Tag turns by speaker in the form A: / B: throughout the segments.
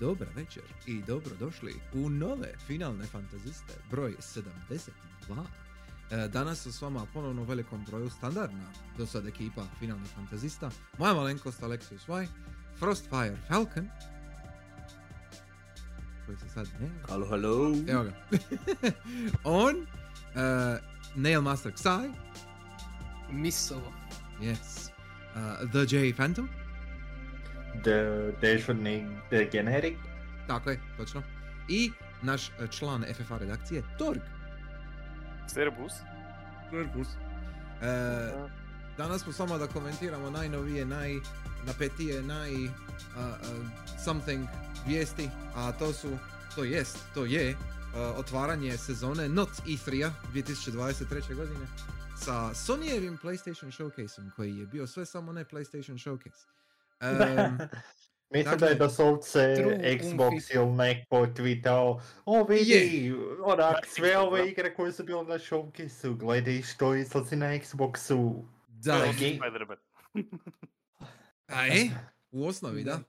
A: Dobra večer i dobrodošli u nove finalne fantaziste broj 72. E, Danas su s vama ponovno u velikom broju standardna do sad ekipa finalnih fantazista. Moja malenkost Alexius Y, Frostfire Falcon, koji se sad ne...
B: Halo, halo.
A: Evo ga. On, e, Nailmaster Xai,
C: Misovo.
A: yes, e, The J Phantom,
B: The dežurni the generik.
A: tako je, točno, i naš e, član FFA redakcije, Torg.
D: Servus.
A: E, Danas smo samo da komentiramo najnovije, najnapetije, naj... a, a, something vijesti, a to su, to jest, to je a, otvaranje sezone Not E E3-a 2023. godine sa Sonyjevim PlayStation Showcase-om koji je bio sve samo ne PlayStation Showcase. Em,
B: Mislim
A: Ehm, Dakle,
B: da je doslovce
C: true
B: Xbox
C: umfis.
B: ili neko tweetao o vidi, onak sve ove igre koje su bile na showcase-u, gledaj što izlazi na Xboxu.
A: da,
B: Evo, Ge-
D: Spider-Man.
A: a e, u osnovi da.
C: Da.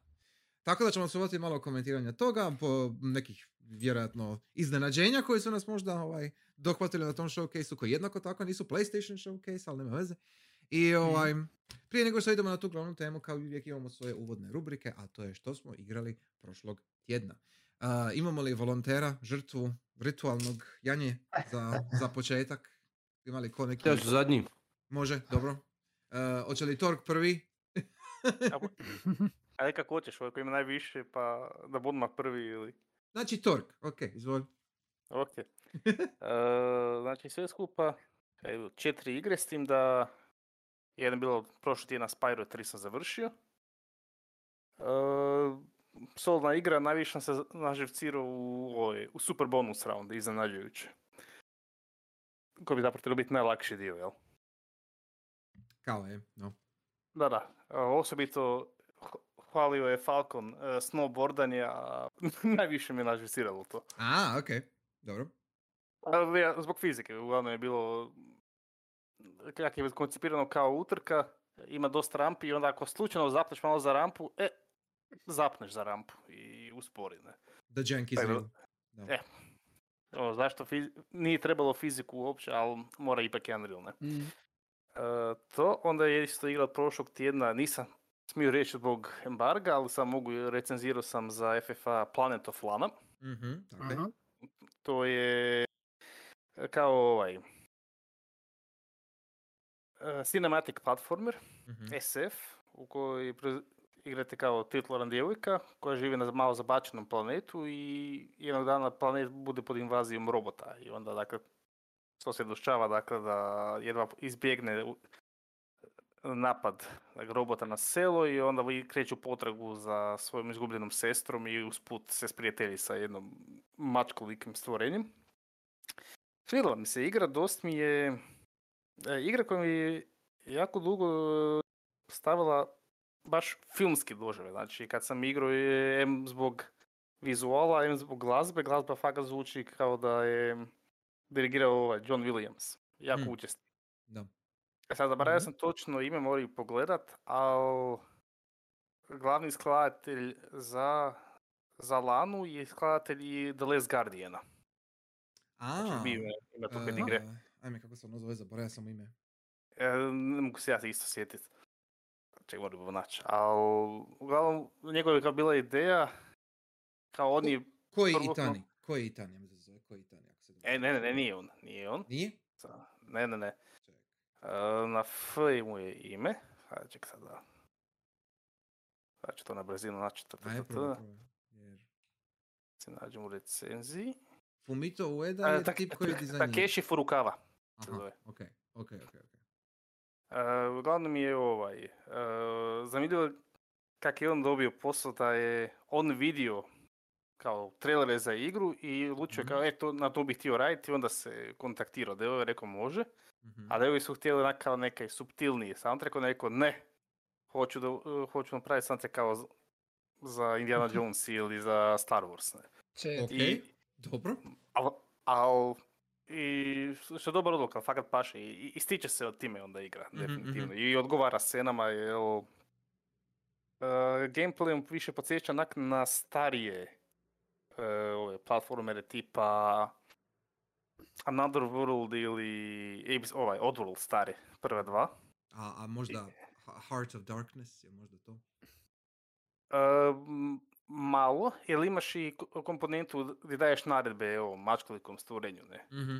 A: Tako da ćemo se uvati malo komentiranja toga, po nekih vjerojatno iznenađenja koje su nas možda ovaj, dohvatili na tom showcaseu, koji jednako tako nisu PlayStation showcase, ali nema veze. I ovaj, prije nego što idemo na tu glavnu temu, kao i uvijek imamo svoje uvodne rubrike, a to je što smo igrali prošlog tjedna. A, imamo li volontera, žrtvu, ritualnog janje za, za početak? Imali ko neki?
E: Ja ću zadnji.
A: Može, dobro. E, hoće li Torg prvi?
D: Ajde kako hoćeš, ovaj koji ima najviše, pa da budu na prvi ili...
A: Znači Torg, ok, izvoli.
D: Ok. E, znači sve skupa, e, idu četiri igre s tim da jedan bilo prošli tjedan Spyro 3 sam završio. E, solna igra, najviše sam se naživcirao u, ovoj, u super bonus round, iznenađujuće. Koji bi zapravo trebao biti najlakši dio, jel?
A: Kao je, no.
D: Da, da. E, Osobito h- hvalio je Falcon e, snowboardanje, a najviše mi je nažvisiralo to.
A: A, ok, dobro.
D: Pa, Ali ja- Zbog fizike, uglavnom je bilo, m, kak je koncipirano kao utrka, ima dosta rampi i onda ako slučajno zapneš malo za rampu, e, zapneš za rampu i uspori, ne.
A: The Jank is
D: Tako da-
A: real. Da.
D: E. Ono, zašto fizi- nije trebalo fiziku uopće, ali mora ipak jedan ril, ne.
C: Mm.
D: E, to, onda je isto igra od prošlog tjedna, nisam smio reći zbog embarga, ali sam mogu, recenzirao sam za FFA Planet of Lana.
A: Mhm, tako je.
C: Aha.
D: To je e, kao ovaj e, cinematic platformer,
A: Mhm.
D: Е, SF, u kojoj pre- igrate kao titularan djevojka koja živi na malo zabačenom planetu i jednog dana planet bude pod invazijom robota i onda dakle to se došava dakle da jedva izbjegne u- napad dakle, robota na selo i onda vi kreću potragu za svojom izgubljenom sestrom i usput se sprijatelji sa jednom mačkolikim stvorenjem. Svidjela mi se igra, dost mi je e, igra koja mi je jako dugo e, stavila baš filmski dožive. Znači, kad sam igrao je em zbog vizuala, em zbog glazbe. Glazba fakat zvuči kao da je dirigirao ovaj John Williams. Jako
A: Mm.
D: mm.
A: Da.
D: E sad, zaboravio
A: Mhm.
D: sam točno ime, moram i pogledat, ali glavni skladatelj za, za Lanu je skladatelj i The Last Guardiana.
A: A,
D: Znači, bio je, ima tu kad
A: e,
D: igre.
A: Ajme, kako se ono zove, zaboravio sam ime.
D: E, ne mogu se ja se isto sjetiti. Čeg moram naći. Ali, uglavnom, njegova je kao bila ideja, kao on je...
A: Koji
D: Prvotno-
A: Itani? Koji Itani? Ja mislim da se zove Koji Itani? Ako se dobro
D: E, ne, ne, ne,
A: sjećam.
D: nije on, nije on.
A: Nije?
D: Sa- Ne, ne, ne.
A: Čekaj.
D: E, na F е mu je ime. Hajde, ček sad da... Sad ću to na brzinu naći. ta, ta,
A: Ajde,
D: ta, ta.
A: probaj, probaj. Jer
D: Se nađem u recenziji.
A: Fumito Ueda
D: E,
A: je
D: Tak-
A: tip koji je dizajnira.
D: Takeshi Furukawa. se
A: Aha,
D: zove.
A: ok, ok, ok. ok.
D: E, uglavnom je ovaj, e, zanimljivo kak je on dobio posao da je on vidio kao trailere za igru i odlučio
A: Mhm.
D: kao, e, to, na to bih htio raditi, onda se kontaktirao Devo je rekao može,
A: Mhm.
D: a Devovi su htjeli onak kao nekaj subtilniji soundtrack, on je rekao ne, hoću, da, e, hoću napraviti soundtrack kao z- za Indiana Jones ili za Star Wars. Ne.
C: Če,
A: Ok,
D: I
A: dobro.
D: Al, al, i što- što je dobar odluka, fakat paše i, i- i stiče se od time onda igra,
A: Mhm,
D: definitivno. I odgovara scenama, jer e, gameplayom više podsjeća onak na starije e, ove platformere tipa Another World ili Apes- ovaj Oddworld stari, prva dva.
A: A, a možda Ha- Heart of Darkness е, je možda to.
D: E, m, malo, jer imaš i ko- komponentu gdje daješ naredbe evo, mačkalikom stvorenju, ne?
A: Mhm.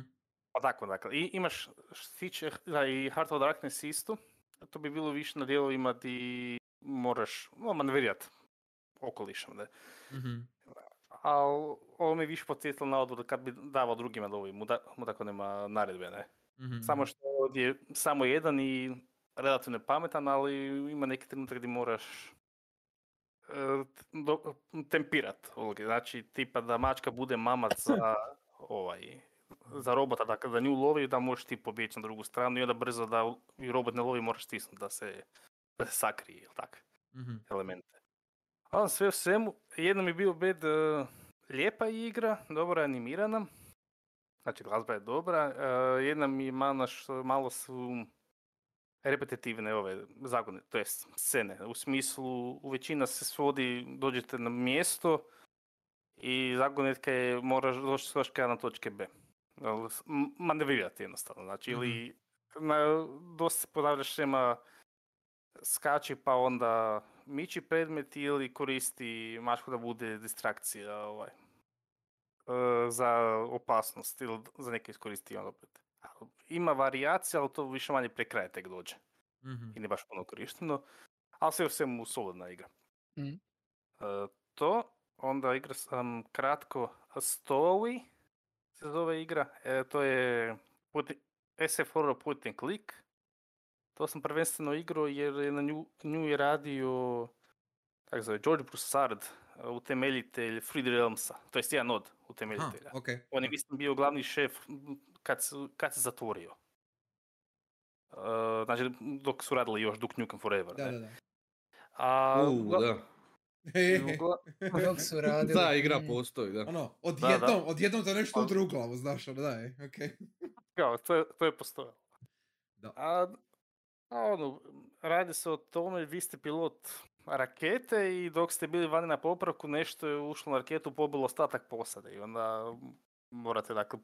D: Pa tako, dakle, i imaš što se tiče da, i Heart of Darkness isto, to bi bilo više na dijelovima di moraš no, manevrirat okolišom, ne.
A: mhm.
D: Ali ovo mi je više podsjetilo na odvod kad bi davao drugima da ovi mu, da, mu tako nema naredbe, ne.
A: mhm,
D: Samo
A: mhm.
D: što ovdje je samo jedan i relativno je pametan, ali ima neki trenutak gdje moraš e, t- do- tempirat uloge. Znači, tipa da mačka bude mamac za, ovaj, za robota, da kada nju lovi, da možeš ti pobjeći na drugu stranu i onda brzo da u- i robot ne lovi, moraš stisnuti da se, da se sakrije ili tak
A: Mhm.
D: elemente. Ali sve u svemu, jednom je bio bed e, lijepa je igra, dobro je animirana, znači glazba je dobra, e, jedna mi je mana što malo su repetitivne ove zagone, to jest scene. U smislu, u većina se svodi, dođete na mjesto i zagonetka je moraš doći s točke A na točke B. Al, s- m- Manevrirati jednostavno, znači
A: Mhm.
D: ili na, dosta se ponavlja šema skači pa onda miči predmet ili koristi mačku da bude distrakcija ovaj, e, za opasnost ili d- za neke iskoristi onda opet. Al- Ima varijacija, ali to više manje pre kraja tek dođe
A: mhm.
D: i ne baš puno korišteno, ali sve u svemu solidna igra.
C: Mhm.
D: E, to, onda igra sam kratko Story, se zove igra, e, to je puti, SF horror point and click, to sam prvenstveno igrao jer je na nju, nju je radio kako se zove, George Broussard, e, utemeljitelj Free Realmsa, to jest jedan od
A: Aha,
D: utemeljitelja.
A: ok.
D: On je mislim bio glavni šef m, kad, su- kad se zatvorio. E, znači, dok su radili još Duke Nukem Forever.
A: Da, da,
D: ne?
A: da.
D: A,
E: U,
D: ugla-
E: da.
D: ugla-
C: Dok su radili.
E: Ta igra
C: mm.
E: postoji, da.
A: Ono,
D: Da, da.
A: odjednom, odjednom te nešto
D: Al-
A: udru u glavu, znaš, ono, daj, okej.
D: kao, to, je, to je postojalo.
A: Da.
D: A, a ono, radi se o tome, vi ste pilot rakete i dok ste bili vani na popravku, nešto je ušlo na raketu, pobilo ostatak posade i onda morate, dakle,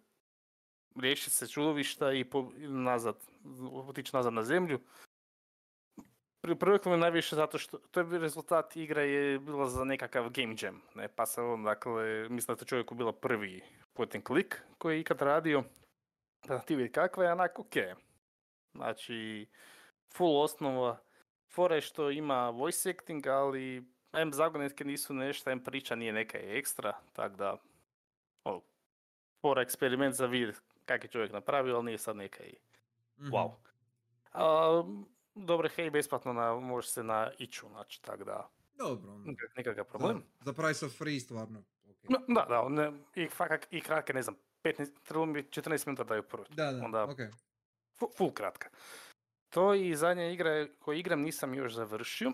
D: riješiti se čudovišta i po, i nazad, otići nazad na zemlju. Pri- Privuklo me najviše zato što to je bio rezultat igra je bila za nekakav game jam, ne, pa se on, dakle, mislim da je to čovjeku bila prvi point and click koji je ikad radio, pa ti vidi kakva je, onak, ok. Znači, full osnova, fora je što ima voice acting, ali M zagonetke nisu nešto, M priča nije neka ekstra, tako da, o, fora eksperiment za vidjeti kak je čovjek napravio, ali nije sad neka i
A: Mhm.
D: Wow. A, dobro, hej, besplatno na, može se na iću, znači, tako da,
A: Dobro, ono,
D: nikak- nikakav problem.
A: za, za price of free stvarno. okej.
D: Hm, No, Da, da, ne, i, fakak, i kratke, ne znam, 15, trebalo mi je 14 minuta da ju prvo
A: Da, da,
D: onda-
A: okej.
D: Fu- Full kratka. To i zadnja igra je- koju igram nisam još završio.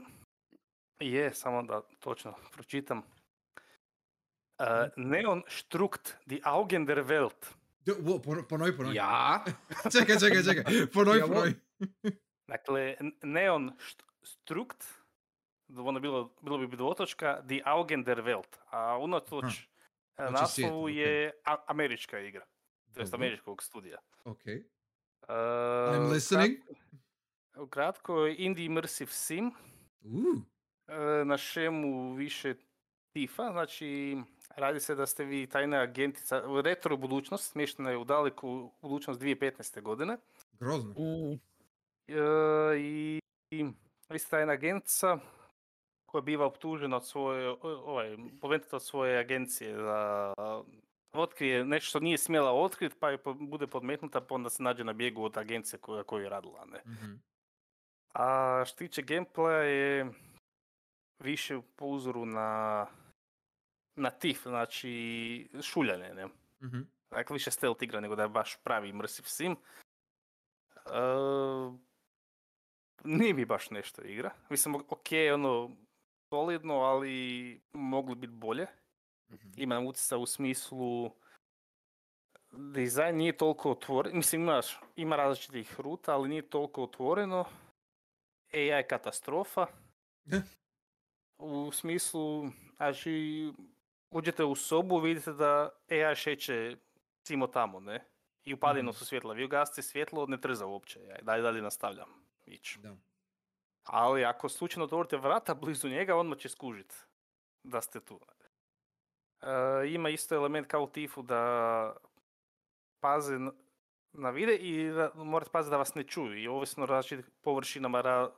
D: Je, samo da točno pročitam. Uh,
A: Mhm.
D: Neon Strukt, Die Augen der Welt.
A: D- wo, pono- Ponovi, ponovi.
E: Ja?
A: Čekaj, čekaj, čekaj. Ponovi,
C: Ja, wo-
A: ponovi.
D: Dakle, n- Neon št- Strukt, ono bilo, bilo bi dvotočka, Die Augen der Welt. A unatoč e,
A: Znači svijet,
D: naslovu
A: okej.
D: je a- američka igra. To jest
A: Dobro.
D: američkog studija.
A: Okej.
D: Uh,
A: I'm listening.
D: Ukratko, Indie Immersive Sim.
A: Uh,
D: e, na šemu više tifa, znači radi se da ste vi tajna agentica, retro budućnost, smještena je u daleku budućnost 2015. godine
A: grozno.
C: U,
D: E, i, i vi ste tajna agentica koja biva optužena od svoje, o- ovaj, poventata od svoje agencije da otkrije nešto što nije smjela otkriti pa je po- bude podmetnuta pa onda se nađe na bijegu od agencije koja, koju je radila. Ne?
A: Mhm.
D: A što tiče gameplaya je više po uzoru na na tif, znači šuljane, ne?
A: mhm.
D: Dakle, više stealth igra nego da je baš pravi immersive sim. E, nije mi baš nešto igra. Mislim, ok, ono, solidno, ali moglo biti bolje.
A: mhm.
D: Ima utjeca u smislu dizajn nije toliko otvoren, mislim imaš, ima različitih ruta, ali nije toliko otvoreno. AI je katastrofa.
A: Eh.
D: u smislu, znači, uđete u sobu, vidite da AI šeće cimo tamo, ne? I upadino su svjetla. Vi ugasite svjetlo, ne trza uopće. Ja i dalje, dalje nastavljam ići.
A: Da.
D: Ali ako slučajno otvorite vrata blizu njega, odmah će skužit da ste tu. E, ima isto element kao u tifu da paze n- na vide i da, morate paziti da vas ne čuju. I ovisno o različitim površinama ra,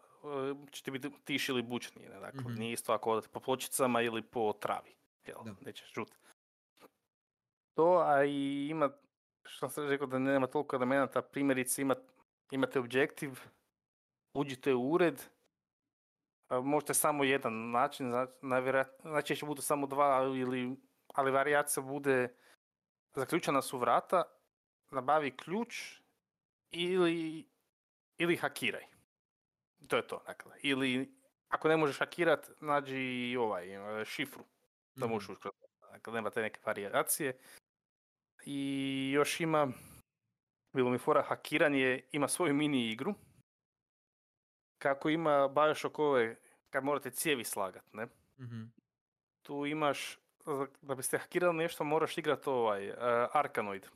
D: e, ćete biti tiši ili bučniji. Ne? Dakle,
A: Mhm.
D: nije isto ako odete po pločicama ili po travi. Jel,
A: Da.
D: nećeš čuti. To, a i ima, što sam rekao da nema toliko elemenata, primjerice ima, imate objektiv, uđite u ured, a E, možete samo jedan način, zna- najvjerojat- najčešće budu samo dva ili, ali varijacija bude zaključana su vrata, nabavi ključ ili, ili hakiraj. To je to, dakle. Ili ako ne možeš hakirat, nađi i ovaj, e, šifru da
A: Mhm,
D: možeš ući kroz vrata. Dakle, nema te neke varijacije. I još ima, bilo mi fora, hakiranje ima svoju mini igru. Kako ima Bioshock ove, kad morate cijevi slagat, ne?
A: Mhm.
D: Tu imaš, za- da biste hakirali nešto, moraš igrat ovaj, e, Arkanoid.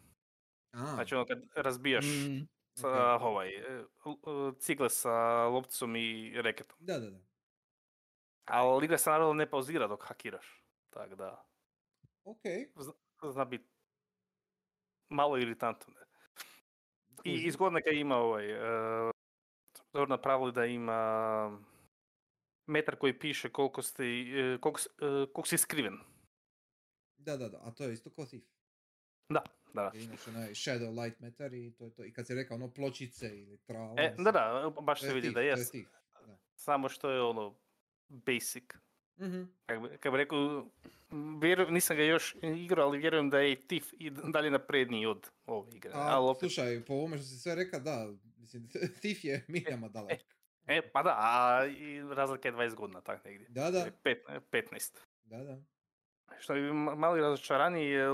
A: A,
D: Znači ono kad razbijaš
C: Mm,
D: sa,
A: ok.
D: ovaj, e, l- e, cigle sa lopticom i reketom.
A: Da, da, da.
D: Ali igra se naravno ne pauzira dok hakiraš. Tako da,
A: Ok.
D: zna biti malo iritantno. I
A: Kužim.
D: iz Gornaka ima ovaj, uh, zorna pravilo da ima metar koji piše koliko, ste, e, koliko, s- e, koliko si skriven.
A: Da, da, da. A to je isto ko Thief.
D: Da, da.
A: Jer Imaš onaj shadow light meter i to je to. I kad si rekao ono pločice ili trava.
D: E, da, da, baš se vidi da
A: jest.
D: jest. Samo što je ono basic. Kako bi, kak bi rekao, m, vjerujem, nisam ga još igrao, ali vjerujem da je i TIF i d- dalje napredniji od ove igre.
A: A,
D: ali opet-
A: slušaj, po ovome što si sve rekao, da, mislim, Thief je miljama dalek.
D: e, pa da, a i razlika je 20 godina, tak negdje.
A: Da, da,
D: Ili pet- 15.
A: da, da.
D: Što je ma- malo razočaranje, jer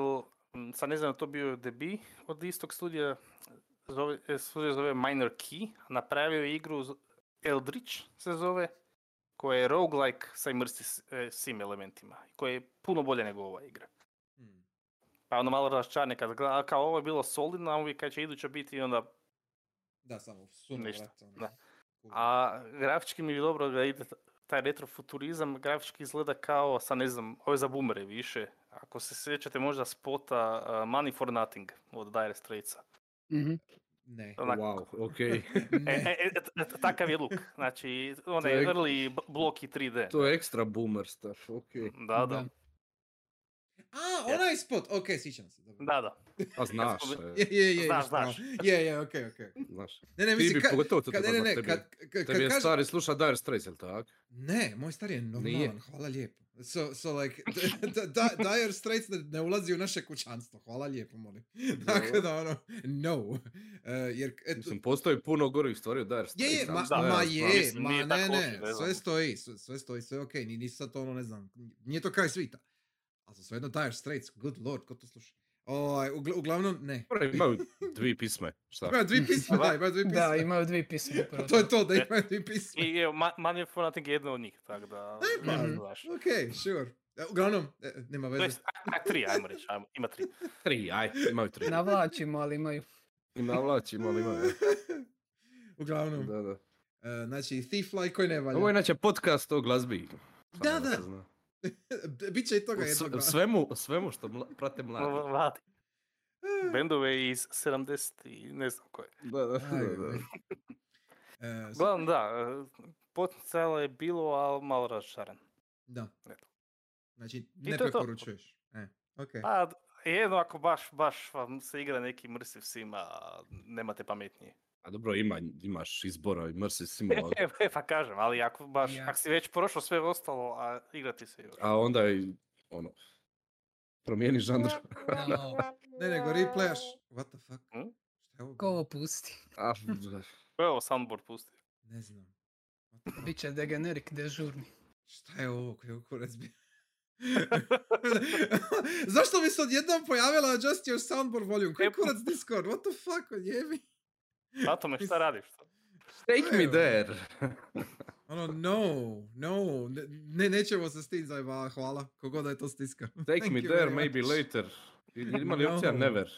D: m, sad ne znam je li to bio debi od istog studija, zove, e, studija zove Minor Key, napravio je igru z- Eldritch se zove, koja je roguelike sa immersive s- e, sim elementima, koja je puno bolja nego ova igra.
A: Hmm.
D: Pa ono malo razočaranje kad gleda, a kao ovo je bilo solidno, a uvijek kad će iduća biti i onda...
A: Da, samo sunu
D: Ništa,
A: vrat, ono,
D: da.
A: kužim.
D: A grafički mi je dobro da ide t- taj retrofuturizam, grafički izgleda kao, sad ne znam, ovo je za boomere više. Ako se sjećate možda spota uh, Money for Nothing od Dire Straitsa.
C: mhm.
A: Ne.
D: Onak-
E: Wow, ok.
D: E,
A: ne.
D: e, e, t- t- takav je luk, znači onaj
E: je-
D: early b- blok i 3D.
E: To je ekstra boomer stuff, ok.
D: Da, da,
A: A, onaj spot, ok, sjećam se. dobro.
D: da, da.
E: A znaš,
D: spomen-
E: e,
A: Je, je, je,
D: Znaš,
A: imaš pravo.
D: znaš.
A: Je, je, ok, ok.
E: znaš.
A: Ne, ne,
E: Ti
A: mislim,
E: bi
A: kad,
E: pogotovo to
A: kad, ne,
E: trebao
A: ne,
E: znat,
A: ne,
E: tebi.
A: kad, kad,
E: Tebi je
A: kažem-
E: stari sluša Dire Straits, jel tak?
A: Ne, moj stari je normalan,
E: Nije.
A: hvala lijepo. So, so like, d- d- da- Dire Straits ne, ne ulazi u naše kućanstvo, hvala lijepo, molim. Tako
E: Dobro.
A: da ono, no. E, jer, eto,
E: Mislim, postoji puno gorih stvari od Dire
A: je,
E: Straits.
A: je, ma,
D: da,
A: ma
D: da,
A: je,
D: mislim,
A: ma
D: nije
A: ne,
D: tako loše,
A: ne,
D: ne
A: sve
D: znam.
A: stoji, sve, sve stoji, sve je okej, ni nisu sad ono, ne znam, nije to kraj svita. Ali su svejedno Dire Straits, good lord, ko to sluša? Ovaj, ugl- uglavnom, ne.
E: Imaju dvije pisme, šta?
A: Ima dvi pisma, da, ima dvi pisma. Pa
C: Da, imaju dvije pisme. upravo
A: To je
C: tako.
A: to, da
D: E.
A: imaju dvi pisma.
D: I evo, Ma- Money for Nothing je jedna od njih, tako da...
A: E,
D: ne
A: pa,
D: znam, znaš.
A: Okej, sure. E, Uglavnom, e, nema
D: To
A: veze.
D: jest, a, a, tri, ajmo reći, ajmo, ima tri.
E: Tri, aj, imaju tri.
C: Navlačimo, ali imaju.
E: I navlačimo, ali imaju.
A: Uglavnom,
E: e. Da, da.
A: e, znači Thief Like koji ne valja.
E: Ovo je inače podcast o glazbi. samo
A: Da, da.
E: se zna.
A: B- Biće i toga
E: O s-
A: jednog.
E: o
A: dana.
E: svemu, o svemu što mla- prate mladi.
D: Vladi.
A: E,
D: Bendove iz 70 i ne znam koje.
E: Da, da,
A: aj,
E: da, da.
A: ej. E, s-
D: Uglavnom, da, e, potencijala je bilo, ali malo razočaran.
A: da.
D: Eto.
A: Znači,
D: to
A: ne
D: je to.
A: preporučuješ. E, okej.
D: Pa, d- jedno ako baš, baš vam se igra neki mrsiv sima, nemate pametnije.
E: A dobro, ima, imaš izbora i mrsi simula.
D: E, pa kažem, ali ako baš,
C: Ja.
D: ako si već prošao sve ostalo, a igrati se još.
E: A onda je, ono, promijeni žanr.
C: Malo
A: Ne, nego replayaš. What the fuck?
D: Hm?
A: Šta je ovo?
C: Ko
A: bilo?
C: ovo pusti?
E: A,
D: Pa Evo, soundboard pusti.
A: Ne znam. What the fuck?
C: Biće degenerik dežurni.
A: Šta je ovo koji je kurac bio? Zašto mi se odjednom pojavila Adjust Your Soundboard Volume? Koji
D: E, pa-
A: kurac Discord? What the fuck? Odjebi.
D: Zato me šta radiš?
E: Take me there.
A: Ono, no, no, ne- ne, nećemo se s tim zajebavati, hvala, kogoda je to stiska.
E: Take
A: Thank
E: me
A: you
E: there,
A: very
E: maybe
A: much.
E: later. Ili- Ima li opcija
A: No.
E: never?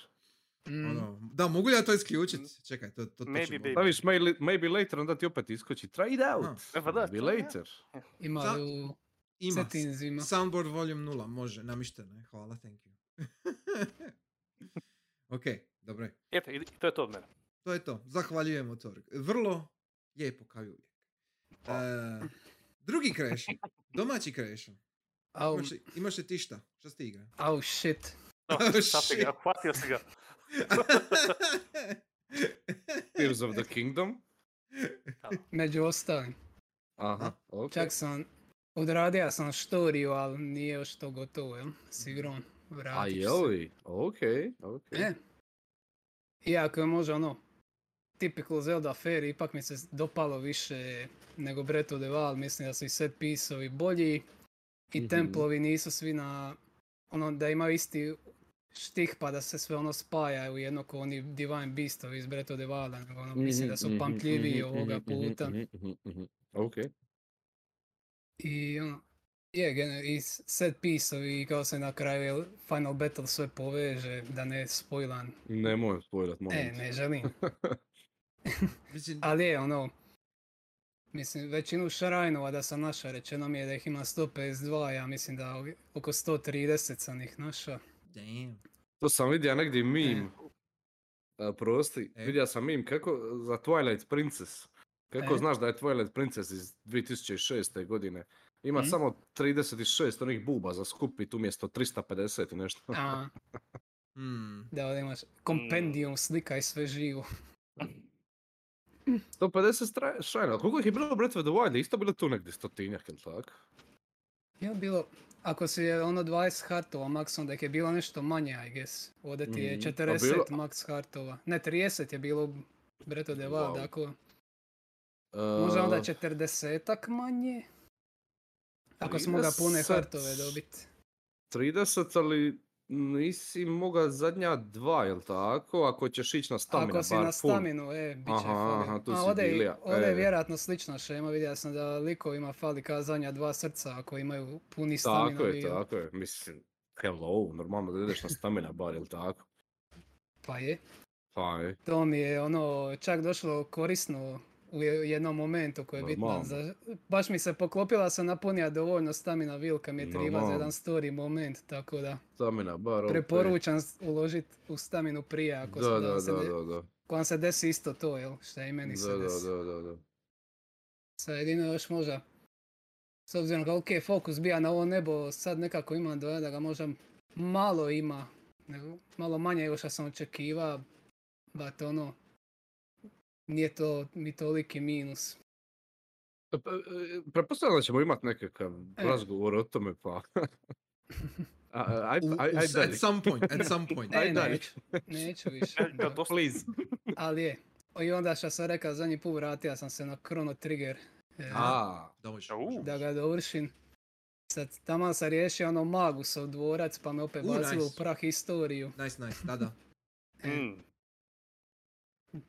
C: Mm.
A: Ono, da, mogu li ja to isključiti? Čekaj, to, to, to
D: Maybe
A: ćemo-
D: baby.
E: Staviš maybe, maybe later, onda ti opet iskoči. Try it out.
D: E, pa da,
E: Maybe
D: to je.
E: later.
C: Ima
A: Za-
C: li u
A: Ima,
C: settingsima?
A: Soundboard volume 0, može, namišteno je, hvala, thank you. ok, dobro je.
D: Eto, i i to je to od mene.
A: To je to, zahvaljujemo Torg. Vrlo lijepo, kao i uvijek. E, drugi kreš, domaći kreš.
C: Au,
A: Imaš, li- imaš li ti šta? Šta si ti igra?
C: au shit.
D: No,
A: Oh,
D: sad si ga, hvatio si ga.
E: Tears of the Kingdom.
C: Među ostalim.
E: Aha, ok.
C: Čak sam, odradio sam štoriju, ali nije još to gotovo, jel? S igrom.
E: A
C: Vratit ću se.
E: jeli? Ok, ok.
C: E. Iako je možda ono, typical Zelda fair, ipak mi se dopalo više nego Breath of the Wild, mislim da su i set pisovi bolji i
E: Mhm.
C: templovi nisu svi na, ono da imaju isti štih pa da se sve ono spaja u jedno ko oni Divine Beastovi iz Breath of the Wilda, nego ono, mislim da su
E: Mhm,
C: pampljiviji
E: mhm,
C: ovoga
E: mhm, mhm,
C: puta.
E: mhm, mhm, mhm. Ok.
C: I ono, je, gene- i s- set pisovi i kao se na kraju jel, Final Battle sve poveže, da ne spojlan.
E: Nemoj spojlat, molim
C: E,
E: te.
C: ne želim.
A: Mislim,
C: Ali je ono, mislim, većinu šarajnova da sam naša, rečeno mi je da ih ima 152, ja mislim da ovi- oko 130 sam ih naša.
A: damn.
E: To sam vidio
C: E,
E: negdje mim. A, prosti,
A: E.
E: vidio sam mim kako za Twilight Princess. Kako
C: E.
E: znaš da je Twilight Princess iz 2006. godine? Ima
C: Mhm.
E: samo 36 onih buba za skupit umjesto 350 i nešto.
C: A,
A: Hmm.
C: da ovdje
E: Mm.
C: imaš kompendijum slika i sve živo.
E: 150 stra- šajna. Koliko ih je bilo u Breath of the Wild? Isto bilo tu negdje stotinjak, jel tako?
C: Ja bilo, ako si je ono 20 hartova maks, onda ih je bilo nešto manje, I guess. Ovdje ti je
E: Mhm. A
C: 40
E: bilo-
C: max hartova. Ne, 30 je bilo u Breath of the Wild,
E: Wow.
C: tako. Možda
E: E,
C: onda 40 manje. Ako smo ga pune
E: 30.
C: hartove dobiti.
E: 30, ali nisi moga zadnja dva, jel tako? Ako ćeš ići na stamina,
C: Ako si
E: bar
C: na
E: full.
C: staminu, e, bit će
E: Aha,
C: fali.
E: aha, tu
C: A
E: si
C: ovdje, i-
E: Dilija,
C: ovdje je
E: e.
C: vjerojatno slična šema, vidio sam da likovima fali kao zadnja dva srca ako imaju puni stamina.
E: Tako je,
C: bio.
E: tako je. Mislim, hello, normalno da ideš na stamina bar, jel tako?
C: Pa je,
E: Pa je.
C: to mi je ono čak došlo korisno u je- jednom momentu koji je bitno.
E: Normalno.
C: Za, baš mi se poklopila sam napunija dovoljno stamina vilka mi je triba za
E: Normalno.
C: jedan story moment, tako da
E: Stamina bar, opet.
C: preporučam uložiti u staminu prije ako se,
E: Da, da,
C: da
E: da,
C: se ne-
E: da, da.
C: ako vam se desi isto to, jel? Šta i meni se
E: Da, da,
C: desi.
E: da, da, da.
C: Sad jedino još možda, s obzirom da ok, fokus bija na ovo nebo, sad nekako imam dojam da ga možda malo ima, nego malo manje nego što sam očekivao, but ono, nije to mi toliki minus.
E: E, pa, e, Pretpostavljam da ćemo imat nekakav
C: E.
E: razgovor o tome, pa... A, a, aj,
A: U-
E: aj,
A: u-
E: aj, dalje.
A: at some point, at some point.
C: E,
E: Aj dalje.
C: neću, neću više.
D: Evo,
C: da.
D: E, dosta-
E: Please.
C: Ali je, i onda što sam rekao zadnji put vratio sam se na Chrono Trigger. e,
E: A,
A: Dođi.
D: Au.
C: da ga dovršim. Sad tamo sam riješio ono Magusov dvorac pa me opet
A: U,
C: bacilo
A: nice.
C: u prah historiju.
A: Nice, nice, da, da.
D: Mm.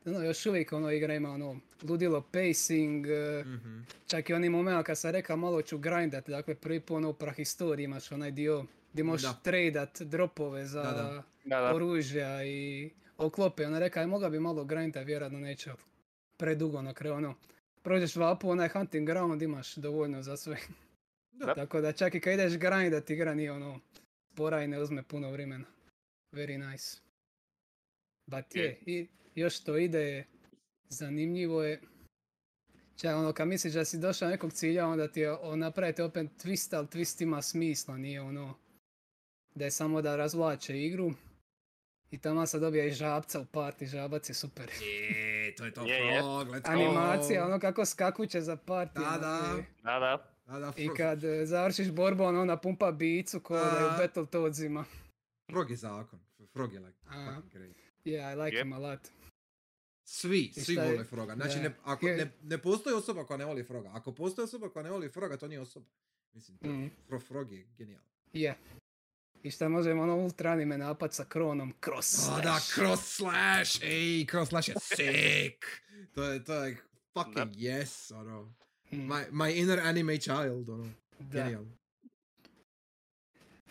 C: Ono, još uvijek ono igra ima ono ludilo pacing, e,
A: Mhm.
C: čak i onim momentima kad sam rekao malo ću grindat, dakle prvi put ono u prahistoriji imaš onaj dio gdje možeš
A: Da.
C: tradat dropove za
A: Da, da.
D: Da, da.
C: oružja i oklope, ona reka, aj moga bi malo grindat, vjerojatno neće, ali predugo na kraju ono. Prođeš vapu, onaj hunting ground imaš dovoljno za sve.
A: Da.
C: Tako da čak i kad ideš grindat, igra nije ono spora i ne uzme puno vremena. Very nice. But
D: Je.
C: je, i još to ide, zanimljivo je. Čak ono, kad misliš da si došao do nekog cilja, onda ti je, o, napravite opet twist, ali twist ima smisla, nije ono da je samo da razvlače igru. I tamo se dobija i žabca u parti, žabac je super.
A: Je, to je to.
D: Je, je.
A: Frog, let's go.
C: Animacija, ono kako skakuće za parti.
A: Da,
C: ono,
A: da.
C: je.
D: Da, da.
A: Da, da,
C: I
A: frog-
C: kad e, završiš borbu, ono ona pumpa bicu ko da je
A: Da.
C: u Battletoadsima.
A: Frog je zakon. Frog je like
C: A.
A: fucking great.
C: Yeah, I like
D: Yep.
C: him a lot.
A: Svi,
C: I
A: svi
C: šta je-
A: vole Froga. Znači,
C: da.
A: ne, ako,
C: Je-
A: ne, ne postoji osoba koja ne voli Froga. Ako postoji osoba koja ne voli Froga, to nije osoba. Mislim, to je-
C: Mm.
A: Fro- Frog je genijalan.
C: Yeah. I šta možemo ono ultra anime napad sa kronom, cross
A: A da,
C: slash.
A: cross slash! Ej, cross slash je sick! To je, to je fucking yes, ono.
C: Mm,
A: My, my inner anime child, ono,
C: da,
A: genijalno.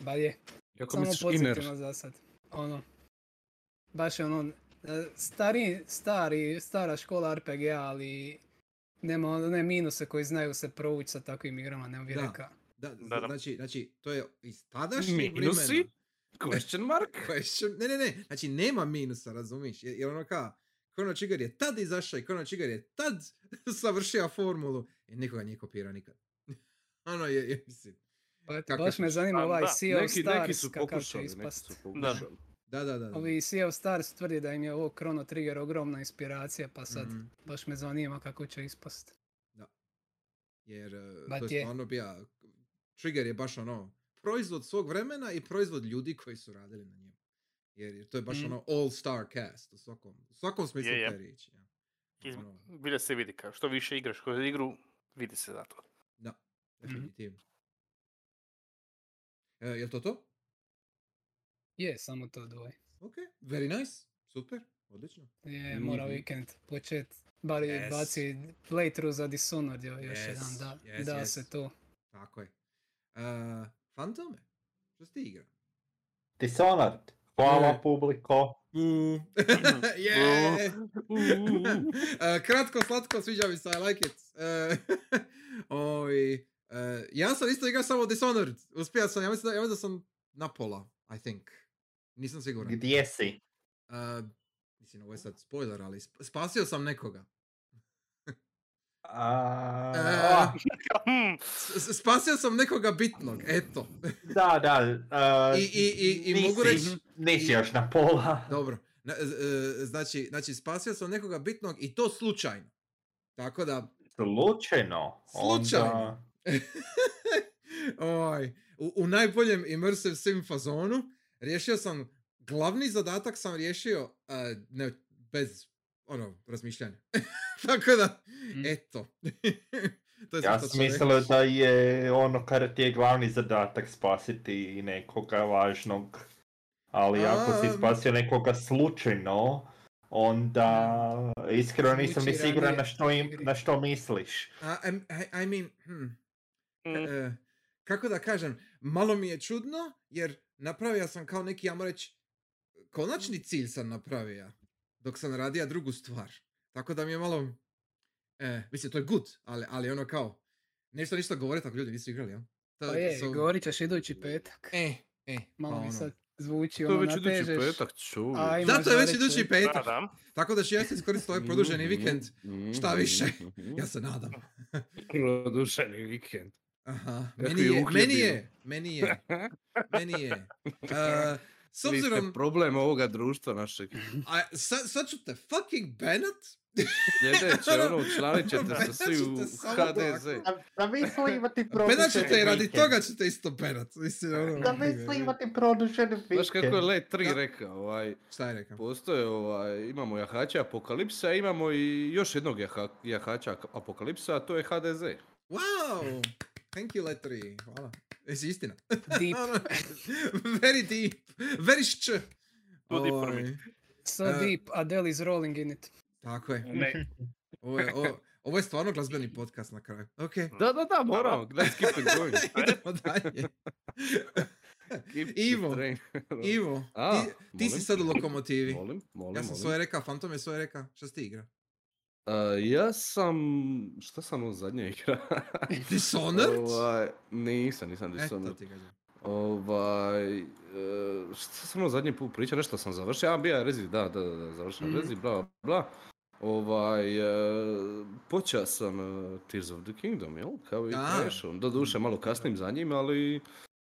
C: ba je.
E: Kako
C: Samo
E: misliš Inner?
C: pozitivno za sad. Ono, baš je ono, e, stari, stari, stara škola RPG, ali nema ono, one minuse koji znaju se provući sa takvim igrama, ne bih
A: Da.
C: rekao.
A: Da,
D: Da, da.
A: znači, znači, to je iz tadašnjeg
E: Minusi?
A: vremena.
E: Question mark?
A: Question- Ne, ne, ne, znači nema minusa, razumiš? Jer, jer ono ka, Chrono Trigger je tad izašao i Chrono Trigger je tad savršio formulu i nikoga nije kopirao nikad. ono je, je mislim,
C: Pa eto,
A: Kakve
C: baš
A: su-
C: me zanima
D: Pa
C: ovaj
D: da,
C: Sea of
E: Neki, neki
C: Stars
E: su
C: kakav će
E: pokušali, neki
C: ispast.
E: su pokušali.
A: da, da, da. da.
C: Ovi Sea of Stars tvrdi da im je ovo Chrono Trigger ogromna inspiracija, pa sad
A: Mhm.
C: baš me zanima kako će ispast.
A: Jer eh,
C: Ba
A: to
C: tje.
A: je stvarno bija, Trigger je baš ono, proizvod svog vremena i proizvod ljudi koji su radili na njemu. Jer, jer to je baš
C: Mm.
A: ono all star cast u svakom, u svakom smislu
D: Je, je.
A: te riječi. Ja.
D: Iz-
A: Ono,
D: Bilje se vidi kao, što više igraš kroz igru, vidi se zato.
A: da, definitivno. E, jel to to?
C: Je, samo to dvoje.
A: Ok, very nice, super, odlično.
C: Je, mora
E: Mhm.
C: vikend počet. Bar
A: Yes.
C: baci playthrough za Dishonored jo- još
A: Yes,
C: jedan, da,
A: yes,
C: da
A: yes.
C: se to.
A: Tako je. Uh, Fantome, što si ti igra?
B: Dishonored. Hvala
A: Mm.
B: publiko.
A: yeah! Uh, kratko, slatko, sviđa mi se, I like it. Uh, oj, uh, ja sam isto igrao samo Dishonored. Uspio sam, ja mislim da, ja mislim da sam na pola, I think. Nisam siguran.
B: Gdje si?
A: Uh, mislim, ovo je sad spoiler, ali sp- spasio sam nekoga.
B: A, ah,
A: E,
B: a,
D: Hmm,
A: S- spasio sam nekoga bitnog, eto.
B: Da, da. a,
A: I- i- i- i
B: nisi-
A: mogu reći-
B: Nisi
A: i-
B: još na pola.
A: Dobro. Na- z- e, znači, znači, spasio sam nekoga bitnog i to slučajno. Tako da,
B: Slučajno.
A: Slučajno.
B: Onda...
A: oj, u, u najboljem immersive sim fazonu riješio sam, glavni zadatak sam riješio e, ne, bez, ono, razmišljanja. Tako da,
C: Mm.
A: eto. to je sve što
B: Ja sam
A: ću reći.
B: mislio da je ono kada ti je glavni zadatak spasiti nekoga važnog. Ali ako
A: Am.
B: si spasio nekoga slučajno, onda iskreno nisam ni
C: Zvuči
B: siguran na
C: ranije
B: što, im,
C: igri.
B: na što misliš.
A: A, I'm- I, I mean, hmm.
D: hmm.
A: e, kako da kažem, malo mi je čudno, jer napravio sam kao neki, ja reći, konačni cilj sam napravio, dok sam radio drugu stvar. Tako da mi je malo, e, mislim, to je good, ali, ali ono kao, nešto ništa govoriti ako ljudi nisu igrali, jel? To,
C: Pa je,
A: so-
C: govorit ćeš idući petak.
A: E, e,
C: Malo
A: pa
C: mi
A: ono.
C: sad zvuči
E: To je
C: ono
E: već idući
C: natežeš.
E: petak, čovjek.
C: a imaš
A: Zato je već
C: barem
A: idući
C: četiri.
A: petak,
D: Da, da.
A: tako da ću ja se iskoristiti ovaj produženi vikend,
E: Mhm,
A: šta više.
E: mhm.
A: ja se nadam.
E: Produženi vikend.
A: Aha,
E: Kako
A: meni
E: je
A: je,
E: uhljebio.
A: meni je, meni je, meni je. E, s
E: Vi ste
A: obzirom,
E: problem ovoga društva našeg.
A: A sad, sad ću te fucking banat?
E: Sljedeće, ono, učlanit ćete se svi u
A: Ćete samo
E: HDZ.
B: Da, da vi smo imati produženi
A: Banat ću te i radi
B: vikend.
A: toga ću te isto banat. Mislim, ono...
B: Da vi
A: je-
B: smo imati produženi vikend.
E: Znaš kako je Le 3
A: Da.
E: rekao, ovaj,
A: Šta je rekao?
E: postoje, ovaj, imamo jahača apokalipsa, a imamo i još jednog jaha, jahača ak- apokalipsa, a to je HDZ.
A: Wow! Thank you, Letri. Hvala. Jesi istina?
C: Deep.
A: Ono, Very deep. Very šč.
D: Too deep for me.
A: Oj,
C: So
A: E,
C: deep, Adele is rolling in it.
A: Tako je.
D: Ne,
A: Ovo je, ovo, ovo je stvarno glazbeni podcast na kraju. Ok,
E: Da, da, da, moramo, let's keep it going.
A: idemo dalje.
E: Keep the
A: Ivo,
E: train rolling.
A: Ivo,
E: A,
A: ti, ti si
E: molim?
A: sad u lokomotivi.
E: Molim, molim,
A: Ja sam
E: molim.
A: svoje rekao, Fantom je svoje rekao. Šta si ti igra?
E: A, ja sam... Šta sam ono zadnja igra?
A: Dishonored?
E: Ovaj, nisam, nisam
A: Eto
E: Dishonored.
A: ti gađam.
E: Ovaj, e, šta sam ono zadnji put pričao, nešto sam završio, a bija Rezi, da, da, da, da završio
A: Mhm.
E: Rezi, bla, bla. Ovaj, e, počeo sam e, Tears of the Kingdom, jel? Kao i
A: Da.
E: Crashom, doduše malo kasnim za njim, ali,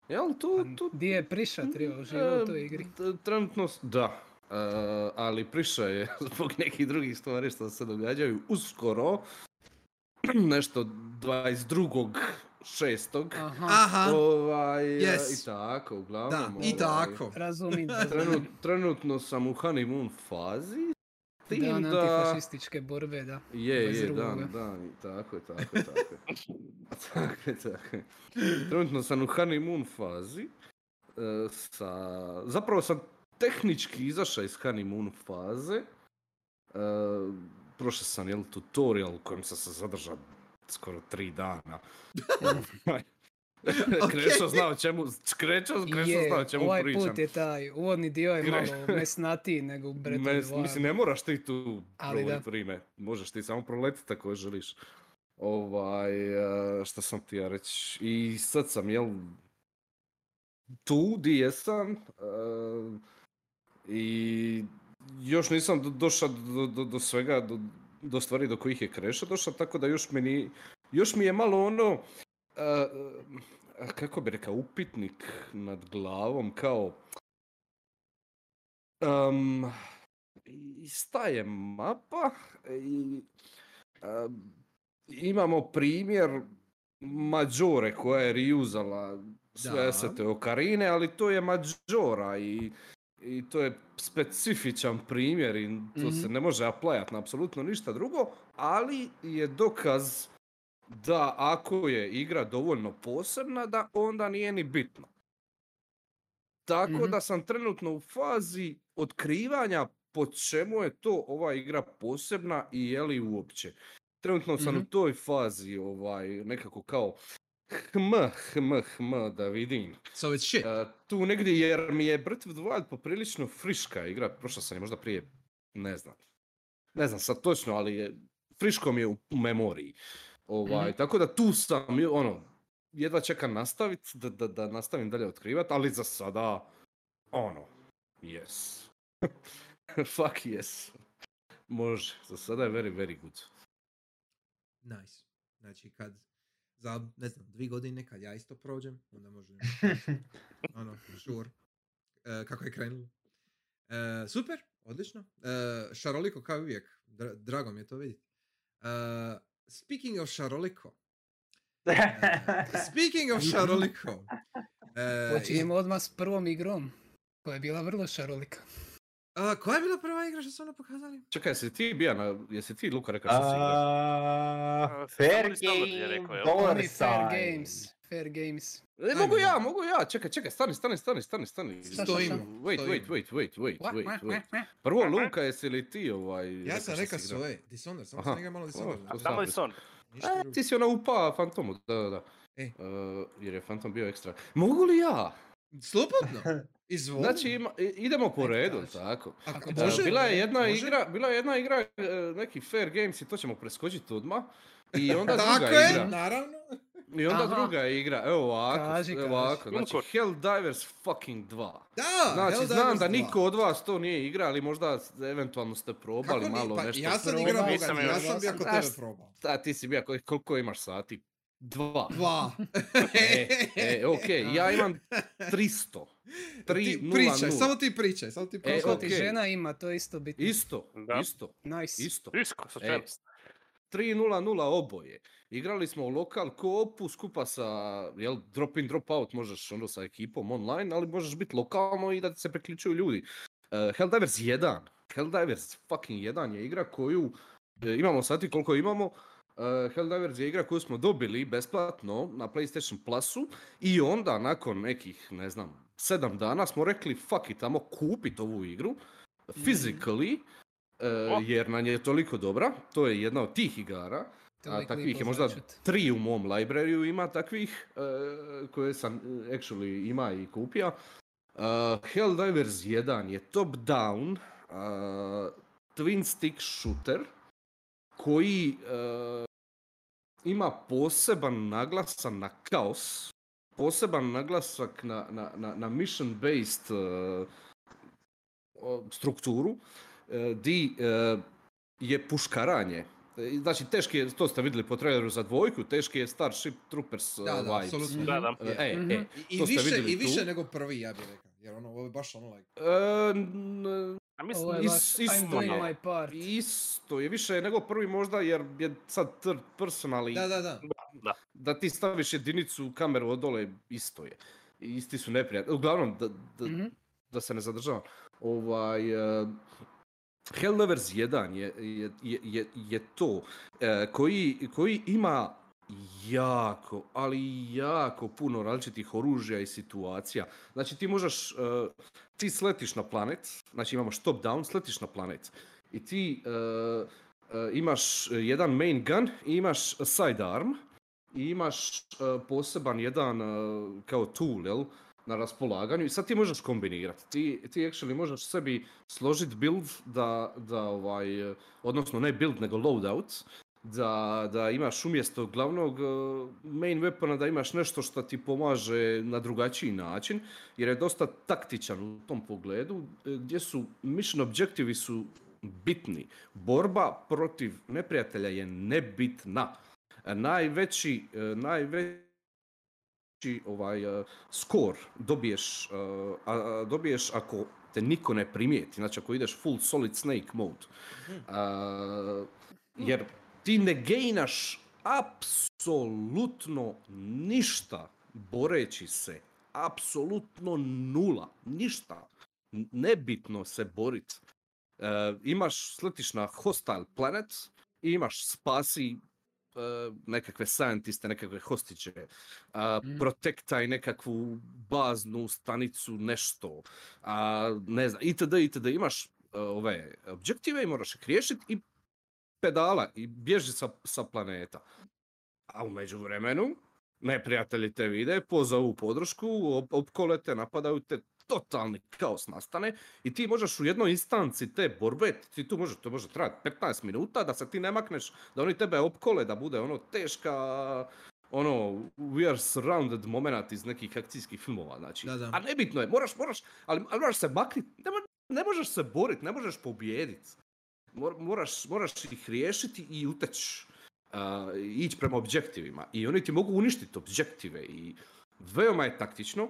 E: jel, tu, tu,
C: Pa, Di je priša treba uživo u toj igri?
E: E, Trenutno, s- da. E, ali prišao je zbog nekih drugih stvari što se događaju uskoro. Nešto 22. šestog.
C: Aha,
A: Aha,
E: Ovaj, e,
A: yes.
E: I tako,
A: da,
E: uglavnom.
A: i
E: ovaj,
A: tako.
C: razumim.
E: trenut-
C: razumim.
E: trenutno sam u honeymoon fazi. s
C: Dan
E: Tim da...
C: antifašističke borbe, da.
E: Je, je,
C: 22..
E: dan, dan, i tako je, tako je, tako je. tako je, tako je. Trenutno sam u honeymoon fazi. e, Sa... Zapravo sam tehnički izašao iz honeymoon faze. E, Prošao sam, jel, tutorial u kojem sam se zadržao skoro tri dana. Krešo zna o čemu, Krešo, Krešo
C: Je,
E: zna o čemu
C: ovaj
E: pričam.
C: put je taj uvodni dio je
E: Gre-
C: malo mesnatiji nego u Breath of
E: Ne,
C: the Wild.
E: mislim, ne moraš ti tu
C: Ali da.
E: prolet vrijeme. Možeš ti samo proletiti ako želiš. Ovaj, eh, šta sam ti ja reći? I sad sam, jel, tu di jesam. eh, I još nisam do- došao do, do, do svega, do, do stvari do kojih je Kreša došao, tako da još mi, ni- još mi je malo ono, eh, eh, kako bi rekao, upitnik nad glavom, kao, Em, i staje mapa i em, imamo primjer Mađore koja je reuzala sve
A: Da.
E: asete Okarine, ali to je Mađora i, i to je specifičan primjer i to se
C: Mhm.
E: ne može aplajat na apsolutno ništa drugo, ali je dokaz da ako je igra dovoljno posebna, da onda nije ni bitno. Tako
C: Mhm.
E: da sam trenutno u fazi otkrivanja po čemu je to ova igra posebna i je li uopće. Trenutno sam u
C: Mhm.
E: toj fazi ovaj, nekako kao hm, hm, hm, da vidim.
A: So it's shit.
E: E, tu negdje, jer mi je Breath of the Wild poprilično friška igra, prošla sam je možda prije, ne znam. Ne znam sad točno, ali je, friško mi je u, u memoriji. Ovaj, Tako da tu sam, i ono, jedva čekam nastaviti, da, da, da nastavim dalje otkrivat, ali za sada, ono, yes. Fuck yes. Može, za sada je very, very good.
A: Nice. Znači kad za, ne znam, dvi godine kad ja isto prođem, onda možemo, ono, sure, E, kako je krenulo. E, super, odlično. E, šaroliko kao i uvijek, Dra- drago mi je to vidjeti. E, speaking of šaroliko, e, speaking of šaroliko, e,
C: Počinjemo odmah s prvom igrom koja je bila vrlo šarolika.
A: a, koja je bila prva igra što su ono pokazali?
E: Čekaj, jesi ti bija na, jesi ti Luka rekao što si igraš?
B: A,
D: A, samo
B: Fair
D: ni standard je rekao,
B: game,
D: jel?
B: dollar
C: Oni Fair
B: sign.
C: Games, Fair Games.
E: E, mogu
A: ajme.
E: ja, mogu ja, čekaj, čekaj, stani, stani, stani, stani, stani.
C: Šta, šta,
A: Stojim,
C: šta?
E: Wait,
A: stojim.
E: wait, wait, wait, wait,
C: Mua, mua,
E: wait,
C: mua,
E: wait.
C: mua.
E: Prvo, Luka, jesi li ti ovaj...
A: Ja sam
E: šta
A: rekao
E: si igrao?
A: svoje, Dishonored, samo
E: Aha.
A: sam igrao malo Dishonored.
E: O, to sam.
D: Samo je son.
A: ništa
E: E,
A: drugo.
E: ti si ona upa Fantomu, da, da, da.
A: E.
E: E, jer je Fantom bio ekstra. Mogu li ja?
A: Slobodno, izvoli.
E: Znači, ima, i- idemo po
C: Ajde,
E: redu,
C: kaži.
E: tako.
A: Ako
E: E,
A: može,
E: bila je jedna
A: može.
E: igra, bila je jedna igra, e, neki Fair Games i to ćemo preskočiti odmah. I onda
A: Tako
E: druga
A: je,
E: igra.
A: naravno.
E: I onda
C: Aha.
E: druga igra. Evo ovako,
C: Kaži,
E: evo
C: kaži.
E: ovako. Znači,
D: Uncork.
E: Helldivers fucking 2.
A: Da,
E: Znači,
A: Helldivers
E: znam da
A: 2.
E: niko od vas to nije igra, ali možda s- eventualno ste probali
A: Kako ni-
E: malo
A: pa
E: nešto.
A: Ja sam
C: probao.
A: igrao, Boga,
D: Nisam
A: ja
D: još.
A: sam bio kod
E: Znaš-
A: tebe probao.
E: A ti si bio, kol- koliko imaš sati? Dva.
A: Dva.
E: E, e, ok, ja imam 300.
A: Ti
E: 3
A: pričaj, samo ti pričaj, samo ti pričaj.
E: E,
C: Koliko
E: ok.
C: ti žena ima, to je isto bitno.
E: Isto,
D: Da.
E: isto,
C: Nice.
E: isto.
D: Isko, sa
E: E,
D: čem?
E: 3-0-0 oboje. Igrali smo u lokal koopu skupa sa, jel, drop in, drop out možeš ono sa ekipom online, ali možeš biti lokalno i da ti se priključuju ljudi. Uh, Helldivers 1, Helldivers fucking 1 je igra koju e, imamo sad i koliko imamo. Uh, Helldivers je igra koju smo dobili besplatno na PlayStation Plusu i onda nakon nekih, ne znam, sedam dana smo rekli fuck it, tamo kupit ovu igru physically e,
D: O.
E: jer nam je toliko dobra, to je jedna od tih igara.
C: To
E: A
C: uvijek
E: takvih
C: lijepo
E: je možda
C: začut.
E: tri u mom libraryju ima takvih e, koje sam e, actually ima i kupio. Uh, Helldivers 1 je top down e, twin stick shooter koji e, ima poseban naglasak na kaos, poseban naglasak na, na, na, na mission based strukturu e, di e, je puškaranje. E, Znači, teški je, to ste vidjeli po traileru za dvojku, teški je Starship Troopers e,
A: Da, da,
E: vibes.
A: apsolutno.
D: Da, da.
E: E, e,
C: Mhm.
E: e,
A: I,
E: to ste
A: više,
E: vidjeli
A: I više
E: tu.
A: nego prvi, ja bih rekao. Jer ono, ovo je baš ono, like,
E: E, n-
D: A
C: Ovo
D: mislim,
C: je
E: is-
C: baš,
E: isto
C: I'm doing
E: je.
C: my part.
E: isto je više nego prvi možda jer je sad third person, ali
A: da,
E: da,
A: da, da.
E: ti staviš jedinicu kameru odole isto je. Isti su neprijatni. Uglavnom, da, da,
C: Mhm.
E: da se ne zadržavam. Ovaj, uh, Helldivers 1 je, je, je, je, je to e, koji, koji ima jako, ali jako puno različitih oružja i situacija. Znači ti možeš, e, ti sletiš na planet, znači imamo top down, sletiš na planet i ti e, e, imaš e, jedan main gun i imaš sidearm i imaš e, poseban jedan e, kao tool, jel? na raspolaganju i sad ti možeš kombinirati. Ti, ti actually možeš sebi složiti build da, da ovaj, e, odnosno ne build nego loadout, da, da imaš umjesto glavnog e, main weapona da imaš nešto što ti pomaže na drugačiji način, jer je dosta taktičan u tom pogledu, e, gdje su mission objektivi su bitni. Borba protiv neprijatelja je nebitna. E, Najveći, e, najveći ovaj, e, skor dobiješ, e, a, a, dobiješ ako te niko ne primijeti, znači ako ideš full solid snake mode. A, jer ti ne gejnaš apsolutno ništa boreći se. Apsolutno nula. Ništa. N- Nebitno se borit. E, imaš, sletiš na hostile planet i imaš spasi e, nekakve scientiste, nekakve hostiće, a,
A: Mm.
E: protektaj nekakvu baznu stanicu, nešto, a, ne znam, itd. itd. Imaš e, ove objektive i moraš ih riješiti i pedala i bježi sa, sa planeta. A u međuvremenu, neprijatelji te vide, pozovu podršku, op- opkole te, napadaju te, totalni kaos nastane i ti možeš u jednoj instanci te borbe, ti tu može, to može trajati 15 minuta da se ti ne makneš, da oni tebe opkole, da bude ono teška, ono, we are surrounded moment iz nekih akcijskih filmova, znači.
A: Da, da.
E: A nebitno je, moraš, moraš, ali, ali moraš se maknit, ne, mo- ne možeš se borit, ne možeš pobijedit. Mor- moraš, moraš ih riješiti i uteć, a, ići prema objektivima. I oni ti mogu uništiti objektive i veoma je taktično.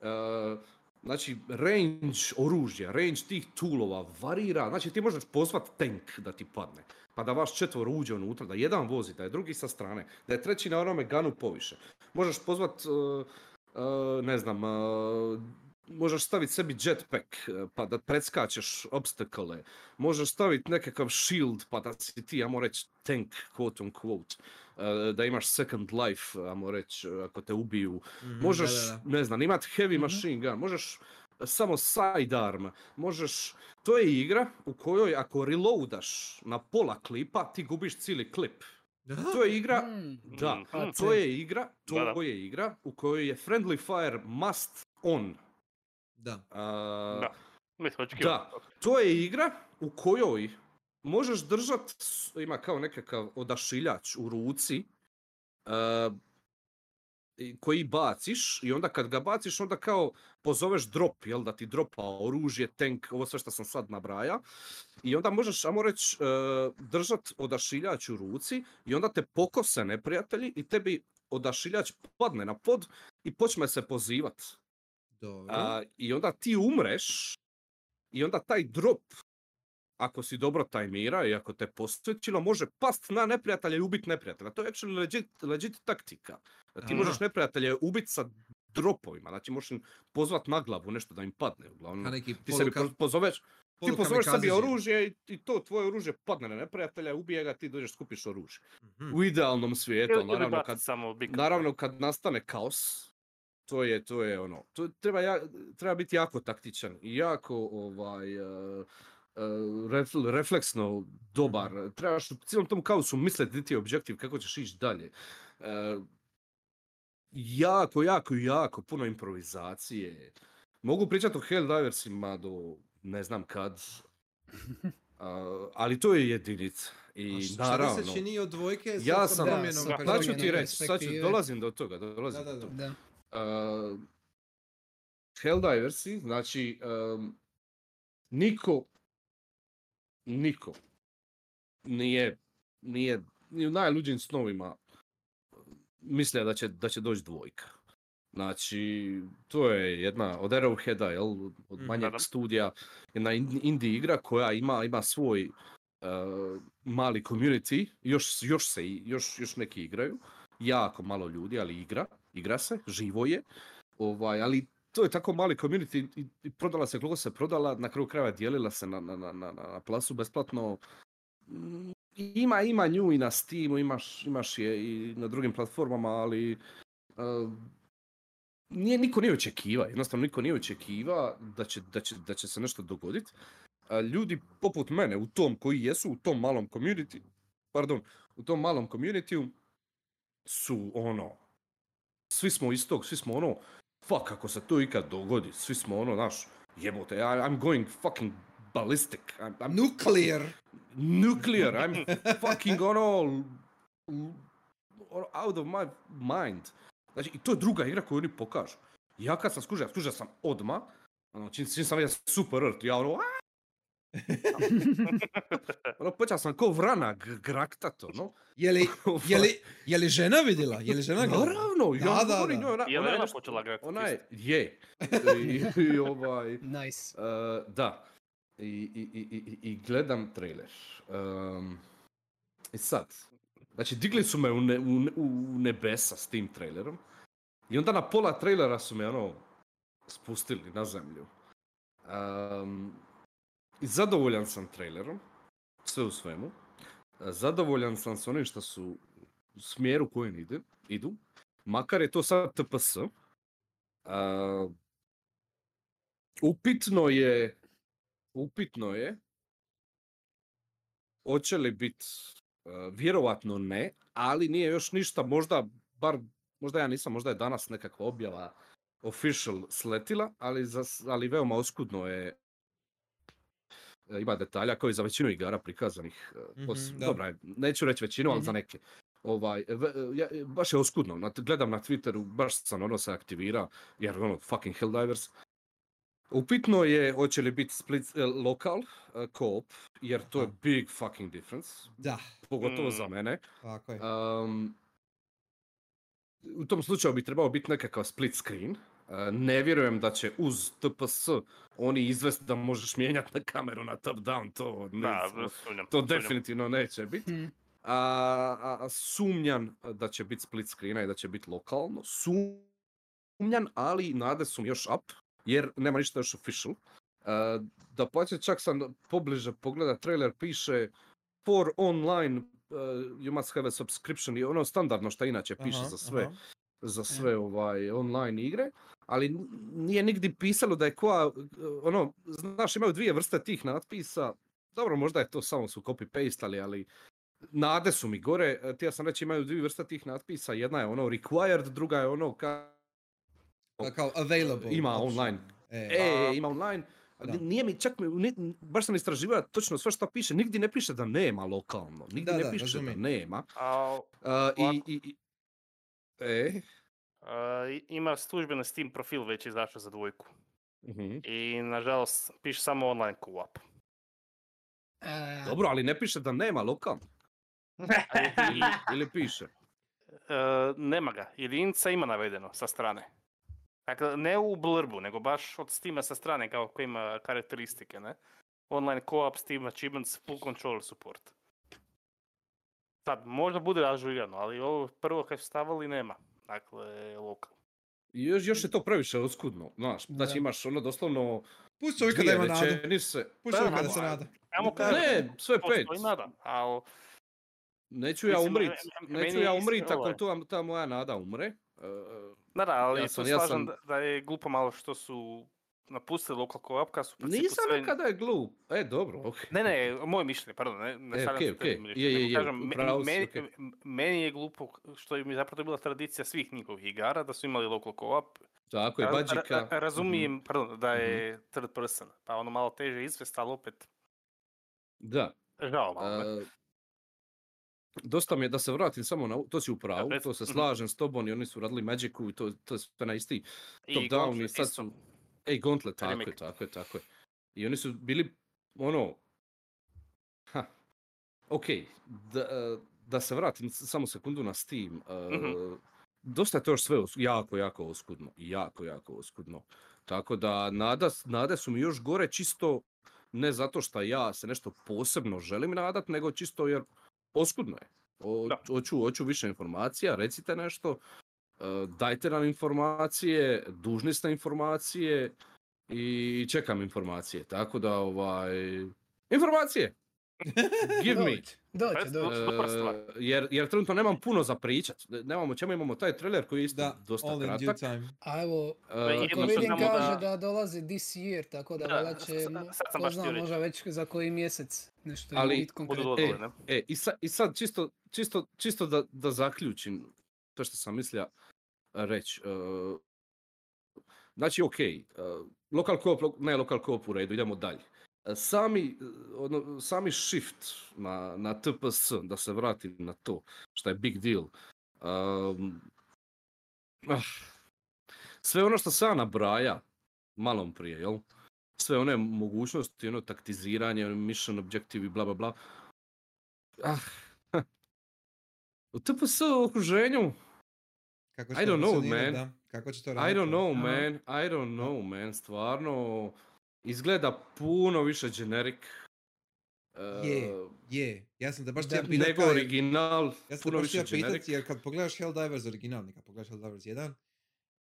E: E, znači, range oružja, range tih toolova varira. Znači, ti možeš pozvat tank da ti padne, pa da vaš četvor uđe unutra, da jedan vozi, da je drugi sa strane, da je treći na onome ganu poviše. Možeš pozvat, e, e, ne znam, e, možeš staviti sebi jetpack, e, pa da predskačeš obstakle. Možeš staviti nekakav shield, pa da si ti, ajmo reći, tank, quote on quote. E, da imaš second life, ajmo reći, e, ako te ubiju.
A: Mhm,
E: Možeš,
A: da, da, da.
E: ne znam, imat heavy
A: Mhm.
E: machine gun, možeš samo sidearm, možeš... To je igra u kojoj ako reloadaš na pola klipa, ti gubiš cijeli klip. To je igra,
C: Mm,
A: Mhm.
E: da,
D: mhm,
C: pa
E: to je igra,
D: Da, da.
E: to je igra u kojoj je friendly fire must on. E,
A: Da.
E: A,
D: Da. Mislim, očekivano.
E: to je igra u kojoj možeš držat, s- ima kao nekakav odašiljač u ruci, e, i- koji baciš i onda kad ga baciš onda kao pozoveš drop, jel da ti dropa oružje, tank, ovo sve što sam sad nabraja i onda možeš, ajmo reći, e, držat odašiljač u ruci i onda te pokose neprijatelji i tebi odašiljač padne na pod i počne se pozivat.
A: Dobro.
E: A, I onda ti umreš i onda taj drop, ako si dobro tajmira i ako te posvećilo, može past na neprijatelja i ubit neprijatelja. To je actually legit, legit taktika. Ti možeš
A: Aha.
E: neprijatelje ubit sa dropovima, znači možeš im pozvat na glavu nešto da im padne.
A: Ka
E: Uglavnom,
A: neki
E: ti sebi
A: poluka-
E: po- pozoveš, ti
A: poluka
E: pozoveš sebi
A: kamikaze
E: oružje i, i to tvoje oružje padne na neprijatelja, ubije ga, ti dođeš skupiš oružje.
A: žiri. Mhm.
E: U idealnom svijetu,
D: Ili-
E: ali
D: ili
E: naravno
D: bacit
E: kad
D: samo bika.
E: Naravno, kad nastane kaos, to je, to je ono, to treba, ja, treba biti jako taktičan i jako ovaj, e, e, ref- refleksno dobar.
A: Mhm.
E: Trebaš u cijelom tom kaosu misliti di ti je objektiv, kako ćeš ići dalje. E, jako, jako, jako puno improvizacije. Mogu pričati o Helldiversima do ne znam kad, a, ali to je jedinica.
A: A
E: I
A: šta ti
E: naravno,
A: se čini od dvojke sa-
E: ja
A: sa
E: sam-
A: promjenom
C: Da, sa
E: sad ću
A: perspektive?
E: ti reći, sad ću,
C: perspektive.
E: dolazim do toga, dolazim
A: Da, da,
E: do
A: da.
E: toga.
C: Da.
E: Uh, Helldiversi, znači, um, niko, niko nije, nije ni u najluđim snovima mislio da će, da će doći dvojka. Znači, to je jedna od Arrowheada, jel, od
A: Mhm.
E: manjeg
D: Da, da.
E: studija, jedna in- indie igra koja ima, ima svoj uh, mali community, još, još se, i- još, još neki igraju, jako malo ljudi, ali igra, igra se, živo je, ovaj, ali to je tako mali community i, i prodala se koliko se prodala, na kraju krajeva dijelila se na, na, na, na, na plasu besplatno. Mm, Ima, ima nju i na Steamu, imaš, imaš je i na drugim platformama, ali uh, nije, niko nije očekivao, jednostavno niko nije očekivao da će, da, će, da će se nešto dogoditi. a, ljudi poput mene u tom koji jesu, u tom malom community, pardon, u tom malom communityu su ono, svi smo istog, svi smo ono, fuck ako se to ikad dogodi, svi smo ono, naš, jebote, I, I'm going fucking ballistic, I'm, I'm
A: Nuclear.
E: nuclear. I'm fucking ono, l- ono, out of my mind. Znači, i to je druga igra koju oni pokažu. Ja kad sam skužio, skužio sam odma, ono, čim, čim sam ja super earth, ja ono, "Aaa!" ono, počeo sam ko vrana g- graktat, ono.
A: Je li, je li, je li žena vidjela? Je li žena gledala?
E: Naravno, ja
A: Da, da,
E: govorim
A: da.
E: njoj, ona,
D: Je li
E: ona je
D: ona
E: nešto-
D: počela grati?
E: Ona je, je. I, i ovaj,
C: Nice.
E: E, da. I, i, i, i- i, i gledam trailer. Em, I sad, znači digli su me u, ne- u, ne- u nebesa s tim trailerom. I onda na pola trailera su me ono spustili na zemlju. Em, I zadovoljan sam trailerom, sve u svemu. E, Zadovoljan sam s onim što su u smjeru kojem ide, idu. Makar je to sad TPS. Em, upitno je upitno je hoće li biti vjerovatno ne ali nije još ništa možda bar možda ja nisam možda je danas nekakva objava official sletila ali za, s- ali veoma oskudno je e, ima detalja koji za većinu igara prikazanih e, os-
A: Mhm, da.
E: dobra je, neću reći većinu ali za
C: Mhm.
E: neke ovaj ve- ja, baš je oskudno na, gledam na Twitteru baš sam ono se aktivira jer ono fucking Helldivers Upitno je hoće li biti split e, lokal e, koop, jer to je
A: Aha.
E: big fucking difference,
A: Da,
E: pogotovo za
D: Mm.
E: mene.
A: tako je.
E: Um, u tom slučaju bi trebao biti nekakav split screen. E, Ne vjerujem da će uz TPS oni izvest da možeš mijenjati na kameru na top down, to ne
D: Da,
E: znam.
D: sumnjam.
E: To
D: sumnjam.
E: definitivno neće biti.
C: Hm.
E: A, a- a sumnjan da će biti split screena i da će biti lokalno. Sumnjan, ali nade su mi još up, jer nema ništa još official. E, da plaće, čak sam pobliže pogleda trailer, piše for online e, you must have a subscription i ono standardno što inače piše
A: Aha,
E: za sve
A: aha. E.
E: za sve ovaj online igre, ali n- nije nigdje pisalo da je koja, e, ono, znaš, imaju dvije vrste tih natpisa, dobro, možda je to samo su copy-pastali, ali nade su mi gore, E, htio sam reći imaju dvije vrste tih natpisa, jedna je ono required, druga je ono ka,
A: Pa Kao available.
E: Ima
A: option.
E: online.
A: E,
E: e, ima online,
A: Da.
E: ali nije mi čak, mi- ni- baš sam istraživao točno sve što piše, nigdje ne piše da nema lokalno, nigdje
A: Da,
E: ne
A: da,
E: piše
A: razumijem.
E: da nema.
D: A,
E: E, i,
D: Ovako.
E: i, i- e,
D: a, i- e, ima službeni Steam profil već izašao za dvojku.
E: mhm.
D: I nažalost piše samo online co-op.
C: E,
E: Dobro, ali ne piše da nema lokal. Ili, ili piše.
D: E, nema ga. Jedinica ima navedeno sa strane. Dakle, ne u blurbu, nego baš od Steama sa strane kao koji ima karakteristike, ne? Online co-op, Steam achievements, full controller support. Sad, možda bude ažurirano, ali ovo prvo kad su stavili nema. Dakle, lokal.
E: I Još, još je to previše oskudno, znaš. Znači
C: Da.
E: imaš ono doslovno
A: Pusti čovjeka da
E: dvije
A: ima nadu.
E: rečenice.
A: Pusti
D: Pa,
A: čovjeka da
D: ma,
A: se nada.
D: Samo kažem,
E: Ne, sve pet.
D: postoji nada, ali
E: Neću ja
D: Mislim,
E: umrit.
D: me- me-
E: Neću
D: meni
E: ja
D: je
E: umrit
D: iskreno
E: ako
D: ovaj.
E: ta, ta moja nada umre. E,
D: Da, da, ali
E: Ja
D: ja
E: sam- ja
D: slažem
E: sam-
D: da, da je glupo malo što su napustili lokal co-op, kad su u principu
E: nisam
D: sve-
E: rekao da je glup. E, dobro, okej.
D: Pa Ne, ne, moje mišljenje, pardon, ne, ne
E: E,
D: stavljam
E: okej,
D: se tebi
E: okej,
D: mišljenje,
E: je, je,
D: nego
E: je,
D: kažem,
E: u
D: me-
E: pravu si,
D: meni,
E: okej.
D: m- meni je glupo k- što im je zapravo to bila tradicija svih njihovih igara, da su imali local co-op.
E: Tako je,
D: Ra- ra-
E: bađika.
D: ra- razumijem,
E: mhm,
D: pardon, da
E: mhm.
D: je third person, pa ono malo teže izvest, ali opet,
E: Da.
D: žao malo. ne?
E: E, dosta mi je da se vratim samo na, to si u pravu,
D: reci,
E: to se
D: mhm.
E: slažem s tobom i oni su radili Magicu i to, to je sve na isti top
D: I
E: down i
D: Gauntlet
E: sad
D: isto.
E: su... Ej, Gauntlet, tako je,
D: Remake.
E: tako je, tako je. I oni su bili, ono... Ha. Ok, da, e, da se vratim s- samo sekundu na Steam. e,
D: Mhm.
E: Dosta je to još sve os- jako, jako oskudno. Jako, jako oskudno. Tako da nada, s- nade su mi još gore čisto ne zato što ja se nešto posebno želim nadat, nego čisto jer oskudno je. O-
D: Da.
E: Hoću, hoću više informacija, recite nešto, e, dajte nam informacije, dužni ste informacije i čekam informacije. Tako da, ovaj, informacije! Give me.
C: Dođe,
D: Bez-
C: dođe.
D: Super stvar.
E: E, jer, jer trenutno nemam puno za pričat. Nemamo o čemu imamo taj trailer koji je isto
A: Da,
E: dosta
A: all in due
E: kratak.
A: time.
C: A evo,
E: E,
D: jedno
C: Ako
D: Jedno sam
E: koji-
C: vidim
D: samo
C: kaže
D: da-
C: da dolazi this year, tako da
D: Da,
C: valjda će,
D: sad-
C: mo-
D: sad sam
C: ko
D: baš
C: zna,
D: htio reći.
C: možda već za koji mjesec nešto
E: Ali
C: Ali,
D: Budu
C: konkretno.
D: dodali, ne?
E: E, i, sa, i sad čisto, čisto, čisto da, da zaključim to što sam mislio reći. E, znači, ok, lokal koop, ne lokal koop u redu, idemo dalje. E, Sami, e, ono, sami shift na, na TPS, da se vratim na to, što je big deal. Em, ah, sve ono što sam nabraja, malom prije, jel? Sve one mogućnosti, ono taktiziranje, ono mission objective i bla bla bla. Ah. U TPS okruženju?
A: Kako
E: I
A: to
E: don't know,
A: funkcionirat,
E: man.
A: da? Kako će to
E: I
A: raditi?
E: don't know,
C: Aha.
E: man. I don't know, man. Stvarno, izgleda puno više generic. eh,
A: Je. Je, ja sam te baš
C: Da,
A: htio pitat
E: Nego
A: kad je-
E: original,
A: Ja sam te
E: puno
A: baš
E: više
A: htio
E: generic.
A: pitati, jer kad pogledaš Helldivers originalni, kad pogledaš Helldivers 1,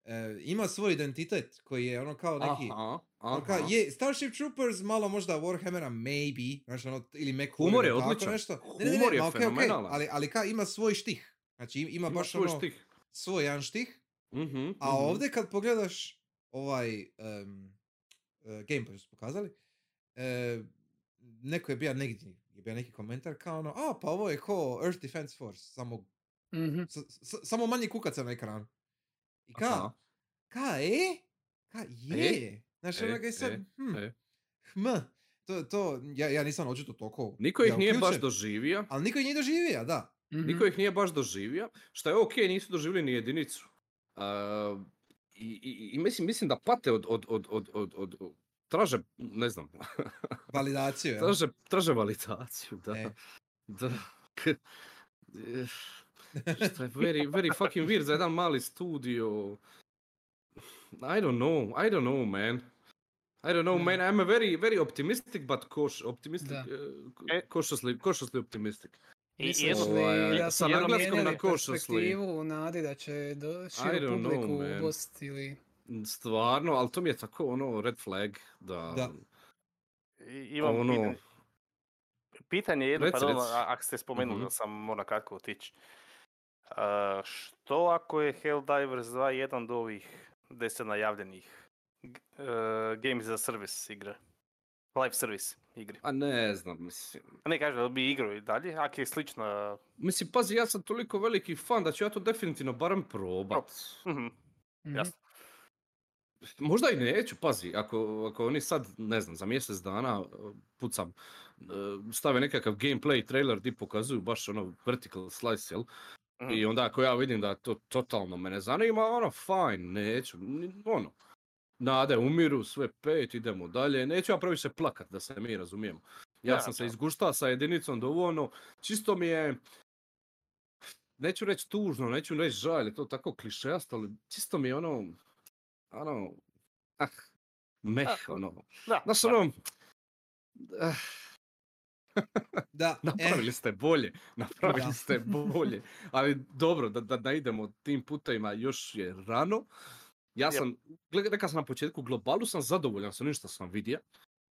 A: e, ima svoj identitet koji je ono kao neki...
E: Aha,
A: ono kao,
E: aha.
A: je, Starship Troopers, malo možda Warhammera, maybe, znači ono, ili Mac
E: Humor je odličan.
A: Nešto.
E: Humor je
A: ma okej, okej,
E: fenomenalan.
A: ali, ali kao ima svoj štih. Znači im- ima,
E: Ima
A: baš
E: svoj
A: ono,
E: štih.
A: svoj jedan štih.
E: Mhm,
A: A
E: mhm.
A: ovdje kad pogledaš ovaj em, e, gameplay što su pokazali, e, neko je bio negdje, je bio neki komentar kao ono, a pa ovo je ko Earth Defense Force, samo
C: Mhm.
A: s- s- samo manje kukaca na ekranu. I ka,
E: Aha.
A: ka, e? Ka, je? Znaš,
E: e,
A: ono ga i sad,
E: e,
A: hm,
E: e.
A: hm, to, to, ja, ja nisam očito toliko.
E: Niko ih
A: ja
E: nije baš
A: uključen,
E: doživio.
A: Ali niko ih nije doživio, da.
C: mhm.
E: Niko ih nije baš doživio, što je ok, nisu doživjeli ni jedinicu. A, i, i, i mislim, mislim da pate od, od, od, od, od, od- od- traže, ne znam,
A: Validaciju, jel?
E: traže, traže validaciju, da.
A: E.
E: da. K- eh, što je very, very fucking weird za jedan mali studio. I don't know, I don't know, man. I don't know,
C: Da.
E: man. I'm a very, very optimistic, but cautious, optimistic,
C: Da.
E: eh,
D: E.
E: cautiously, cautiously optimistic.
D: I
C: Mislim
D: jedno-
E: ovaj,
C: li da
E: sa
C: su
E: naglaskom
C: promijenili
E: na košarci.
C: perspektivu u nadi da će do
E: I
C: širu
E: don't know,
C: publiku
E: man.
C: ugostiti ili...
E: Mm, Stvarno, ali to mi je tako ono red flag da...
A: Da.
D: I- Imam
E: Ono-
D: pitanje. Pitanje jedno,
E: Reci,
D: pardon,
E: reci.
D: a- ako ste spomenuli,
E: Mhm.
D: da sam moram kratko otići. A, što ako je Helldivers 2 jedan od ovih deset najavljenih g- e, games za service igre? Live service igre.
E: A ne znam, mislim.
D: A Ne kažem da bi igrao i dalje, ako je slična...
E: Mislim, pazi, ja sam toliko veliki fan da ću ja to definitivno barem probat.
D: Mhm,
C: Mhm.
D: Jasno.
E: Možda i neću, pazi, ako, ako oni sad, ne znam, za mjesec dana e, pucam, e, stave nekakav gameplay trailer di pokazuju baš ono vertical slice, jel?
D: mhm.
E: I onda ako ja vidim da to totalno mene zanima, ono, fajn, neću, ni- ono. Nade umiru, sve pet, idemo dalje. Neću ja previše plakat, da se mi razumijemo. Ja
D: Da,
E: sam se
D: da.
E: izgušta sa jedinicom dovoljno. Čisto mi je, neću reći tužno, neću reći žalj, jer je to tako klišejasto, ali čisto mi je ono, ono, ah, meh, ono.
D: Da,
E: Znaš,
D: da.
E: ono, ah,
A: Da, eh.
E: Napravili ste bolje, napravili
A: Da.
E: ste bolje. Ali dobro, da, da ne idemo tim putevima, još je rano. Ja
D: Jep.
E: sam, gle- rekao sam na početku, globalu sam zadovoljan sa onim što sam vidio.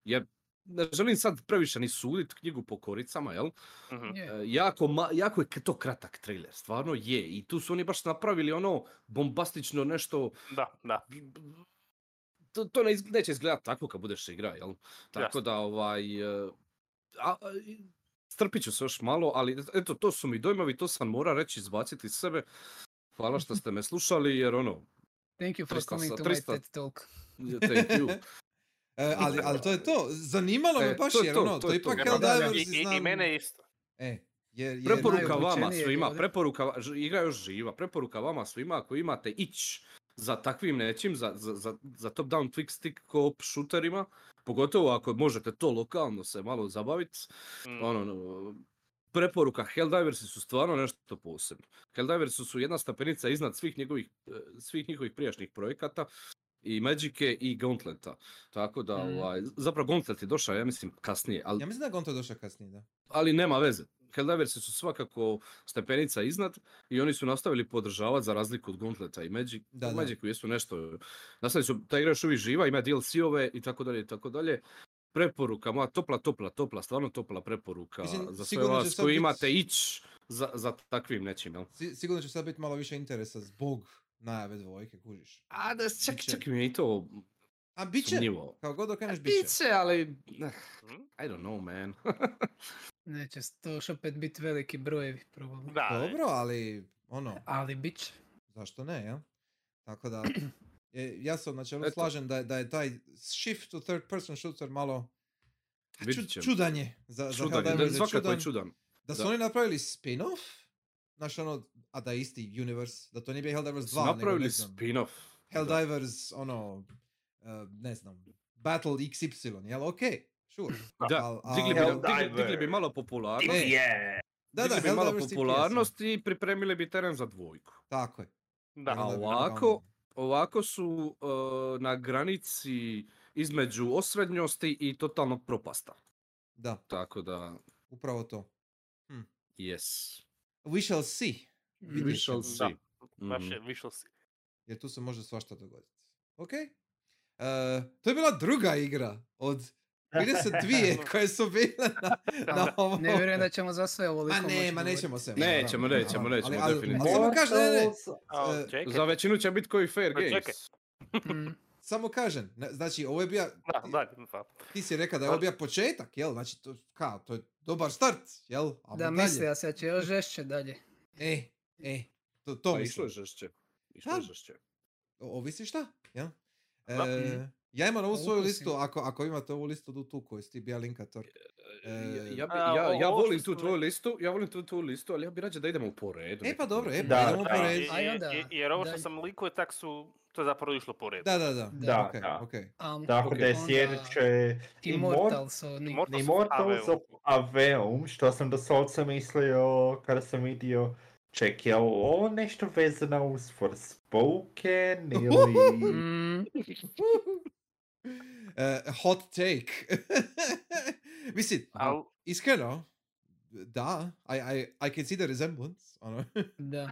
E: Jer ne želim sad previše ni sudit knjigu po koricama, jel?
D: mhm.
C: Je.
E: E, jako, ma- jako je k- to kratak trailer, stvarno je. I tu su oni baš napravili ono bombastično nešto,
D: Da, da.
E: to, to ne iz- neće izgledat tako kad budeš igra, jel? Tako
D: Jasno.
E: da, ovaj, e, a, a, i- strpit ću se još malo, ali e, eto, to su mi dojmovi, to sam mora reći, izbaciti iz sebe. Hvala što ste me slušali, jer ono,
C: Thank you for
E: 300
C: coming
E: sa-
C: to
E: 300.
C: my TED Talk.
E: thank you.
A: E, ali, ali to je to. Zanimalo me
E: E,
A: baš
E: to je
A: jer
E: to,
A: ono,
E: to
A: to
E: je
A: ipak
E: to.
C: Da, da, da.
A: Helldivers
D: I,
A: je
D: i, i
A: znam-
D: mene isto.
A: E, jer, jer
E: Preporuka
A: naj-
E: vama
C: najupućenije
E: svima,
C: ljude.
E: preporuka, va- ž- igra još živa, preporuka vama svima ako imate ić za takvim nečim, za, za, za, za top-down twig stick co-op šuterima, pogotovo ako možete to lokalno se malo zabaviti,
D: Mm.
E: ono, no, preporuka Helldiversi su stvarno nešto posebno. Helldiversi su jedna stepenica iznad svih njegovih, eh, svih njihovih prijašnjih projekata i Magice i Gauntleta. Tako da,
C: Mm.
E: ovaj, zapravo Gauntlet je došao, ja mislim, kasnije, ali
A: Ja mislim da je Gonto došao kasnije, da.
E: ali nema veze. Helldiversi su svakako stepenica iznad i oni su nastavili podržavati za razliku od Gauntleta i Magic.
A: Da,
E: u
A: da.
E: Magicu jesu nešto, nastavili su, ta igra još uvijek živa, ima DLC-ove i tako dalje i tako dalje. preporuka, moja topla, topla, topla, stvarno topla preporuka
A: Mislim,
E: za sve
A: sigurno će
E: vas
A: sad
E: koji
A: bit-
E: imate ić za, za takvim nečim, jel?
A: Si- sigurno će sad biti malo više interesa zbog najave dvojke, kužiš.
E: A da, čak,
A: Biće.
E: čak mi je i to
A: A bit će,
E: sumnjivo.
A: kao god
E: A
A: okaneš bit će.
E: Biće, E, ali... eh,
D: Mhm.
E: I don't know, man.
C: Neće Znači, to još opet biti veliki brojevi, probabno.
D: Da, ne.
A: Dobro, ali ono,
C: Ali bit će.
A: zašto ne, jel? Tako da, e, ja se u načelu
E: Eto.
A: slažem da, je- da je taj shift to third person shooter malo a,
E: Vidit
A: ču-
E: ćemo.
A: čudanje. Za, za
E: Čudan, je,
A: Helldiver
E: da,
A: je
E: svakako
A: čudan.
E: je čudan.
A: Da su
E: Da.
A: oni napravili spin-off, znaš ono, a da je isti universe, da to nije bio Helldivers 2,
E: Su
A: nego ne
E: napravili
A: znam,
E: spin-off. da.
A: Helldivers, ono, eh, ne znam, Battle XY, jel, okej, sure.
E: Da,
A: Al- al-
E: digli, bi, digli,
B: Helldiver.
E: digli bi malo popularnost,
A: E,
B: Yeah.
A: Da, da,
E: digli bi malo
A: Helldivers TPS,
E: popularnost i pripremili bi teren za dvojku.
A: Tako je.
D: Da,
A: Jel,
E: A
A: da bi
E: ovako-
A: ono-
E: Ovako su eh, na granici između osrednjosti i totalno propasta.
A: Da,
E: Tako da,
A: upravo to.
E: yes.
A: We shall see,
C: Mm.
A: Vidjet
E: We shall
A: ćemo.
D: Da.
E: see.
D: baš
E: Mhm.
D: je, višao si.
A: jer tu se može svašta dogoditi. Ok? Eh, to je bila druga igra od 32 koje su bile na, na ovom.
C: Ne vjerujem da ćemo za sve ovoliko
A: Ma ne,
C: moći
A: ma
C: govorit.
A: nećemo se.
E: Nećemo,
A: naravno,
E: nećemo,
A: naravno.
E: nećemo,
A: Ali- ali-
E: definitivno.
A: ali Pa samo kažem, ne, ne,
D: A,
A: e,
D: čekaj.
E: Za većinu će biti koji fair
D: Pa čekaj.
E: games.
C: Mm.
A: samo kažem. ne, Znači, ovo je bio,
D: Da, pa. da, da.
A: ti si rekao da je ovo
D: Ali-
A: bio početak, jel? Znači, to, kao, to je dobar start, jel? Amo
C: Da,
A: dalje.
C: misli, a sad će još žešće dalje.
A: E, e, to, to
E: Pa išlo
A: mislim.
E: je žešće. Išlo
A: Da.
E: je žešće.
A: O- Ovisi šta, jel?
D: Da.
A: E, ja imam ovu
C: Pa
A: svoju
C: ukusimo.
A: listu, ako, ako imate ovu listu do tu koju si ti bija linkator.
E: Ja- ja-
A: E,
E: Ja, bi,
D: A,
E: ja,
D: o-
E: ja
D: ovo
E: volim
D: što
E: tu
D: smo
E: tvoju listu, ja volim tu tvoju listu, ali ja bi rađe da idemo u po redu.
A: E, pa
E: nekako.
A: dobro, e, pa
B: Da,
A: idemo po
B: da.
A: redu.
C: A i onda,
D: jer, jer ovo što
C: dalje.
D: sam likuje, tak su, to je zapravo išlo po redu.
A: Da, da, da.
C: Da,
A: okej,
B: da.
A: okej.
C: Am,
B: Tako da je
C: onda
B: sljedeće
C: Immortals, oni.
D: Immortals of
B: Immortals
D: Aveum.
B: of Aveum, što sam doslovce mislio kada sam vidio Ček, je li ovo nešto vezano uz Forspoken ili...
C: Mm,
A: E, hot take. Mislim,
D: Al,
A: iskreno, da, I, I, I can see the resemblance. Ono.
C: da.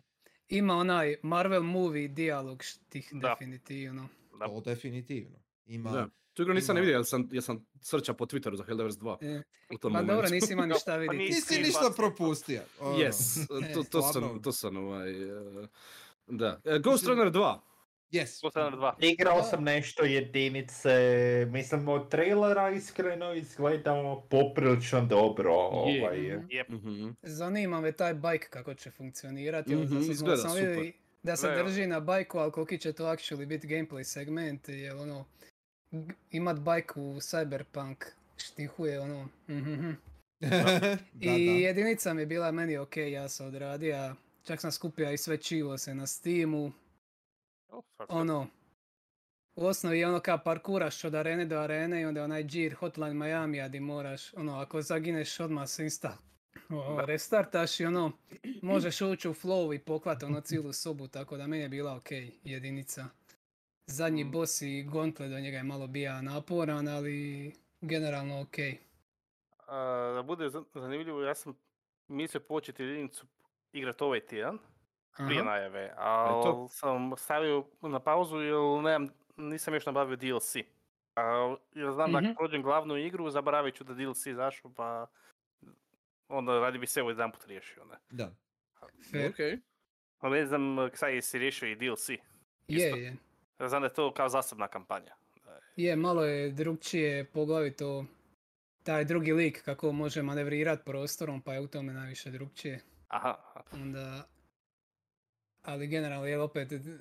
C: Ima onaj Marvel movie dijalog š- tih
D: Da.
C: definitivno.
D: Da.
A: To definitivno. Ima,
E: Da. Tu igru nisam ne
A: pa Ima-
E: vidio, jer sam, jer sam srča po Twitteru za Helldivers 2.
C: E,
E: U tom
C: Ma dobro,
E: momentu.
C: nisi imao ništa
D: Pa
C: vidjeti.
A: nisi ništa
D: Izbacite.
A: propustio. ono.
E: Yes,
C: E,
E: to, to,
A: stvarno.
E: sam, to sam ovaj... e, Da. E, Ghost Runner 2.
A: Yes.
D: Ghost dva.
B: Igrao
C: Da.
B: sam nešto jedinice, mislim od trailera iskreno izgledao poprilično dobro.
E: Je.
B: Ovaj.
C: Mhm.
E: Mhm.
C: Zanima me taj bajk kako će funkcionirati. ono,
E: Mhm,
C: zato smo
E: izgleda
C: samo
E: super.
C: vidjeli Da se
D: Da, evo.
C: drži na bajku, ali koliki će to actually biti gameplay segment, jer ono, g- imat bajku u Cyberpunk štihuje ono. mhm.
A: da, da.
C: I jedinica mi je bila meni ok, ja sam odradio, čak sam skupio i sve čivo se na Steamu,
D: O, svaka.
C: ono, u osnovi je ono kao parkuraš od arene do arene i onda onaj džir Hotline Miami di moraš, ono, ako zagineš odmah se insta o,
D: Da.
C: restartaš i ono, možeš ući u flow i pokvati ono cijelu sobu, tako da meni je bila ok jedinica. Zadnji
D: Mm.
C: boss i Gontle do njega je malo bija naporan, ali generalno ok.
D: A, da bude za- zanimljivo, ja sam mislio početi jedinicu igrati ovaj tjedan, prije
C: E,
D: najave, ali sam stavio na pauzu jer nemam, nisam još nabavio DLC. A, jer znam da
C: Mhm.
D: ako prođem glavnu igru, zaboravit ću da DLC zašao, pa onda radi bi se ovo jedan put riješio. Ne?
A: da.
C: Fair.
E: Okej.
D: Ali ne znam eh, kaj si riješio i DLC.
C: Je,
D: isto.
C: je.
D: Ja znam da je to kao zasebna kampanja.
C: Je, malo je drugčije, poglavito taj drugi lik kako može manevrirat prostorom, pa je u tome najviše drugčije.
D: Aha, aha.
C: Onda... Ali generalno je opet d-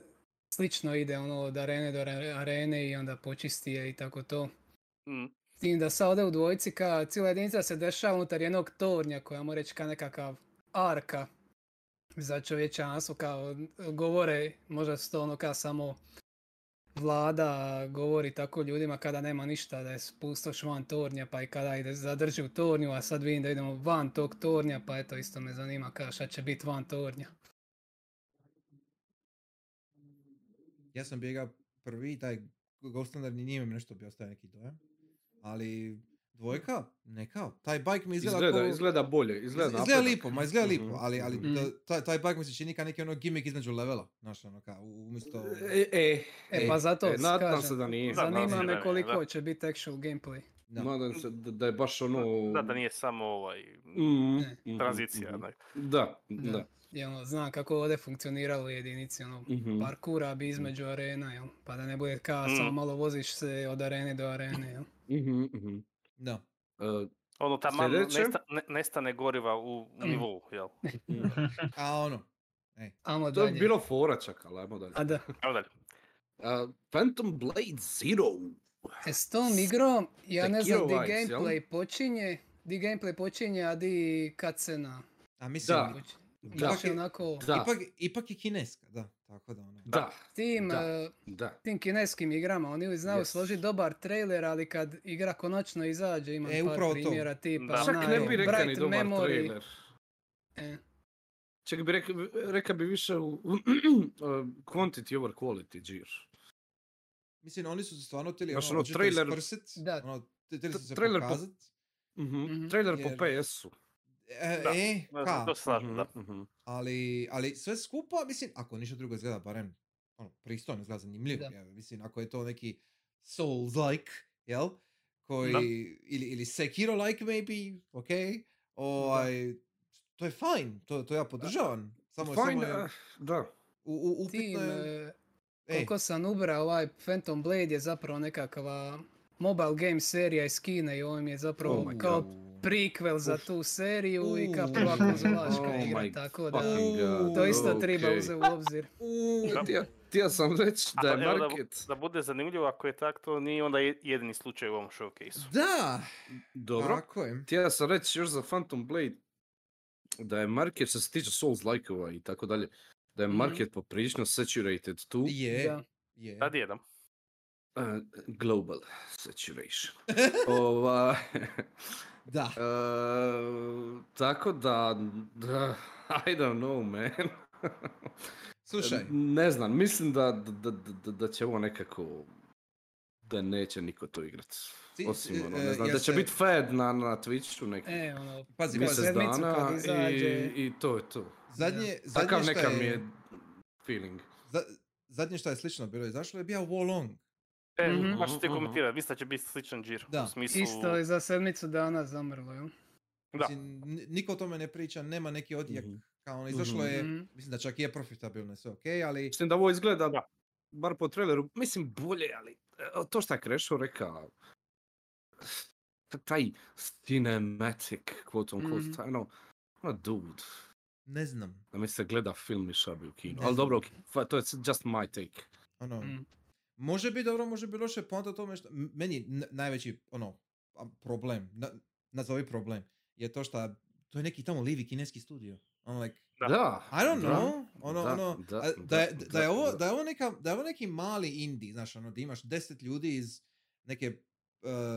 C: slično ide ono od arene do are- arene i onda počisti je i tako to.
D: Mm.
C: S tim da sad ovdje u dvojici ka cijela jedinica se dešava unutar jednog tornja koja ajmo reći ka nekakav arka za čovječanstvo kao govore, možda su to ono ka samo vlada govori tako ljudima kada nema ništa da je pustoš van tornja pa i kada ide zadrži u tornju a sad vidim da idemo van tog tornja pa eto isto me zanima ka šta će biti van tornja.
A: Ja sam bijega prvi, taj Ghost Runner ni njime mi nešto bi ostaje neki dojam. Ali dvojka, ne kao. Taj bike mi izgleda,
E: Izgleda,
A: ko-
E: izgleda bolje, izgleda
A: Izgleda,
E: napredak.
A: lipo, ma izgleda lipo,
E: Mhm,
A: ali, ali
E: mhm.
A: da- taj, taj bug mi se čini kao neki ono gimmick između levela, znaš, ono kao, u- umjesto...
E: E, e,
C: E,
A: E,
C: pa zato
E: e, nadam se
C: kažem,
E: da nije.
D: Da, nadam
C: zanima
D: se da
C: me
D: nije,
C: koliko
D: da.
C: će biti actual gameplay.
A: Da.
E: Nadam se da, da je baš ono...
D: Da, da nije samo ovaj,
E: Mhm,
C: Ne.
E: mhm,
D: tranzicija.
E: mhm.
D: ne.
E: Da,
C: Da.
E: da.
C: I ono, znam kako ovdje funkcioniralo u jedinici, ono,
E: mhm.
C: parkura bi između arena, jel? Pa da ne bude kao
D: Mm.
C: samo malo voziš se od arene do arene, jel?
E: Mhm, mhm.
A: Da.
E: E,
D: Ono tamo
E: Sljedeće.
D: nesta, ne- nestane goriva u u nivou, jel?
A: A ono,
C: Amo
E: to je
C: dalje.
E: bilo fora čak, ali ajmo dalje.
C: A da,
D: Evo dalje.
E: A, Phantom Blade Zero.
C: e, s tom igrom, ja ne znam
E: Sekiro
C: di
E: vibes, jel?
C: gameplay počinje, di gameplay počinje, a di cutscena.
A: a mislim,
E: Da.
A: ipak-
C: počinje.
E: Da,
C: Baš je onako,
E: da,
A: Ipak, ipak je kineska, da. Tako da ono.
E: da,
C: s tim,
E: da.
C: e,
E: da.
C: tim kineskim igrama, oni uvijek znaju
E: Yes.
C: složiti dobar trailer, ali kad igra konačno izađe, ima
A: E,
C: par
A: upravo to.
C: primjera tipa,
D: Da.
E: Čak ne
C: Pa onaj
E: bi rekao ni
C: Bright
E: dobar
C: Memory,
E: trailer.
C: e,
E: Čak bi rekao, reka bi više u uh, quantity over quality, Džir.
A: Mislim, oni su stvarno htjeli
E: Znaš,
A: ono,
E: ono,
A: hoćete
E: trailer-
A: isprsit,
C: Da.
A: ono, htjeli su se
E: Trailer po-
A: pokazat.
C: Mhm.
E: Trailer po
A: Jer-
E: PS-u.
A: E,
D: Da.
A: e,
D: Ja se
A: ka,
D: To se slažem, da.
E: Mhm, mhm.
A: ali, ali sve skupa, mislim, ako ništa drugo izgleda, barem ono, pristojno izgleda zanimljivo.
C: Da.
A: jel, Mislim, ako je to neki Souls-like, jel? Koji, ili, ili Sekiro-like maybe, ok? Ovaj, to je fajn, to, to ja podržavam. Samo,
E: Fajn,
A: samo je,
E: eh, da.
A: u, u,
C: tim,
A: upitno je,
C: e,
A: ej,
E: eh,
C: Koliko sam ubra, ovaj Phantom Blade je zapravo nekakva mobile game serija iz Kine i ovo im je zapravo
E: Oh my
C: kao
A: god.
C: prequel za
E: Uf.
C: tu seriju i kao
A: Uh.
C: prva konzolaška
E: Oh
C: igra,
E: my
C: tako da
E: Fucking god,
C: to isto treba
E: okej.
C: uzeti u obzir.
E: E, tija- Tija sam reći
D: A
E: da je
D: evo da-
E: market...
D: Da bude zanimljivo, ako je tak, to nije onda je- jedini slučaj u ovom showcase
A: Da,
E: Dobro.
A: tako je.
E: Htio sam reći još za Phantom Blade da je market što se tiče Souls likeova i tako dalje, da je
C: Mhm.
E: market poprilično saturated tu,
A: Je,
C: Da.
A: je.
D: Sad jedan.
E: eh, global saturation. Ova,
A: Da.
E: eh, E, tako da, da, I don't know man.
A: Slušaj,
E: Ne znam, mislim da, da, da- da, da će ovo nekako da neće niko to igrat.
A: Ti-
E: Osim, ono,
A: eh,
E: ne znam,
A: ja
E: da će
A: se-
E: biti fed na, na Twitchu nekih
C: E, ono,
A: pazi,
C: kad
A: pazi.
E: mjesec
C: sedmicu kad
E: dana i,
C: izađe.
E: i to je to.
A: Zadnje,
E: Takav
A: zadnje, šta
E: neka mi
A: je,
E: je feeling.
A: za- zadnje šta je slično bilo izašlo je bio Wolong.
D: E,
C: Mhm.
D: baš ću ti
E: Mhm, mhm.
D: komentirati, mislim da će biti sličan džir.
A: Da.
D: U smislu...
C: isto je za sedmicu dana zamrlo, jel?
D: Da. E,
A: Mislim, n- niko o tome ne priča, nema neki odjek.
E: Mhm.
A: Kao ono, izašlo je,
C: Mhm.
A: mislim da čak i je profitabilno, sve ok, ali
E: Mislim da ovo izgleda,
D: Da.
E: bar po traileru, mislim bolje, ali e, to šta je Krešo rekao, t- taj cinematic, quote on quote,
C: Mhm.
E: taj ono, ono dude,
A: ne znam.
E: da mi se gleda film i šabi u kinu.
A: Ne
E: Ali
A: znam.
E: dobro, okej, fa- to je s- just my take.
A: Ono,
C: Mm.
A: Može biti dobro, može biti loše, poanta u tome što, m- meni je n- najveći, ono, a, problem, na, nazovi problem, je to što to je neki tamo livi kineski studio. I'm like,
D: Da.
E: Da.
A: I don't
E: da.
A: know, ono,
E: da,
A: ono,
E: da,
A: a, da, je-
E: da,
A: da je
E: da,
A: ovo,
E: da.
A: da je ovo neka, da je ovo neki mali indie, znaš, ono, da imaš deset ljudi iz neke,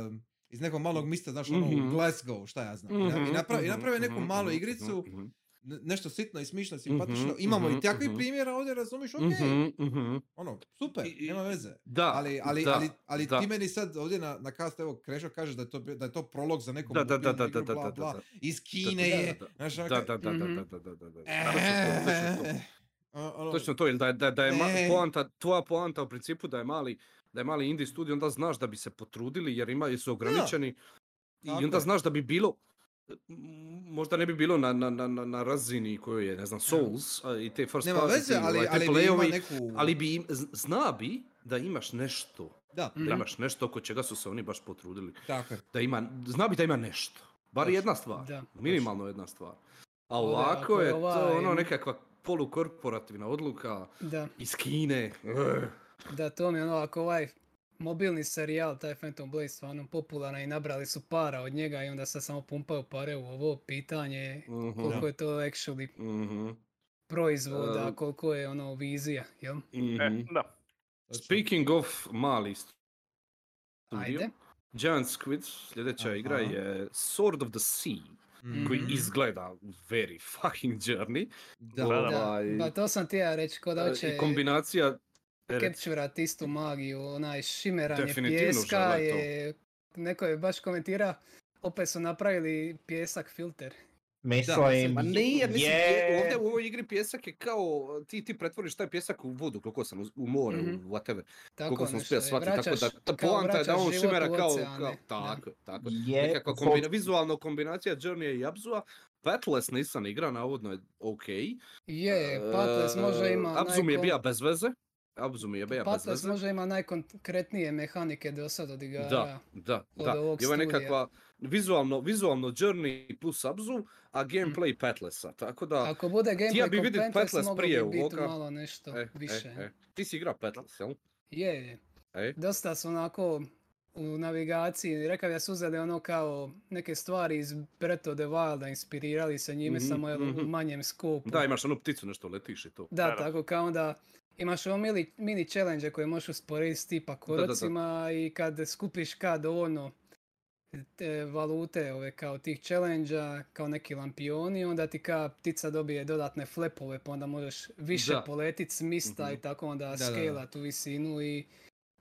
A: em, iz nekog malog mista, znaš, ono, u
E: Mhm.
A: Glasgow, šta ja znam, i na- i,
E: Mhm,
A: naprave, i
E: mhm,
A: naprave neku
E: mhm,
A: malu
E: mhm,
A: igricu,
E: mhm,
A: n- nešto sitno i smišno, simpatično,
E: Mhm,
A: imamo i
E: mhm,
A: takvih
E: mhm.
A: primjera ovdje, razumiš, ok,
E: mhm, mhm.
A: ono, super,
E: I- i-
A: nema veze.
E: Da,
A: Ali, ali,
E: da,
A: ali, ali
E: da.
A: ti meni sad ovdje na, na kastu, evo, Krešo kaže da je to, bio- da je to prolog za neku
E: Da, da, da,
A: mobilnu
E: da,
A: igru,
E: da, da,
A: bla,
E: da,
A: bla,
E: da.
A: iz
E: Da,
A: Kine
E: da,
A: je,
E: da,
A: znaš,
E: da,
A: ono
E: da,
A: kad-
E: da, da, da,
C: Mhm.
E: da, da, da, da, da. Točno to, točno to.
A: Eh, ono-
E: Točno to, ili da, je- da, da je ma,
A: Ne.
E: poanta, tvoja poanta u principu da je mali, da je mali indie studio, onda znaš da bi se potrudili jer imaju su ograničeni i
A: tako je.
E: onda znaš da bi bilo, m, možda ne bi bilo na, na, na, na- na razini kojoj je, ne znam, Souls a, i te first
A: Nema
E: party,
A: veze,
E: ti,
A: ali,
E: ovaj,
A: ali bi imao
E: AAA-ovi,
A: neku...
E: ali bi, im- z- zna bi da imaš nešto,
A: Da,
E: da
C: Mhm.
E: imaš nešto oko čega su se oni baš potrudili,
A: tako je.
E: da ima, zna bi da ima nešto, bar
A: Točno.
E: jedna stvar.
C: Da.
E: Minimalno jedna stvar. A
C: Ovdje,
E: ovako
C: ako je
E: je to
C: ovaj-
E: ono nekakva polukorporativna odluka
C: Da,
E: iz Kine. Ugh.
C: da, to mi je ono, ako ovaj mobilni serijal, taj Phantom Blade, stvarno popularan i nabrali su para od njega i onda sad samo pumpaju pare u ovo pitanje je
E: Mhm,
C: koliko je to actually
E: mhm,
C: proizvoda,
E: Eh.
C: koliko je ono vizija, jel?
D: E,
E: mhm.
D: da.
A: Točno.
E: Speaking of mali st- studio,
C: Ajde.
E: Giant Squid, sljedeća igra
A: Aha.
E: je Sword of the Sea,
A: Mhm.
E: koji
C: Mhm.
E: izgleda very fucking journey.
A: Da,
D: Da,
A: da.
C: Da,
E: Ovaj,
C: pa to sam ti ja reći, ko da
E: e,
C: će
E: I kombinacija... Eret,
C: capturat istu magiju, onaj šimeranje
E: Definitivno
C: pjeska
E: žele to.
C: je, neko je baš komentira, opet su napravili pjesak filter
B: Mislim,
E: Ma nije, mislim, je...
B: je-
E: ovdje u ovoj igri pjesak je kao, ti, ti pretvoriš taj pjesak u vodu, koliko sam, uz- u more,
C: Mhm.
E: u whatever,
C: Tako
E: koliko sam
C: nešto je.
E: uspio shvatiti, tako
C: Vraćaš-
E: da ta
C: kao
E: poanta je da
C: vraćaš
E: on
C: život
E: šimera
C: u
E: kao,
C: oceane.
E: kao,
C: Da.
E: tako, tako.
B: je
E: Nekakva
B: fo-
E: kombina, vizualna kombinacija Journey i Abzua, Pathless nisam igra, navodno je okej.
C: Je, Patles možda ima...
E: Abzu mi E, je
C: najkon-
E: bija bez veze. Abzu mi je bija bez
C: Patles
E: veze.
C: možda ima najkonkretnije mehanike do sad od igara.
E: Da, da,
C: od
E: da.
C: ovog
E: I ovo je
C: studija.
E: nekakva vizualno, vizualno Journey plus Abzu, a gameplay Pathlessa. Tako da,
C: Ako bude gameplay
E: bi vidit
C: kompetent,
E: Patles
C: mogao
E: prije
C: bi biti
E: ovoga.
C: malo nešto
E: e,
C: više.
E: e, e. Ti si igrao Pathless, jel?
C: Je, je.
E: E.
C: Dosta su onako u navigaciji, rekao ja su uzeli ono kao neke stvari iz Breath of the Wilda, inspirirali se njime
E: Mhm,
C: samo jel, u
E: mhm.
C: manjem skopu.
E: Da, imaš onu pticu, nešto letiš i to.
C: Da,
D: Naravno.
C: tako kao onda imaš ovo mili, mini challenge koje možeš usporediti s tipa
E: da, da.
C: koracima i kad skupiš ka dovoljno te valute ove kao tih challenge kao neki lampioni, onda ti ka ptica dobije dodatne flepove, pa onda možeš više
E: Da.
C: poletit s mista i
E: Mhm.
C: tako onda
E: Da, da, da.
C: scale tu visinu i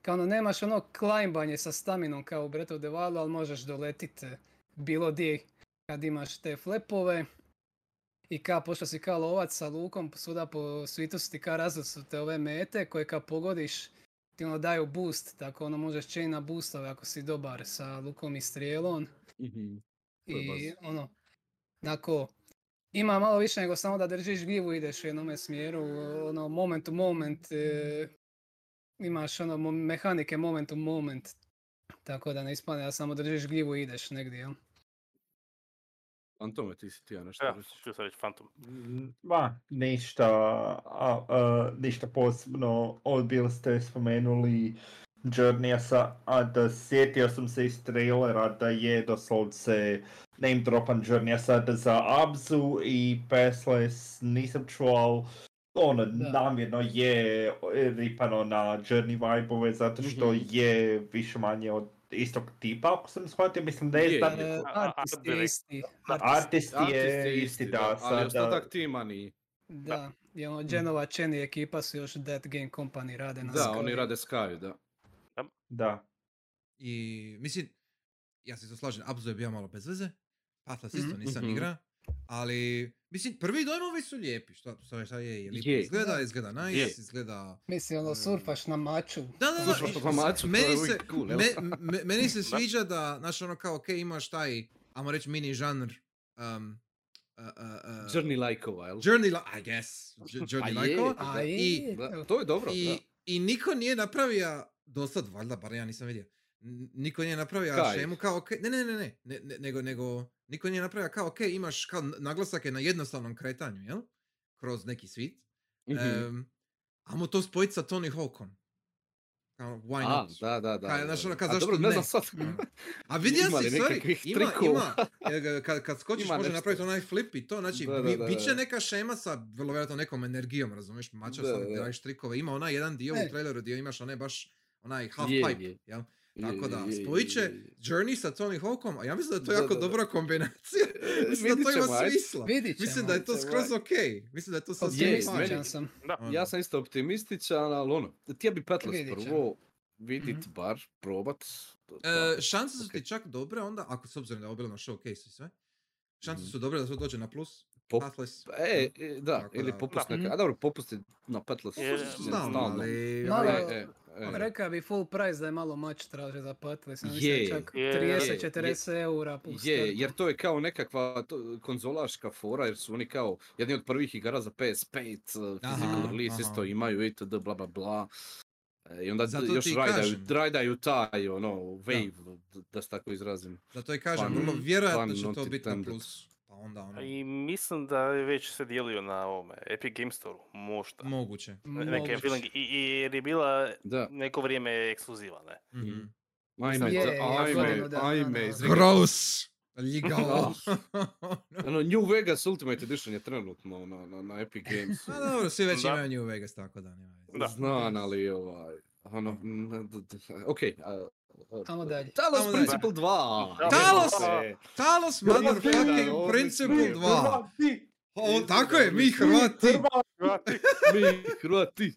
C: kao ono nemaš ono klajmbanje sa staminom kao u Breath of the Wild, ali možeš doletit eh, bilo gdje kad imaš te flepove. I ka, pošto si kao lovac sa lukom, svuda po svitu su ti ka različite su te ove mete koje kad pogodiš ti ono daju boost, tako ono možeš chain na boostove ako si dobar sa lukom i strijelom.
E: Mhm. To je
C: I ono, onako, ima malo više nego samo da držiš gljivu i ideš u jednome smjeru, ono moment to moment, e, imaš ono mo- mehanike moment to moment, tako da ne ispadne da samo držiš gljivu i ideš negdje, jel?
E: Antome, ti si ti ja nešto
D: Ja,
E: reći.
D: ću sad reći Phantom.
B: Mm, Ma, ništa, a, a, ništa posebno, odbili ste spomenuli Journeya sa, a da sjetio sam se iz trailera da je doslovce name dropan Journeya sad za Abzu i Passless nisam čuo, ali ono,
C: Da.
B: namjerno je ripano na Journey vibe zato što
E: Mhm.
B: je više manje od istog tipa, ako sam shvatio, mislim ne
E: Je,
B: znam,
E: je.
C: E,
E: neko-
D: a-
C: Artist
D: art
C: je
D: direkt-
C: isti. artist-
B: artist je isti, da,
E: ali
B: sada,
E: ostatak tima nije.
C: Da, i ono, Genova, Chen i ekipa su još Dead Game Company rade na
E: Da,
C: Skyrim.
E: oni rade Skyu, da.
B: da.
A: I mislim, ja se to slažem, Abzu je bio malo bez veze, Patlas isto
C: Mhm.
A: nisam
E: Mhm.
A: igra, ali mislim, prvi dojmovi su lijepi, što, što, šta je, je lijepo
E: Je.
A: izgleda, izgleda nice,
E: Je.
A: izgleda...
C: Mislim, ono, surfaš na maču.
A: Da, da, da,
E: Slušao
A: i-
E: sam Amacu, to je
A: meni
E: uvijek
A: se,
E: cool, evo.
A: me- me- meni se
D: Da.
A: sviđa da, znaš, ono kao, okej, imaš taj, ajmo reći, mini žanr, um, uh, uh, uh,
E: Journey lajkova, jel?
A: Journey, li- I guess, J- Journey
E: je,
A: lajkova.
E: da.
C: A je,
A: I-
E: Da, to je dobro,
A: I,
E: da.
A: I niko nije napravio, dosad valjda, bar ja nisam vidio, n- niko nije napravio
E: Kaj?
A: šemu kao, okej, ne, ne, ne, ne, ne, ne, nego, nego, niko nije napravio kao, okej, imaš kao n- naglasak je na jednostavnom kretanju, jel? Kroz neki svit. e,
E: Mhm.
A: Em, amo to spojiti sa Tony Hawkom. Kao, why
E: A,
A: not?
E: da, da, da.
A: Kaj,
E: da,
A: znaš,
E: da.
A: ono, kad
E: A
A: zašto
E: dobro, ne znam
A: ne?
E: sad.
A: Ono. A vidio
E: Mm. Ima
A: si,
E: li
A: sorry,
E: nekakvih
A: ima,
E: trikova?
A: ima. E, ga, Kad, kad skočiš
E: Ima
A: može
E: nešto.
A: napraviti onaj flip i to, znači,
E: Da, da,
A: bi-
E: da,
A: bit će
E: da.
A: neka šema sa vrlo vjerojatno nekom energijom, razumiješ, mača
E: Da,
A: sad
E: da.
A: gdje radiš trikove. Ima onaj jedan dio
C: E.
A: u traileru gdje imaš onaj baš onaj half
E: Je,
A: pipe,
E: je.
A: jel?
E: Je,
A: Tako da,
E: je, je,
A: spojit će
E: je, je.
A: Journey sa Tony Hawkom, a ja mislim da je to
E: Da,
A: jako
E: da, da.
A: dobra kombinacija. e, mislim da
E: vidit
A: to
E: ćemo,
A: ima
E: ajde.
A: smisla.
C: Vidit ćemo.
A: Mislim da je to
E: ajde.
A: skroz okej. Mislim da je to sasvim
E: je,
A: fine.
E: meni-
C: Optimističan sam.
D: Da,
A: Ono.
E: Ja sam isto optimističan, ali ono, ti bi Petlas
C: Vidit ćemo.
E: prvo vidit bar, probat. to-
A: Mhm. E,
E: to-
A: šanse su
E: okej.
A: ti čak dobre onda, ako s obzirom da je obilo na showcase i sve, šanse
E: Mhm.
A: su dobre da to dođe na plus.
E: Pop-
A: Pathless.
E: E, e, da,
A: Tako da-
E: ili popust
C: Da.
E: neka, a dobro, popusti na Petlas.
D: Je,
A: Znam, ali...
C: Malo-
A: ali-
E: E, e, e.
C: Ono, Rekao bi full price da je malo mač traže za Patles. Ja
E: Je,
C: mislim čak
D: je,
C: 30-40 eura po
E: Je,
C: startu.
E: jer to je kao nekakva to- konzolaška fora, jer su oni kao jedni od prvih igara za PS5, uh, physical
A: Aha,
E: release
A: aha.
E: isto imaju, itd, bla bla bla. E, I onda d-
A: Zato
E: još
A: ti
E: rajdaju,
A: kažem.
E: rajdaju taj, ono, wave, da, se tako izrazim.
A: Zato i kažem,
E: Fun-
A: vrlo vjerojatno
E: fun
A: će
E: not
A: to biti na
E: intended.
A: plus. Pa onda ono,
D: I mislim da je već se dijelio na ovome, Epic Game Store, možda.
A: moguće.
D: Ne- Neki je
C: Moguće.
D: feeling, i, i, jer je bila
E: Da.
D: neko vrijeme ekskluziva, ne?
A: Mhm.
E: Mhm. Ajme,
C: Je,
E: da-
C: je,
E: ajme,
C: slobodno da, da, da.
E: ajme. izrigaj.
A: Gross! Ljigao.
E: Ono, New Vegas Ultimate Edition je trenutno ono, na, na, na Epic Games.
A: A Pa dobro, svi već
D: Da.
A: imaju New Vegas, tako da nema veze.
D: Da.
E: Znam, ali ovaj... Ono, n- d- d- okej. a- a-
C: Ajmo dalje.
E: Talos
A: Ajmo dalje.
E: Principle 2!
A: Talos!
E: Jebote.
A: Talos
E: Hrvati,
A: motherfucking
E: da, ovdje
A: Principle
E: svi,
A: 2!
B: Hrvati,
A: O,
E: Jesu,
A: tako je,
E: da,
A: mi
E: mi-
A: Hrvati!
E: Mi, Hrvati!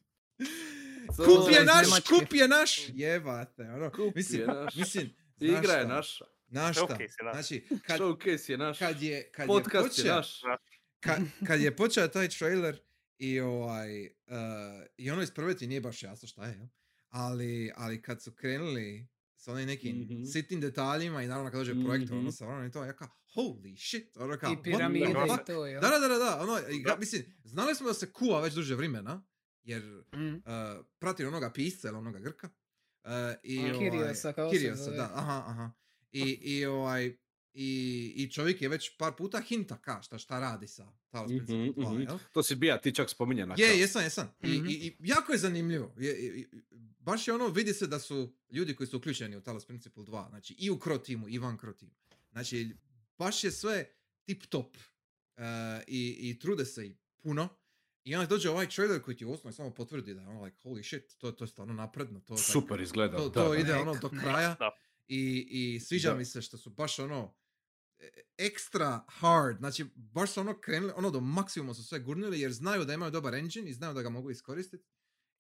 A: Kup je
C: iz
A: naš,
C: Njemačke.
A: kup je naš! Jebate, ono.
E: Kup je
A: Mislim,
E: naš.
A: mislim, znaš
E: Igra je
A: šta?
E: naša.
A: Našta.
D: Showcase je naš.
A: Znači, kad,
E: Showcase je naš.
A: kad je, kad je
E: Podcast je
A: počeo,
E: naš.
A: kad, kad je počeo taj trailer i ovaj, uh, i ono iz prve ti nije baš jasno šta je, jel? ali, ali kad su krenuli s onim nekim
E: Mhm.
A: sitnim detaljima i naravno kad dođe projektor,
E: Mhm.
A: ono sa ono i to, ja kao, holy shit, ono kao, what the
C: I piramide
A: fuck?
C: i to, jel?
A: Da, da, da, da, da, ono, i ga-
D: Da.
A: mislim, znali smo da se kuva već duže vremena, jer
C: Mm.
A: uh, pratim onoga pisca ili onoga Grka. Uh, i
C: A,
A: ovaj,
C: Kiriosa, kako se
A: Kiriosa,
C: zove. Pa.
A: da, aha, aha. I, i, ovaj, i, i čovjek je već par puta hinta ka šta, šta radi sa Talos
E: Mhm,
A: Principle 2,
E: mhm.
A: jel?
E: To si bija ti čak spominjena.
A: Je, jesam, jesam. I,
C: Mhm.
A: i, i jako je zanimljivo. Je, i- i- baš je ono, vidi se da su ljudi koji su uključeni u Talos Principle 2, znači i u Kro timu i van Kro timu. Znači, baš je sve tip top. e, i, I trude se i puno. I onda dođe ovaj trailer koji ti u osnovi samo potvrdi da je ono like, holy shit, to, to je stvarno napredno. To, like,
E: Super izgleda.
A: to,
E: da,
A: to
E: da.
A: ide
C: Nek-
A: ono do
C: nek-
A: kraja.
D: da.
A: I, I sviđa
E: Da.
A: mi se što su baš ono e, ekstra hard, znači baš su ono krenuli, ono do maksimuma su sve gurnuli jer znaju da imaju dobar engine i znaju da ga mogu iskoristiti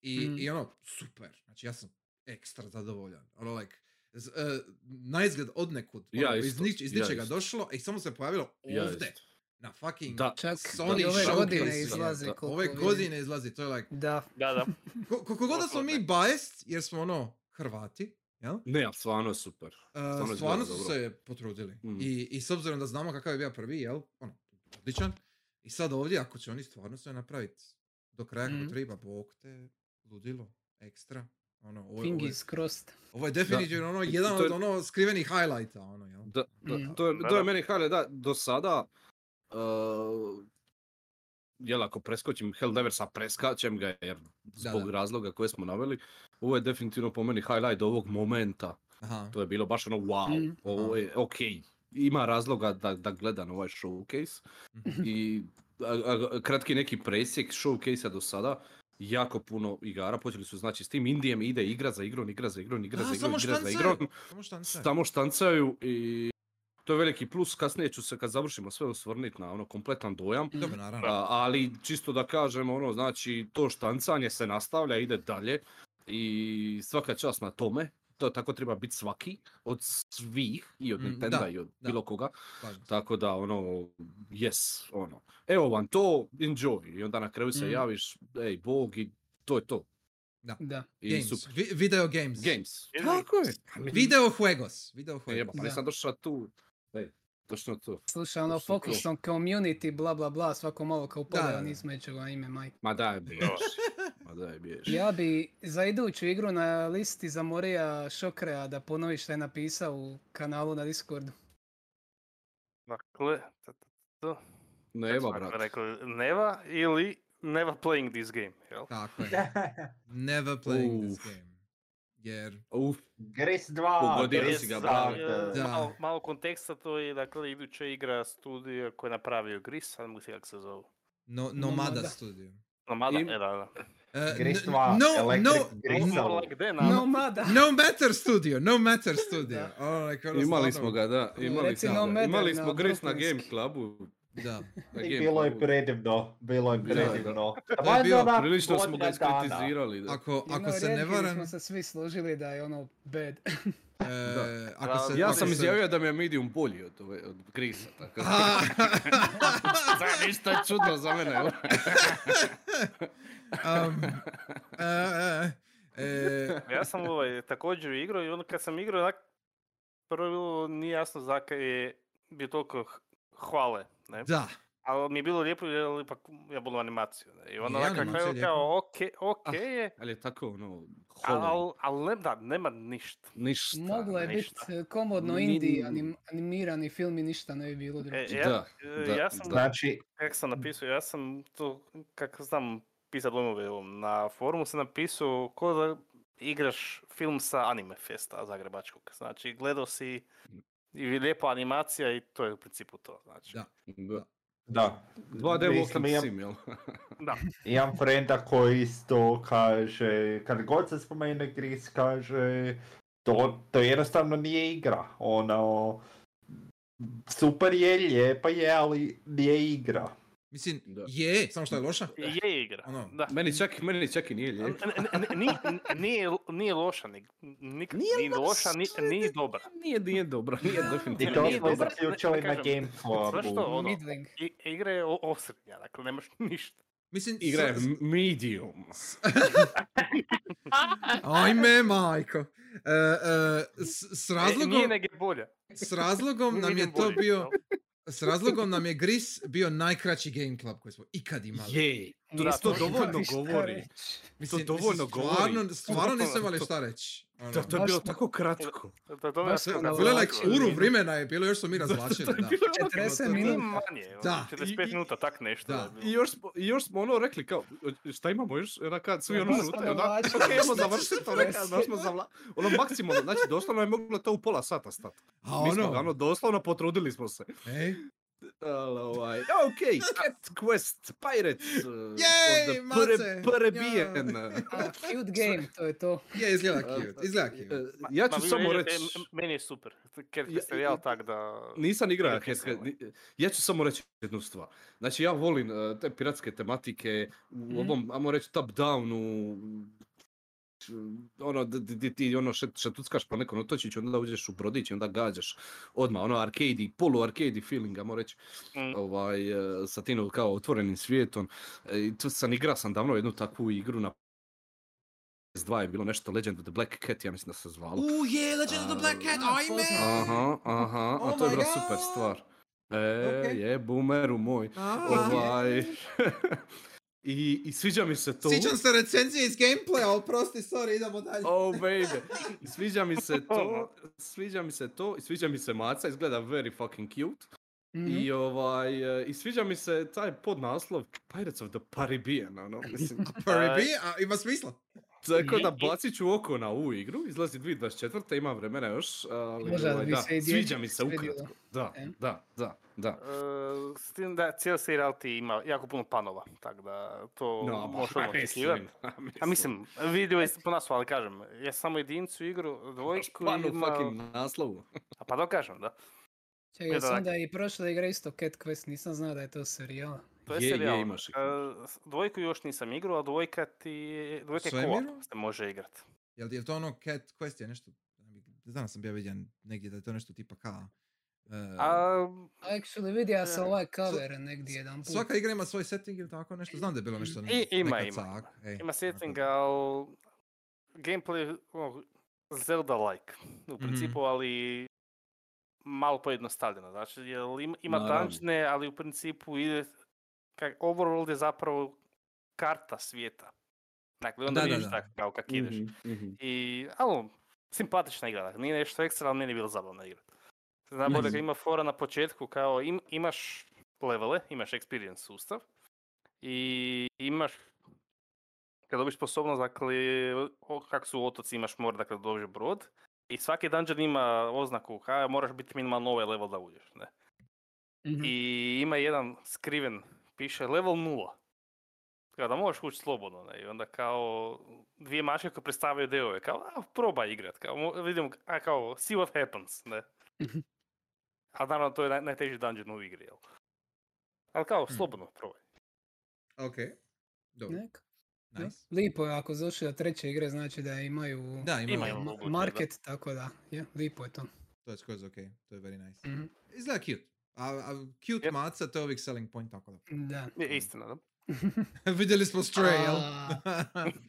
A: i,
C: Mm.
A: i ono super, znači ja sam ekstra zadovoljan, ono like z, e, na izgled od nekud,
E: Ja
A: ono, iz,
E: isto,
A: nič, iz
E: ja
A: ničega
E: isto.
A: došlo i samo se pojavilo
E: Ja
A: ovdje,
E: isto.
A: na fucking
E: Da.
C: Čak
A: Sony
C: i ove
A: showcase
C: godine
A: je,
C: izlazi.
E: da.
C: koliko
A: ove
C: vidim.
A: godine izlazi, to je like,
C: Da,
D: Da, da.
A: ko- koliko god da smo mi
D: Doslovno.
A: biased jer smo ono Hrvati, jel?
E: Ne, ali stvarno je super.
A: E,
E: Stvarno izgleda
A: stvarno su
E: dobro.
A: se potrudili.
E: Mm.
A: I, I s obzirom da znamo kakav je bio prvi, jel? Ono, odličan. I sad ovdje, ako će oni stvarno sve napraviti do kraja kako
C: Mhm.
A: treba, bog te, ludilo, ekstra. Ono, ovo, je- ovo, je,
C: fingis crossed.
A: ovo je definitivno ono, jedan
E: To je-
A: od ono skrivenih highlighta, ono, jel?
E: Da, da,
C: Mm.
E: to je,
D: Da,
E: to je
D: da.
E: meni Hale, da, do sada, uh, jel ako preskočim Helldiversa, preskačem ga jer
A: Da,
E: zbog
A: da.
E: razloga koje smo naveli, ovo je definitivno po meni highlight ovog momenta,
A: Aha.
E: to je bilo baš ono wow,
C: Mm.
E: ovo je okej, ima razloga da, da gledam ovaj showcase
A: Mhm.
E: i a, a, kratki neki presjek showcase-a do sada, jako puno igara, počeli su znači s tim Indijem ide igra za igrom, igra za igrom, igra
A: A,
E: za igrom,
A: samo
E: igra za
A: štancaju,
E: igrom,
A: Samo štancaju.
E: samo štancaju i to je veliki plus, kasnije ću se kad završimo sve osvrniti na ono kompletan dojam,
A: Dobro, naravno.
E: a, ali čisto da kažem ono znači to štancanje se nastavlja, ide dalje i svaka čast na tome, to tako treba biti svaki, od svih i od
A: Mm,
E: Nintenda
A: da,
E: i od
A: da.
E: bilo koga,
A: slažem se.
E: tako da ono, yes, ono, evo vam to, enjoy i onda na kraju se
A: Mm.
E: javiš, ej bog i to je to.
C: Da.
E: I
A: Games.
E: super.
A: Vi- video games.
E: Games.
D: Ili-
E: Tako je.
A: Video juegos. Video
E: E, Jeba,
A: juegos.
E: pa
C: Da.
E: nisam došao tu. Ej, točno to.
C: Slušaj, ono,
E: Točno to.
C: fokusom community, bla bla bla, svako malo kao upada,
A: da, da.
C: nismo neću ga ime, majke.
E: Ma daj biješ. Ma daj biješ.
C: Ja bi za iduću igru na listi za Morija Šokreja da ponovi što je napisao u kanalu na Discordu.
D: Dakle, t- t-
E: Nema,
D: kako bi
E: brate.
D: rekao, neva ili never playing this game, jel?
A: Tako je. Never playing this
E: Uf.
A: game. Jer
E: Uf,
B: Gris 2.
E: Pogodio
B: Gris
E: si ga,
D: Za,
E: bravo.
D: e,
A: Da.
D: Malo, malo konteksta, to je dakle iduća igra studija koja je napravio Gris, sad mu se kako se zove.
A: no, Nomada
C: Nomada.
A: studio.
D: Nomada,
E: Im-
D: e, da, da.
A: E,
B: Gris
A: n-
B: 2.
A: no,
B: Electric
A: no,
B: Gris.
D: More like that,
C: No,
D: no.
C: mada!
A: No Matter Studio, No Matter Studio. Ono, like, ono,
E: imali
A: stvarno-
E: smo ga, da. Imali
C: Reci
E: smo,
A: no
E: ga. imali
C: matter
E: smo
C: na
E: Gris na
C: Brooklynski.
E: Game Clubu.
A: Da.
E: Na
B: I
E: Game
B: bilo je
E: Clubu.
B: predivno, bilo je
E: Da, da.
B: predivno.
A: To je bio
B: Abandona
E: Prilično smo ga
B: godina dana.
E: iskritizirali. Da.
A: Ako,
C: Jedno
A: ako se ne
C: rijetki gdje
A: varam,
C: smo se svi složili da je ono bad.
A: e, ako
D: Da,
A: se...
E: Ja
A: ako
E: sam
A: se-
E: izjavio da mi je Medium bolji od, ove, od Grisa. Tako da,
A: A,
E: sad ništa čudno za mene. evo.
A: um, e, e, e,
D: Ja sam ovaj, također igrao i onda kad sam igrao, onak, prvo je bilo nije jasno zakaj je bio toliko h- hvale, ne?
A: da,
D: Ali mi je bilo lijepo jer ipak ja volim animaciju. Ne? I onda
A: Je,
D: onak na
A: animacija je
D: kraju kao, ok, ok je,
E: Ali je tako ono, holo,
D: ali al, ne, da, nema ništa.
E: ništa.
C: Moglo je biti
D: ništa.
C: komodno
E: Ni-
C: indie anim- animirani film i ništa ne bi bilo drugo.
D: E, ja,
E: Da,
D: e,
E: da,
D: ja sam,
E: da.
B: Znači,
D: kako sam napisao, ja sam to, kako znam, pisat dojmove ovom, na forumu sam napisao ko da igraš film sa anime festa zagrebačkog. Znači, gledao si i lijepa animacija i to je u principu to. Znači,
A: Da.
E: Da.
B: da.
E: 2D
B: Mislim,
E: Walking
B: ja-
E: Sim, jel?
B: Imam frenda koji isto kaže, kad god se spomene Gris, kaže, to, to jednostavno nije igra. Ono, super je, lijepa je, ali nije igra.
A: Mislim,
E: Da.
A: je, samo što je loša.
D: Je igra.
A: Ono,
D: Da.
E: Meni čak, meni čak i nije
D: N-
E: lijek.
D: n- n- Nije, nije, nije loša, ni, nikad,
E: Nije
D: nije loša, ni,
E: loša,
D: nije dobra.
E: Nije, nije dobro, nije
B: I
E: definitivno.
B: to
D: Nije
B: smo
D: dobra,
B: zaključili
D: da
B: na
D: kažem, sve što
B: Gameplabu.
D: ono,
C: Middling.
D: i, igra je o- osrednja, dakle nemaš ništa.
A: mislim,
E: Igra je
A: s-
E: medium.
A: Ajme, majko. E, e, s, s
D: E, Nije
A: razlogom,
D: nege bolja.
A: s razlogom nam
D: Nije
A: je to
D: bolje,
A: bio,
D: jel?
A: s razlogom nam je Gris bio najkraći game club koji smo ikad imali.
E: Jej, to
D: Da,
E: nas to
D: to-
E: dovoljno
C: Ništa
E: govori.
C: reći.
A: stvarno,
E: dovoljno govori.
A: stvarno nisam imali
E: To-
A: šta reći. Ono.
E: To, to je
C: Baš
E: bilo
C: to.
E: tako kratko.
D: Da, to
E: Baš
D: je
E: ono,
D: razlog-
A: Bilo je
E: Znači,
A: like uru
E: ono-
A: vrimena je bilo, još su mi
E: Zato-
A: razvlačili.
E: to je
A: da.
E: bilo jako
C: 40
E: kratko.
D: Nije
C: minuta.
D: manje, ono,
A: Da.
D: 45
E: I-
D: minuta, tak nešto.
A: Da.
D: je bilo.
E: I još smo, i još smo ono rekli kao, šta imamo još, ona kad svi ono
C: Baš
E: žute,
C: smo
E: ona,
C: navlačili,
E: ok, ajmo
C: baš
E: završiti, to neka,
C: smo
E: baš smo zavla, ono maksimalno, znači doslovno je moglo to u pola sata stati.
A: A
E: Mi smo ga,
A: ono,
E: ono, doslovno potrudili smo se.
A: ej,
E: Ali ovaj, ok, Cat Quest, Pirate, uh,
A: Jej,
E: onda pre-
A: Mace,
E: prebijen.
C: A, Cute game, to je to.
A: je, izgleda cute, izgleda cute.
E: Uh, Ja
D: Ma,
E: ću
D: vi
E: samo
D: vidite,
E: reći,
D: m- Meni je super. Ker
E: Ja-
D: serijal
E: ja-
D: tak da...
E: nisam igrao
D: Pirate
E: Cat
D: Quest,
E: Quest, ni- ja ću samo reći jednu stvar. Znači, ja volim uh, te piratske tematike, u ovom, ajmo reći, top downu, m, ono, d- d- di ti ono šet- šetuckaš po nekom otočiću, onda uđeš u brodić i onda gađaš odmah, ono arcade, polu arcade feeling, ajmo reći.
D: Mm.
E: ovaj, e, sa tim kao otvorenim svijetom. E, I tu sam igra sam davno jednu takvu igru na PS2 je bilo nešto Legend of the Black Cat, ja mislim da se zvalo.
A: U, je, Legend of the Black Cat,
C: A,
A: ajme!
C: poznam.
E: Aha, aha,
A: Oh
E: a to je
A: my
E: bila
A: God!
E: super stvar. E,
A: Ok.
E: je, boomeru moj.
A: A,
E: Ovaj, I, I sviđa mi se to.
A: Sjećam se recenzije iz gameplaya, oprosti, sorry, idemo dalje.
E: Oh baby, sviđa mi se to,
C: Oh.
E: sviđa mi se to, i sviđa mi se maca, izgleda very fucking cute.
C: Mhm.
E: I ovaj, e, i sviđa mi se taj podnaslov Pirates of the Caribbean, ono, mislim,
A: Paribi, a ima smisla.
E: tako da
D: Je, je.
E: bacit ću oko na ovu igru, izlazi 2024. ima vremena još, ali
C: Možda
E: ovaj,
C: bi
E: da,
C: se i
E: sviđa
C: djeci
E: mi se
C: svidjelo.
E: ukratko, da,
C: E.
E: da, da, da.
D: Uh, s tim da cijeli serijal ti ima jako puno panova, tako da to
E: No,
D: možeš
E: pa
D: odmah očekivati.
E: mislim,
D: A mislim, vidio je po nas, ali kažem, ja samo jedincu igru,
E: baš
D: dvojku
E: pan pa u
D: ima...
E: fucking naslovu.
D: A pa to kažem, da.
C: Čekaj, sam
D: Gledalak.
C: da je i prošla igra isto Cat Quest, nisam znao da je to serijal.
D: To je,
E: Je, je,
D: serijal.
E: imaš ih,
D: E, s- dvojku još nisam igrao, a dvojka ti je... Dvojka je
A: Svemiru?
D: co-op se može igrat.
A: Jel je to ono Cat Quest je nešto, znam sam bio vidio negdje da je to nešto tipa ka... e,
D: A,
C: Actually, vidio sam
D: E,
C: ovaj cover negdje jedan put.
A: svaka igra ima svoj setting ili tako nešto, znam da je bilo nešto.
D: I- ima,
A: neka
D: ima,
A: cak, ej,
D: ima
A: onako
D: setting,
A: da-
D: ali... Gameplay ono, Zelda-like, u
A: Mhm.
D: principu, ali malo pojednostavljeno. Znači, jel ima, ima
E: Naravno.
D: dungeone, ali u principu ide... Kak, overworld je zapravo karta svijeta. Dakle, onda
A: Da, da,
D: vidiš
A: da.
D: tak kao kak ideš.
E: Mhm, mhm.
D: I, ali, simpatična igra, dakle, nije nešto ekstra, ali meni je bilo zabavno igrati. Znam da ga
E: Nice.
D: ima fora na početku, kao im, imaš levele, imaš experience sustav i imaš, kad dobiš sposobnost, dakle, o- kak su otoci, imaš more, dakle, dobiješ brod i svaki dungeon ima oznaku, kao moraš biti minimalno ovaj level da uđeš, ne?
C: Mhm.
D: I ima jedan skriven, piše level nula. Kao da možeš ući slobodno, ne? I onda kao dvije maške koje predstavljaju deove, kao a, proba igrat, kao mo- vidimo, a kao see what happens, ne?
C: Mhm.
D: A naravno to je naj, najteži dungeon u igri, jel? Ali kao
A: Hm.
D: slobodno probaj.
A: Ok, dobro,
C: Nek. da.
A: nice.
C: Lipo je, ako su došli do treće igre, znači da imaju
A: Da, ima,
D: Ima
A: ima.
D: je.
C: ma-
D: moguće, da.
C: market, tako da, je, lipo je to.
A: To je skroz ok, to je very nice.
C: Mhm.
A: Izgleda cute. A, a cute
D: Yep.
A: maca, to je uvijek selling point, tako da.
C: Da,
D: Je,
A: Mm.
D: istina, da?
A: Vidjeli smo Stray, jel?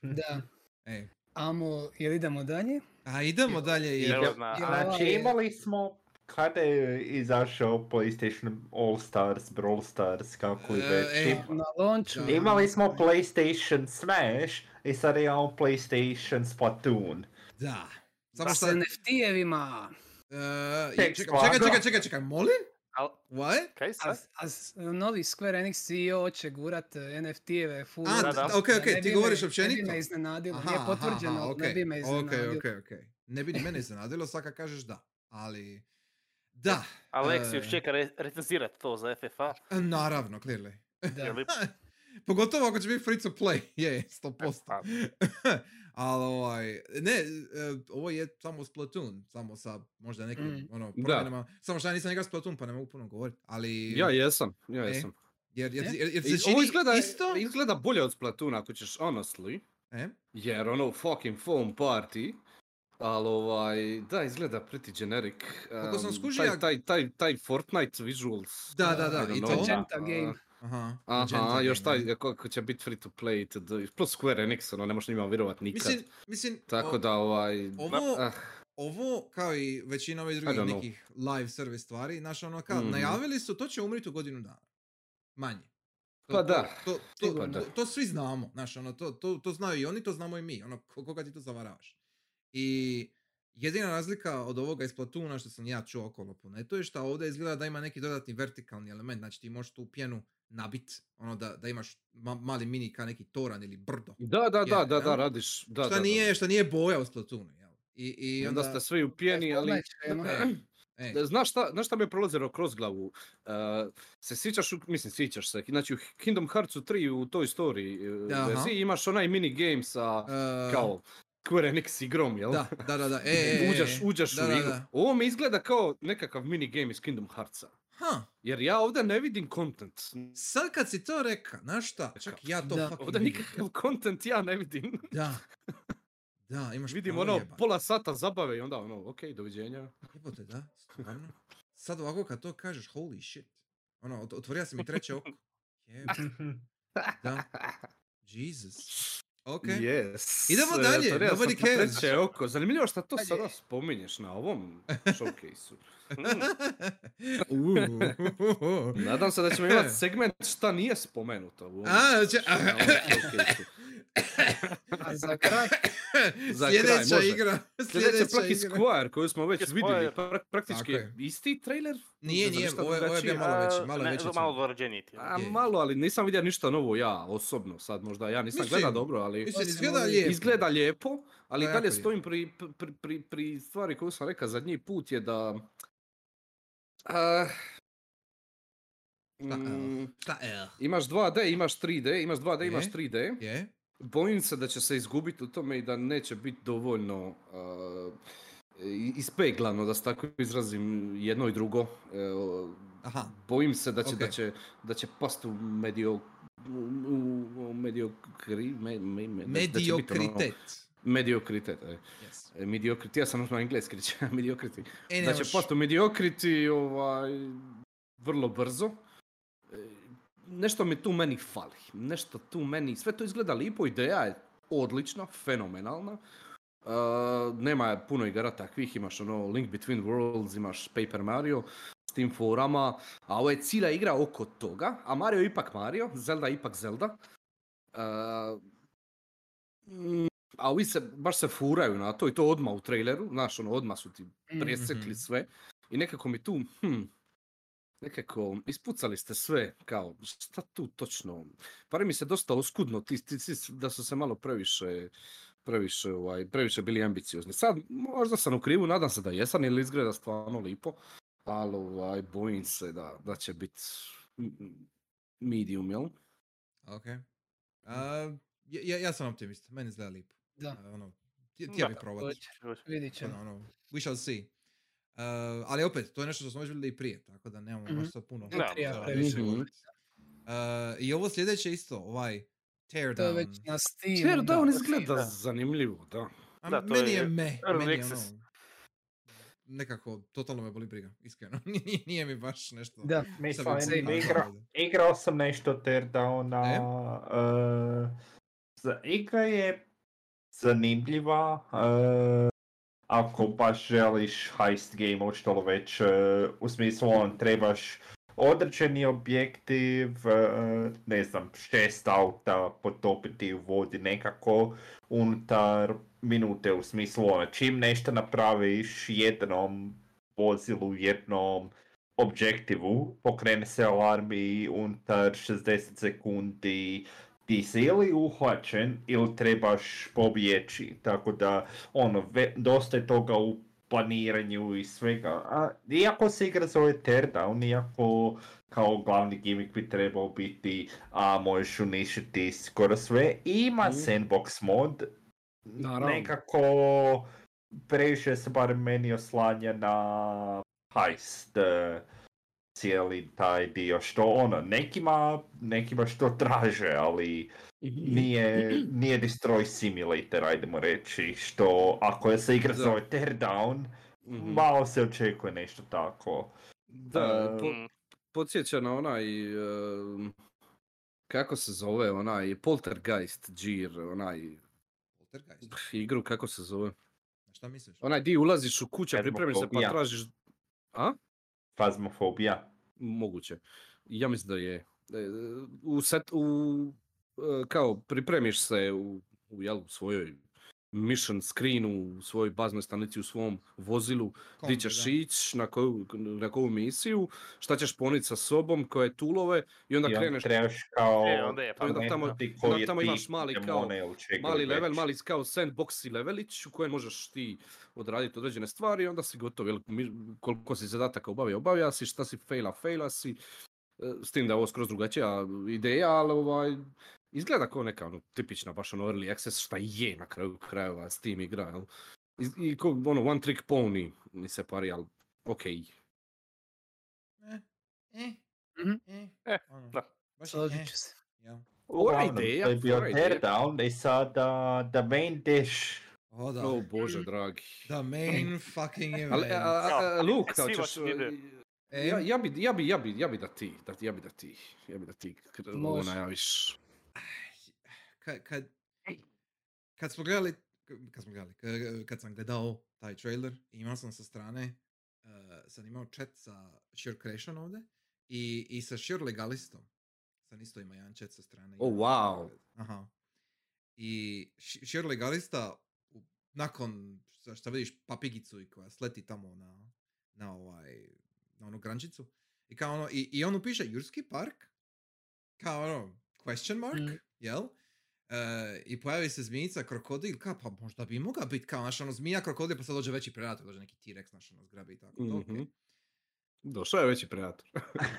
C: da.
A: Ej.
C: Amo, jel idemo dalje?
A: A idemo dalje, jer...
D: Evo na-
C: jel-
B: Znači
C: Ovaj-
B: imali smo kada je izašao PlayStation All Stars, Brawl Stars, kako i
A: E,
B: već.
A: e,
C: Na launchu.
A: Da.
B: Imali smo PlayStation Smash i sad imamo PlayStation Splatoon.
A: Da. Samo
C: Samo
A: što...
C: sa NFT-evima.
A: e,
B: Tek
A: čekaj, čekaj, čekaj, čekaj, čekaj, molim?
D: Al,
A: What?
D: kaj
C: A,
D: sad?
C: a s- novi Square Enix E CEO će gurat eh, NFT-eve full.
A: A,
D: da,
A: da,
D: da.
A: ok,
C: Da, ne
A: ok, ti
C: bi
A: govoriš
C: me- Ne
A: općenito?
C: bi me iznenadilo,
A: Aha,
C: nije
A: aha,
C: potvrđeno,
A: aha,
C: ali ne
A: ok,
C: bi me iznenadilo.
A: Ok, ok, ok. Ne bi ni mene iznenadilo, sad kad kažeš da. Ali... Da,
D: Alex
A: e.
D: još čeka re- recenzirat to za FFA.
A: e, naravno, clearly.
C: Da.
D: Jer,
A: Pogotovo ako će biti free to play, je, 100%.
D: pa.
A: Ali ovaj, ne, e, ovo je samo Splatoon, samo sa možda nekim,
C: Mm.
A: ono,
E: Da.
A: promjenama. Samo što ja nisam igrao Splatoon, pa ne mogu puno govoriti, ali...
E: Ja jesam, ja
A: E,
E: jesam.
A: Jer, jer,
C: E?
A: jer, jer
E: I
A: se
E: Ovo
A: čini
E: izgleda,
A: isto.
E: izgleda bolje od Splatoona ako ćeš honestly,
A: E?
E: jer ono fucking foam party, ali ovaj, da, izgleda pretty generic.
A: Koliko sam
E: Em,
A: skužio, ja-
E: taj, taj, taj, taj Fortnite visuals.
A: Da, da, da,
E: I don't
A: e, i to.
E: know.
C: Magenta game.
A: Aha,
E: Aha,
A: Magenta Game,
E: još taj
A: da.
E: kako će biti free to play, to do- plus Square Enix, ono, ne možeš njima vjerovat nikad.
A: Mislim, mislim
E: Tako
A: o-
E: da, ovaj,
A: ovo-
E: ah,
A: ovo, kao i većina ovih drugih
E: don't know.
A: nekih live service stvari, znaš, ono, kao,
E: Mhm.
A: najavili su, to će umriti u godinu dana. Manje. To-
E: Pa
A: to-
E: da.
A: To, to,
E: Pa da.
A: to- to svi znamo, znaš, ono, to, to, to znaju i oni, to znamo i mi, ono, ko- koga ti to zavaravaš. I jedina razlika od ovoga iz Platuna što sam ja čuo okolo po netu je što ovdje izgleda da ima neki dodatni vertikalni element, znači ti možeš tu pjenu nabit, ono da, da imaš ma- mali mini ka neki toran ili brdo.
E: da, da, da,
A: je,
E: da,
A: jel?
E: da, radiš, da,
A: šta,
E: da, da.
A: nije, šta nije boja u Splatoonu, jel? I,
E: I
A: i
E: onda
A: onda...
E: ste svi u pjeni, ali
C: Odleće, ono.
A: E, e,
E: Da, Znaš šta, znaš šta mi je prolazilo kroz glavu? E, se sjećaš, u- mislim sjećaš se, znači u Kingdom Heartsu 3 u toj story e,
A: Da, aha.
E: verziji imaš onaj mini game sa
A: e,
E: kao Square Enix igrom, jel?
A: Da, da, da, da. E, e, e,
E: uđaš,
A: e.
E: uđaš
A: da,
E: u
A: da,
E: igru.
A: da.
E: Ovo mi izgleda kao nekakav mini game iz Kingdom Heartsa.
A: Ha,
E: Jer ja ovdje ne vidim content.
A: sad kad si to reka, znaš šta, čak i ja to
C: Da.
A: fucking
E: Ovdje
A: vidim.
E: nikakav content ja ne vidim.
A: Da. Da, imaš
E: Vidim
A: pravo
E: ono
A: jebate.
E: pola sata zabave i onda ono, ok, doviđenja.
A: Jebote, da, stvarno. Sad ovako kad to kažeš, holy shit. Ono, ot- otvorija se mi treće oko. Jebote, da. Jesus. Ok.
E: Yes.
A: Idemo
E: e,
A: dalje,
E: Torija, sam
A: nobody
E: na
A: cares.
E: Treće oko. Zanimljivo što to
C: Dalje.
E: sada spominješ na ovom showcase-u.
D: Mm,
A: Uuu.
E: Nadam se da ćemo imati segment šta nije spomenuto. u ovom
A: A, znači-
E: na ovom showcase-u.
C: A za kraj,
E: Za kraj,
A: Sljedeća
E: može.
A: igra.
E: Sljedeća
A: Sljedeća
E: Plucky
A: igra.
E: Square koju smo već
D: Plucky
E: vidjeli.
D: Squire.
E: pra- praktički
A: Tako je.
E: isti trailer?
A: Nije,
E: Ne znam
A: nije,
E: šta znači,
A: ovo je, ovo je bio
E: drugačije.
A: malo veći,
D: a,
A: malo
D: ne,
A: veći.
D: Malo dvorađeniji ti.
E: A
A: Je.
E: malo, ali nisam vidio ništa novo ja osobno sad možda. Ja nisam
A: Mislim-
E: gledao dobro, ali
A: Mislim,
C: Osim
A: izgleda
C: ovih-
A: lijepo.
E: izgleda lijepo. Ali
A: Da,
E: dalje
A: jako
E: stojim pri, pri, pri, pri stvari koju sam rekao zadnji put je da... Ah,
A: Šta, evo?
E: mm,
A: Šta, eh,
E: Imaš 2D, imaš 3D, imaš 2D, imaš
A: Je.
E: 3D.
A: Je?
E: Bojim se da će se izgubiti u tome i da neće biti dovoljno uh, i- ispeglano, da se tako izrazim, jedno i drugo. E, o,
A: Aha.
E: Bojim se da će, da
A: Ok.
E: će, da će past u medio... u- u- u mediokri, me, me, me- da- da će bit ono-
A: Mediokritet.
E: mediokritet, e.
A: Yes.
E: E, Mediokrit, ja sam na engleski reći, mediokriti.
A: E,
E: Da će
A: nemaš-
E: Znači, posto mediokriti ovaj, vrlo brzo. E, Nešto mi tu meni fali. Nešto tu meni, sve to izgleda lipo, ideja je odlična, fenomenalna. E, nema puno igara takvih, imaš ono Link Between Worlds, imaš Paper Mario s tim forama, a ovo je cijela igra oko toga, a Mario je ipak Mario, Zelda je ipak Zelda. E, mm, a ovi se, baš se furaju na to i to odmah u traileru, znaš ono, odmah su ti
C: Mm,
E: presjekli
A: mhm.
E: sve. I nekako mi tu, hm, nekako ispucali ste sve, kao, šta tu točno? Pare mi se dosta oskudno, ti, ti, ti s- da su se malo previše, previše, ovaj, previše bili ambiciozni. Sad, možda sam u krivu, nadam se da jesam, jer izgleda stvarno lipo, ali ovaj, bojim se da, da će biti medium, jel?
A: Ok. A, ja- ja, ja sam optimist, meni izgleda lijepo.
C: Da.
A: A, Ono, ti- ti ja
D: Da,
A: bi probati.
C: vidit ćemo.
A: Ono, ono, we shall see. Uh, ali opet, to je nešto što smo već vidjeli i prije, tako da nemamo
C: Mhm.
A: baš sad puno.
E: Ono,
D: Ne
A: za
D: treba
A: više
E: previše.
A: govoriti. Uh, I ovo sljedeće isto, ovaj
C: To je već
A: Teardown.
C: na Steamu.
E: Jer da, on
D: da,
E: izgleda
D: da.
E: zanimljivo, da.
A: A
D: Da, to
A: meni
D: je
A: je me,
D: early
A: meni je
D: access.
A: ono, nekako, totalno me boli briga, iskreno. Nije- Nije mi baš nešto...
C: Da,
A: sad
B: Mislim,
A: već-
C: same.
B: igra, igrao sam nešto Teardowna.
A: E?
B: E? za igra je zanimljiva. e, ako baš želiš heist game, očito već, e, u smislu on trebaš određeni objektiv, e, ne znam, šest auta potopiti u vodi nekako unutar minute, u smislu ono, čim nešto napraviš jednom vozilu, jednom objektivu, pokrene se alarm i unutar 60 sekundi ti si ili uhvaćen ili trebaš pobjeći, tako da ono, ve- dosta je toga u planiranju i svega. A, iako se igra zove teardown, iako kao glavni gimmick bi trebao biti a možeš uništiti skoro sve, ima
E: Mhm.
B: sandbox mod,
E: Naravno.
B: nekako previše se barem meni oslanja na heist. e, cijeli taj dio što ono nekima nekima što traže ali
E: Mhm.
B: nije, nije destroy simulator ajdemo reći što ako se igra
E: Da.
B: zove teardown
E: Mhm.
B: malo se očekuje nešto tako
E: Da,
B: Ehm,
E: po- podsjeća na onaj, em, kako se zove, onaj Poltergeist Gear, onaj
A: Poltergeist.
E: pf, igru, kako se zove.
A: Šta misliš?
E: Onaj di ulaziš u kuću, pripremiš se pa
B: Phasmophobia.
E: tražiš, a?
B: fazmofobija
E: Moguće. Ja mislim da je. da je, e, U, set, u e, kao pripremiš se u, u, jel, u svojoj mission screenu, u svojoj baznoj stanici, u svom vozilu,
A: Kombi,
E: di ćeš
A: da.
E: ići, na koju, na koju misiju, šta ćeš poniti sa sobom, koje tulove i onda
B: i onda
E: kreneš
B: trebaš kao
D: E, onda je, pa
E: onda
B: ne
E: tamo-
B: znam ti
E: onda
B: koji
E: tamo
B: je
E: imaš
B: tip
E: mali kao-
B: demone ili čega
E: mali
B: već.
E: level, mali kao sandboxi levelić u kojem možeš ti odraditi određene stvari i onda si gotov, jel, mi- koliko si zadataka obavio, obavio si, šta si faila, faila si, E, s tim da je ovo skroz drugačija ideja, ali ovaj, izgleda kao neka ono, tipična baš ono early access, šta je na kraju krajeva s tim igra, jel? I- I, ko, ono, one trick pony mi se pari, ali okej.
A: Eh, eh,
C: Mhm.
A: eh,
D: Eh,
A: ono,
D: da.
A: baš je
C: Složit
A: eh,
C: ću se.
A: ja.
E: Dobra
B: Uglavnom,
E: ideja,
B: To je bio
E: dobra ideja.
B: teardown i sada the main dish
A: O da.
E: O bože dragi.
A: The main fucking
B: Mm.
E: Ali,
A: event.
E: a, a, a, Luka,
D: Svi
E: ćeš,
D: hoće ide.
E: e,
A: Em,
E: Ja, ja, bi, ja, bi, ja, bi, ja bi da ti, da, ja bi da ti, ja bi da ti k- ovo
C: Može.
E: najaviš.
A: kad, kad, kad smo gledali, kad smo gledali, kad, kad sam gledao taj trailer, imao sam sa strane, uh, sam imao chat sa Sure Creation ovdje i, i sa Sure Legalistom. Sam isto imao jedan chat sa strane.
E: O, wow.
A: Aha. I Sh- Sure Legalista, u- nakon šta- šta vidiš papigicu i koja sleti tamo na, na ovaj, na onu grančicu, i kao ono, i, i ono piše Jurski park, kao ono, question mark,
C: Mhm.
A: jel? E, I pojavi se zmijica, krokodil, kao pa možda bi mogla biti kao naš ono zmija, krokodil, pa sad dođe veći predator, dođe neki T-rex naš ono zgrabi i tako. to, okej.
E: Mhm. Došao je veći predator.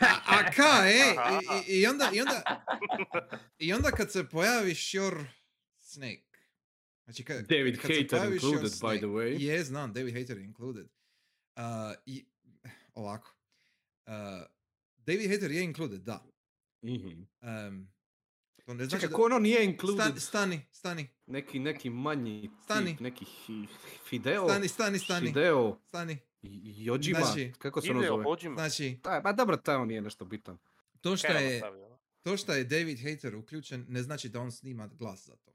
A: A, a ka, e,
D: Aha.
A: i, i- i onda, i onda, i onda kad se pojavi Sure Snake, znači kad,
E: David
A: kad se
E: Hayter
A: pojavi Sure
E: included, by the
A: Snake-
E: way.
A: Je, znam, David Hayter included. Uh, i, ovako, uh, David Hayter je included, da.
E: Mhm.
A: Um, to ne znači
E: Čekaj,
A: da...
E: ko ono nije
A: Stan,
E: included?
A: stani, stani,
E: Neki, neki manji
A: Stani.
E: tip, neki hi- Fideo,
A: stani, stani, stani,
E: Fideo,
A: stani.
E: i- Jojima,
A: Znači,
E: kako se ono
D: Ide
E: zove?
D: obođima.
A: Znači,
E: Taj, pa dobro, taj on nije nešto bitan.
A: to što
D: Kenova
A: je...
D: stavio, ono.
A: To što je David Hater uključen ne znači da on snima glas za to.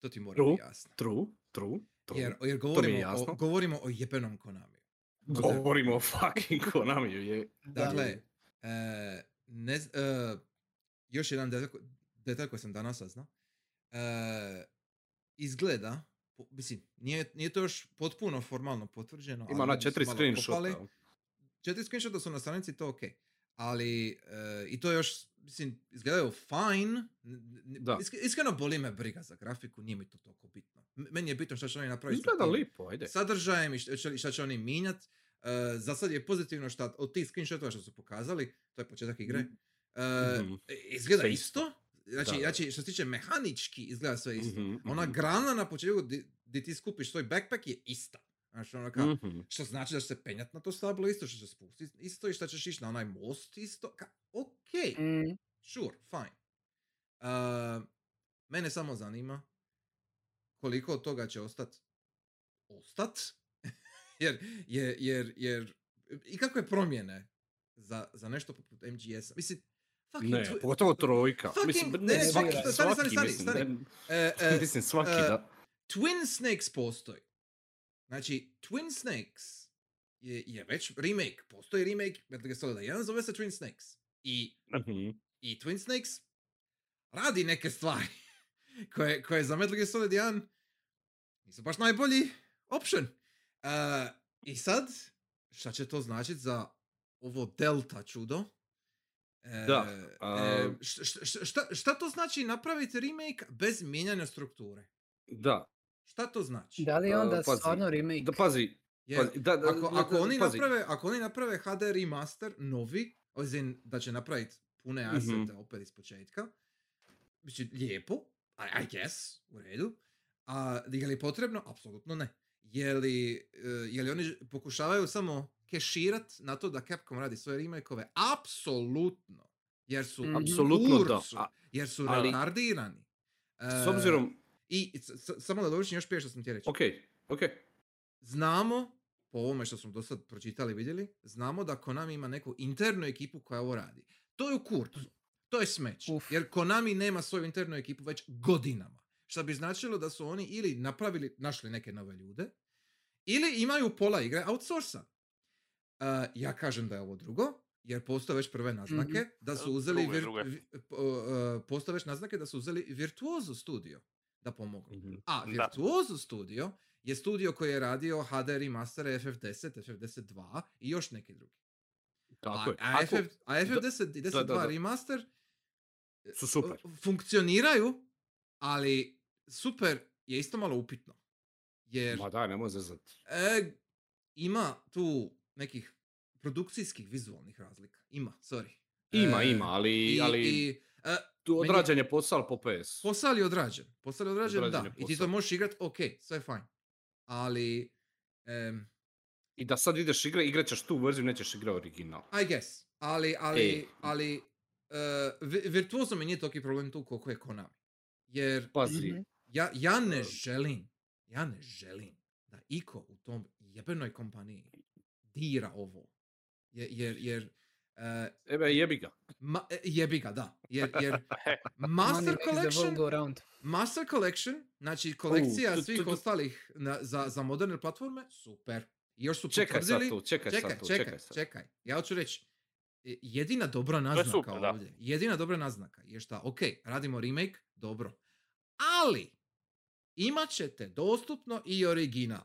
A: To ti mora
E: True,
A: biti jasno.
E: True, true, true.
A: Jer, jer govorimo,
E: jasno.
A: O, govorimo o jebenom Konami.
E: Govorimo o fucking Konamiju, je.
A: Dakle, e, ne, z- e, još jedan detalj, ko- detalj koji sam danas saznao. E, izgleda, po- mislim, nije, nije to još potpuno formalno potvrđeno.
E: Ima
A: ali
E: na
A: ljudi su
E: četiri
A: malo
E: screenshota.
A: kopali. četiri screenshota su na stranici, to ok. Ali, e, i to još, mislim, izgledaju fine. n- n-
E: Da.
A: isk- iskreno boli me briga za grafiku, nije mi to toliko bitno. M- Meni je bitno što će oni napraviti. sa
E: Izgleda
A: tim
E: lipo, ajde.
A: Sadržajem i šta će, šta će oni minjat. E, za sad je pozitivno šta od tih screenshotova što su pokazali, to je početak igre, e,
E: Mhm.
A: izgleda
E: Sve isto.
A: isto. Znači,
E: Da, da,
A: znači, što se tiče mehanički, izgleda sve isto.
E: Mhm,
A: Ona
E: mhm.
A: grana na početku di, di ti skupiš svoj backpack je ista. Znači, ono kao,
E: Mhm.
A: što znači da će se penjat na to stablo isto, što će se spustiti isto i što ćeš ići na onaj most isto. Ka, okej,
C: Mm,
A: sure, fine. Uh, mene samo zanima koliko od toga će ostat ostat, jer, jer, jer, jer, i kakve promjene za, za nešto poput MGS-a. Mislim, fucking
E: Ne,
A: tvo-
E: pogotovo trojka.
A: Fucking-
E: Mislim,
A: ne,
E: ne,
A: ne,
E: svaki,
C: čekaj,
E: svaki,
A: stani,
C: stani,
A: stani,
E: mislim,
A: stani.
E: ne,
A: e, e,
E: mislim, svaki,
A: e,
E: da.
A: Twin Snakes postoji. Znači, Twin Snakes je, je već remake. Postoji remake Metal Gear Solid 1, zove se Twin Snakes. I,
E: Mhm.
A: i Twin Snakes radi neke stvari koje, koje za Metal Gear Solid 1 nisu baš najbolji option. Uh, I sad, šta će to značiti za ovo Delta čudo? E,
E: Da,
A: e,
E: a-
A: š- š- š- šta, šta to znači napraviti remake bez mijenjanja strukture?
E: Da,
A: Šta to znači?
C: Da li je
E: A,
C: onda
E: pazi,
C: stvarno remake?
E: da pazi,
A: Jer-
E: pazi, da, da,
A: ako,
E: da,
A: ako,
E: da,
A: oni
E: pazi.
A: naprave, ako oni naprave HD remaster novi, ozin da će napraviti pune
E: Mhm.
A: asete opet iz početka, biće lijepo, I, I guess, u redu, a je li potrebno? Apsolutno ne. je li, e, je li oni ž- pokušavaju samo keširat na to da Capcom radi svoje remake-ove? Apsolutno. Jer su
C: Mhm.
A: u
E: Apsolutno da,
A: kurcu,
E: a-
A: jer su
E: ali-
A: retardirani.
E: S
A: E,
E: obzirom,
A: I s- s- samo da dovršim još prije što sam ti reći.
E: ok, ok,
A: Znamo, po ovome što smo do sad pročitali i vidjeli, znamo da Konami ima neku internu ekipu koja ovo radi. To je u kurcu. To je smeć.
C: Uf.
A: Jer Konami nema svoju internu ekipu već godinama. Što bi značilo da su oni ili napravili, našli neke nove ljude, ili imaju pola igre outsourca. ja kažem da je ovo drugo, jer postoje već prve naznake da su uzeli
D: Mhm. E, Drugo je,
A: vir-
D: drugo je.
A: vi- po- e, postoje već naznake da su uzeli Virtuoso studio da pomognu.
E: Mhm.
A: A
D: Da.
A: Virtuoso studio je studio koji je radio HD remastere FF10, FF10-2 i još neki drugi.
E: tako
A: a,
E: je.
A: a,
E: Ako
A: FF, a FF10 i 10.2
E: da, da.
A: remaster
E: su super.
A: f- funkcioniraju, ali super je isto malo upitno. Jer
E: Ma da, nemoj zezat.
A: e, ima tu nekih produkcijskih vizualnih razlika. Ima, sorry.
E: Ima,
A: E,
E: ima, ali,
A: I,
E: ali
A: i, e,
E: tu
A: meni-
E: odrađen je posao po PS.
A: Posao je odrađen. Posao je odrađen,
E: Odrađen
A: da.
E: je
A: I ti to
E: posao.
A: možeš igrat, ok, sve je fajn. Ali, em,
E: I da sad ideš igre, igrat ćeš tu verziju, nećeš igra original.
A: I guess. Ali, ali,
E: Ej.
A: ali, e, vi- Virtuoso mi nije toki problem tu koliko je Konami. Jer
E: Pazi,
C: Mhm.
A: ja, ja ne
E: E.
A: želim, ja ne želim da iko u tom jebenoj kompaniji dira ovo. Je- Jer, jer, e,
E: ebe jebi ga.
A: ma, e, jebi ga, da. Jer, jer
C: Money
A: Master
C: makes the world
A: Collection
C: go round.
A: Master Collection, znači kolekcija
E: tu- tu-
A: svih
E: tu-
A: ostalih na- za, za moderne platforme, super. I Još su
E: Čekaj sad
A: potvrdili-
E: tu, čekaj,
A: čekaj,
E: sad tu,
A: čekaj,
E: čekaj,
A: čekaj,
E: sad.
A: Ja hoću reći, e, jedina dobra naznaka
D: super, da.
A: ovdje, jedina dobra naznaka je šta, ok, radimo remake, dobro. Ali, imat ćete dostupno i original.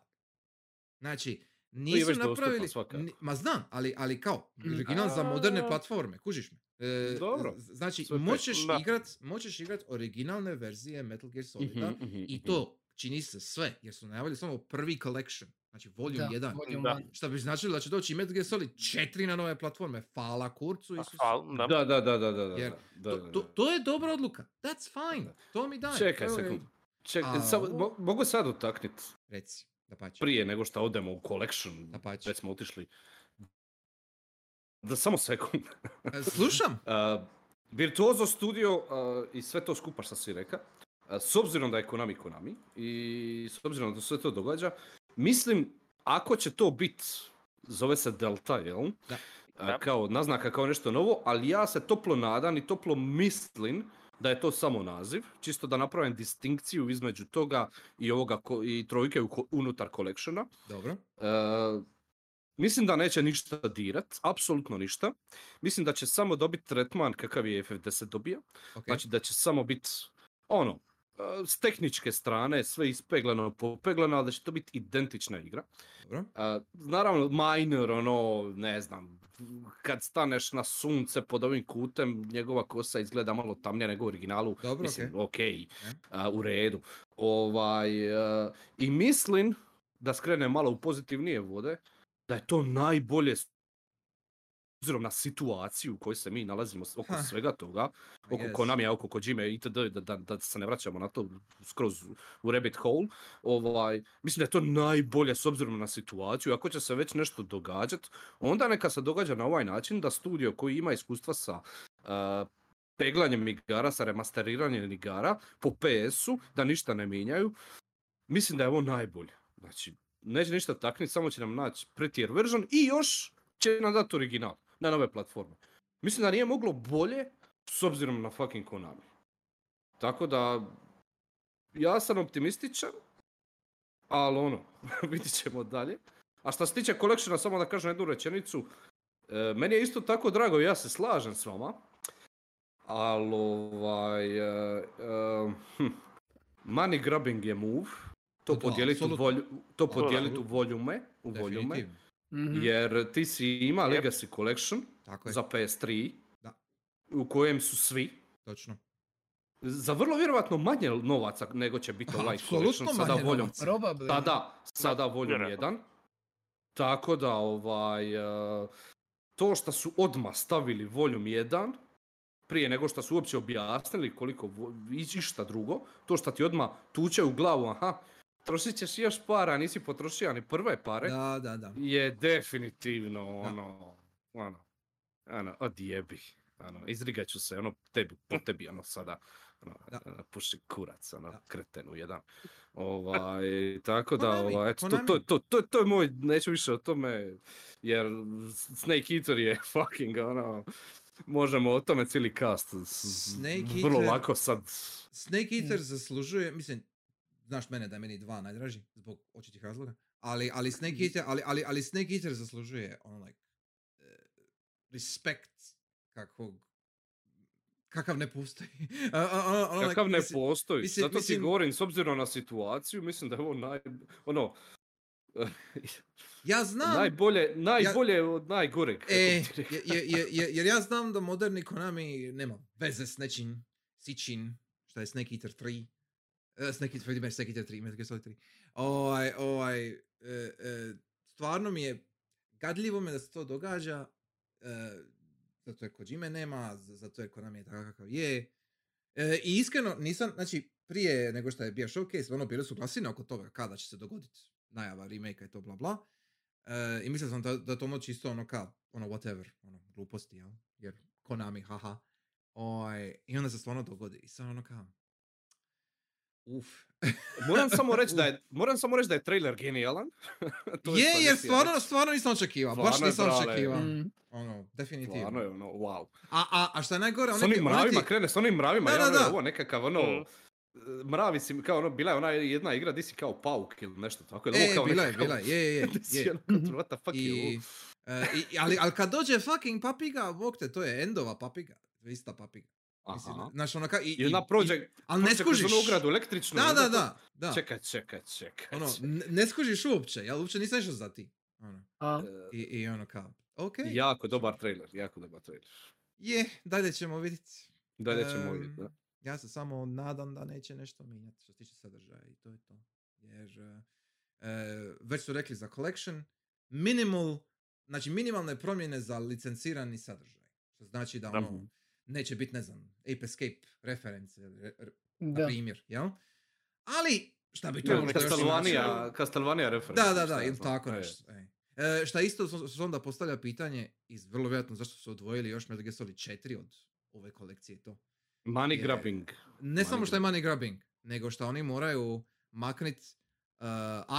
A: Znači,
E: je
A: nisu
E: već dostupno
A: napravili...
E: svakako.
A: ni- ma znam, ali, ali kao,
C: Mm.
A: original za moderne
E: A.
A: platforme, kužiš me. E,
E: Dobro,
A: z- Znači,
E: sve pet.
A: moćeš
D: Da.
A: igrat, moćeš igrat originalne verzije Metal Gear Solida
E: Mhm, mhm,
A: i
E: mhm.
A: to čini se sve, jer su najavili samo prvi collection, znači volume
C: Da,
A: 1.
C: volume
D: Da.
C: one.
A: Šta bi značilo da će doći i Metal Gear Solid 4 na nove platforme. Fala
D: Pa
A: kurcu, Isusu.
D: Hvala, da.
E: Da, da, da, da, da, da.
A: Jer
E: da, da,
A: To, to,
E: da.
A: to je dobra odluka. That's fine. To mi daj.
E: Čekaj
A: evo je,
E: sekundu. Ček,
A: A
E: samo-
A: ovo-
E: mo- mogu sad utaknit
A: Reci, da pače.
E: prije nego što odemo u collection,
A: Dapače.
E: već smo otišli. Da samo sekund.
A: E, Slušam.
E: Uh, Virtuoso Studio uh, i sve to skupa što si reka, uh, s obzirom da je Konami Konami i s obzirom da se sve to događa, mislim, ako će to bit, zove se Delta, jel?
A: Da.
E: Uh,
D: Da.
E: kao naznaka, kao nešto novo, ali ja se toplo nadam i toplo mislim da je to samo naziv, čisto da napravim distinkciju između toga i ovoga ko- i trojke u ko- unutar collectiona.
A: Dobro.
E: E, mislim da neće ništa dirat, apsolutno ništa. Mislim da će samo dobiti tretman kakav je FF10 dobio.
A: ok.
E: Znači da će samo biti ono, e, s tehničke strane sve ispeglano, popeglano, ali da će to biti identična igra.
A: dobro.
E: E, naravno, minor, ono, ne znam, kad staneš na sunce pod ovim kutem, njegova kosa izgleda malo tamnije nego u originalu.
A: Dobro,
E: Mislim,
A: okej.
E: ok, u redu. Ovaj, e, I mislim, da skrenem malo u pozitivnije vode, da je to najbolje s obzirom na situaciju u kojoj se mi nalazimo s- oko
A: Ha,
E: svega toga,
A: I
E: oko
A: guess.
E: Konamija, oko Kojime itd., da, da, da se ne vraćamo na to skroz u rabbit hole, ovaj, mislim da je to najbolje s obzirom na situaciju, ako će se već nešto događat, onda neka se događa na ovaj način da studio koji ima iskustva sa eh, peglanjem igara, sa remasteriranjem igara po PS-u, da ništa ne mijenjaju, mislim da je ovo najbolje. Znači, neće ništa takniti, samo će nam naći prettier version i još će nam dati original na nove platforme. Mislim da nije moglo bolje s obzirom na fucking Konami. Tako da, ja sam optimističan, ali ono, vidit ćemo dalje. A što se tiče kolekšena, samo da kažem jednu rečenicu, e, meni je isto tako drago, ja se slažem s vama, ali ovaj, e, e, hm, money grabbing je move, to
A: Da,
E: podijeliti u,
A: apsolutno.
E: volju, to podijeliti u
A: Apsolutno.
E: volume, u volume,
A: Definitivno.
C: Mhm.
E: jer ti si ima
D: Jep.
E: Legacy Collection
A: Tako je.
E: za PS3,
A: Da.
E: u kojem su svi,
A: Točno.
E: za vrlo vjerojatno manje novaca nego će biti ovaj
A: Apsolutno
E: collection sada
A: manje
E: voljom.
A: novaca.
C: Probably.
E: Da, da, sada voljom
D: vjerojatno.
E: jedan. Tako da, ovaj, e, to što su odmah stavili voljom jedan, prije nego što su uopće objasnili koliko vo- i- išta drugo, to što ti odmah tuče u glavu, aha, trošit ćeš još para, nisi potrošio ni prve pare,
A: Da, da, da.
E: je definitivno ono, ono, ono, odjebi. Ono, izrigat ću se, ono, tebi, po tebi, ono, sada, ono,
A: Hm. Da.
E: ono, puši kurac, ono,
A: Da.
E: kretenu jedan. Ovaj, tako da,
A: Konami,
E: ovaj, eto, to, to,
A: Konami.
E: to, to, to je moj, neću više o tome, jer Snake Eater je fucking, ono, možemo o tome cijeli cast, s-
A: Snake
E: vrlo
A: Eater-
E: lako sad,
A: Snake Eater
E: Mm.
A: zaslužuje, mislim, znaš mene da je meni dva najdraži, zbog očitih razloga, ali, ali, Snake, Eater, ali, ali, ali Snake Eater zaslužuje ono, like, eh, respekt kakvog, kakav ne postoji. A- a- a- ono, like,
E: Kakav ne
A: mislim,
E: postoji.
A: mislim-
E: Zato
A: mislim-
E: ti govorim, s obzirom na situaciju, mislim da je ovo naj... Ono,
A: Ja znam,
E: najbolje, najbolje od najgoreg. kako
A: E,
E: bi ti rekao.
A: je- je- je- je- jer ja znam da moderni Konami nema veze s nečim, sičin, šta je Snake Eater 3, e, Snake Eater, Freddy Bear, Snake Eater 3, Metal Gear Solid 3. Ovaj, ovaj, e, e, stvarno mi je, gadljivo me da se to događa, e, zato jer Kojime nema, z- zato jer Konami je takav kakav je. E, I iskreno, nisam, znači, prije nego što je bio showcase, ono, bile su glasine oko toga kada će se dogoditi najava remake i to bla bla. E, I mislio sam da, da je to ono čisto ono kao, ono whatever, ono gluposti, jel? Jer Konami, haha. Oj, I onda se stvarno dogodi. I sad ono kao, uf.
E: moram samo reći da je, moram samo reći da je trailer genijalan. To
A: je,
E: sad
A: jer
E: istina.
A: stvarno, stvarno nisam očekivao, baš
E: Stvarno je,
A: nisam
E: brale.
A: očekivao.
C: Mm.
A: Ono, definitivno.
E: Stvarno je ono, wow.
A: A, a, a šta je najgore,
E: S
A: ono ti,
E: onim
A: ono ti,
E: mravima, krene s onim mravima,
A: Da,
E: ja
A: da,
E: ono,
A: da.
E: ovo nekakav ono,
D: Mm.
E: e, mravi si, kao ono, bila je ona jedna igra di si kao pauk ili nešto tako. ili ovo
A: e,
E: kao
A: bila je,
E: nekakav-
A: bila je, je, je,
E: di si
A: je.
E: ono, what the fuck je
A: I,
E: ovo?
A: e, i, ali, ali kad dođe fucking papiga, bog te, to je endova papiga. Ista papiga. Mislim,
E: Aha.
A: znaš, ono kao, i, i,
E: Ili na
A: i,
E: Project,
A: ali ne
E: Project uz
A: skužiš.
E: onu ogradu električnu.
A: Da,
E: ili
A: da,
E: to-
A: da, da.
E: Čekaj, čekaj, čekaj.
A: ono,
E: čekaj.
A: n- ne skužiš uopće, jel uopće nisam išao za ti. Ono.
C: A,
E: E,
A: I, I ono kao, ok,
E: Jako dobar trailer, jako dobar trailer.
A: je, dalje ćemo vidjeti.
E: Dalje ćemo vidjeti,
A: Em,
E: da.
A: Ja se samo nadam da neće nešto mijenjati što se tiče sadržaja i to je to. Jer e, e, već su rekli za collection, minimal, znači minimalne promjene za licencirani sadržaj. Što znači da
D: Da.
E: Mhm.
A: ono, neće biti, ne znam, Ape Escape reference, ili re- re- na
E: Dakle,
C: da.
A: primjer, jel? Ali, šta bi to
E: Ili
A: možda još značilo?
E: ono Castlevania, Castlevania reference.
A: Da, da, da,
E: šta ja
A: ili
E: znam.
A: tako
E: E,
A: nešto. ej. E, šta isto s- s- onda postavlja pitanje, i vrlo vjerojatno zašto su odvojili još Metal Gear Solid 4 od ove kolekcije i to.
E: Money
A: je-
E: grabbing.
A: Ne samo što je money grabbing, nego što oni moraju maknit uh,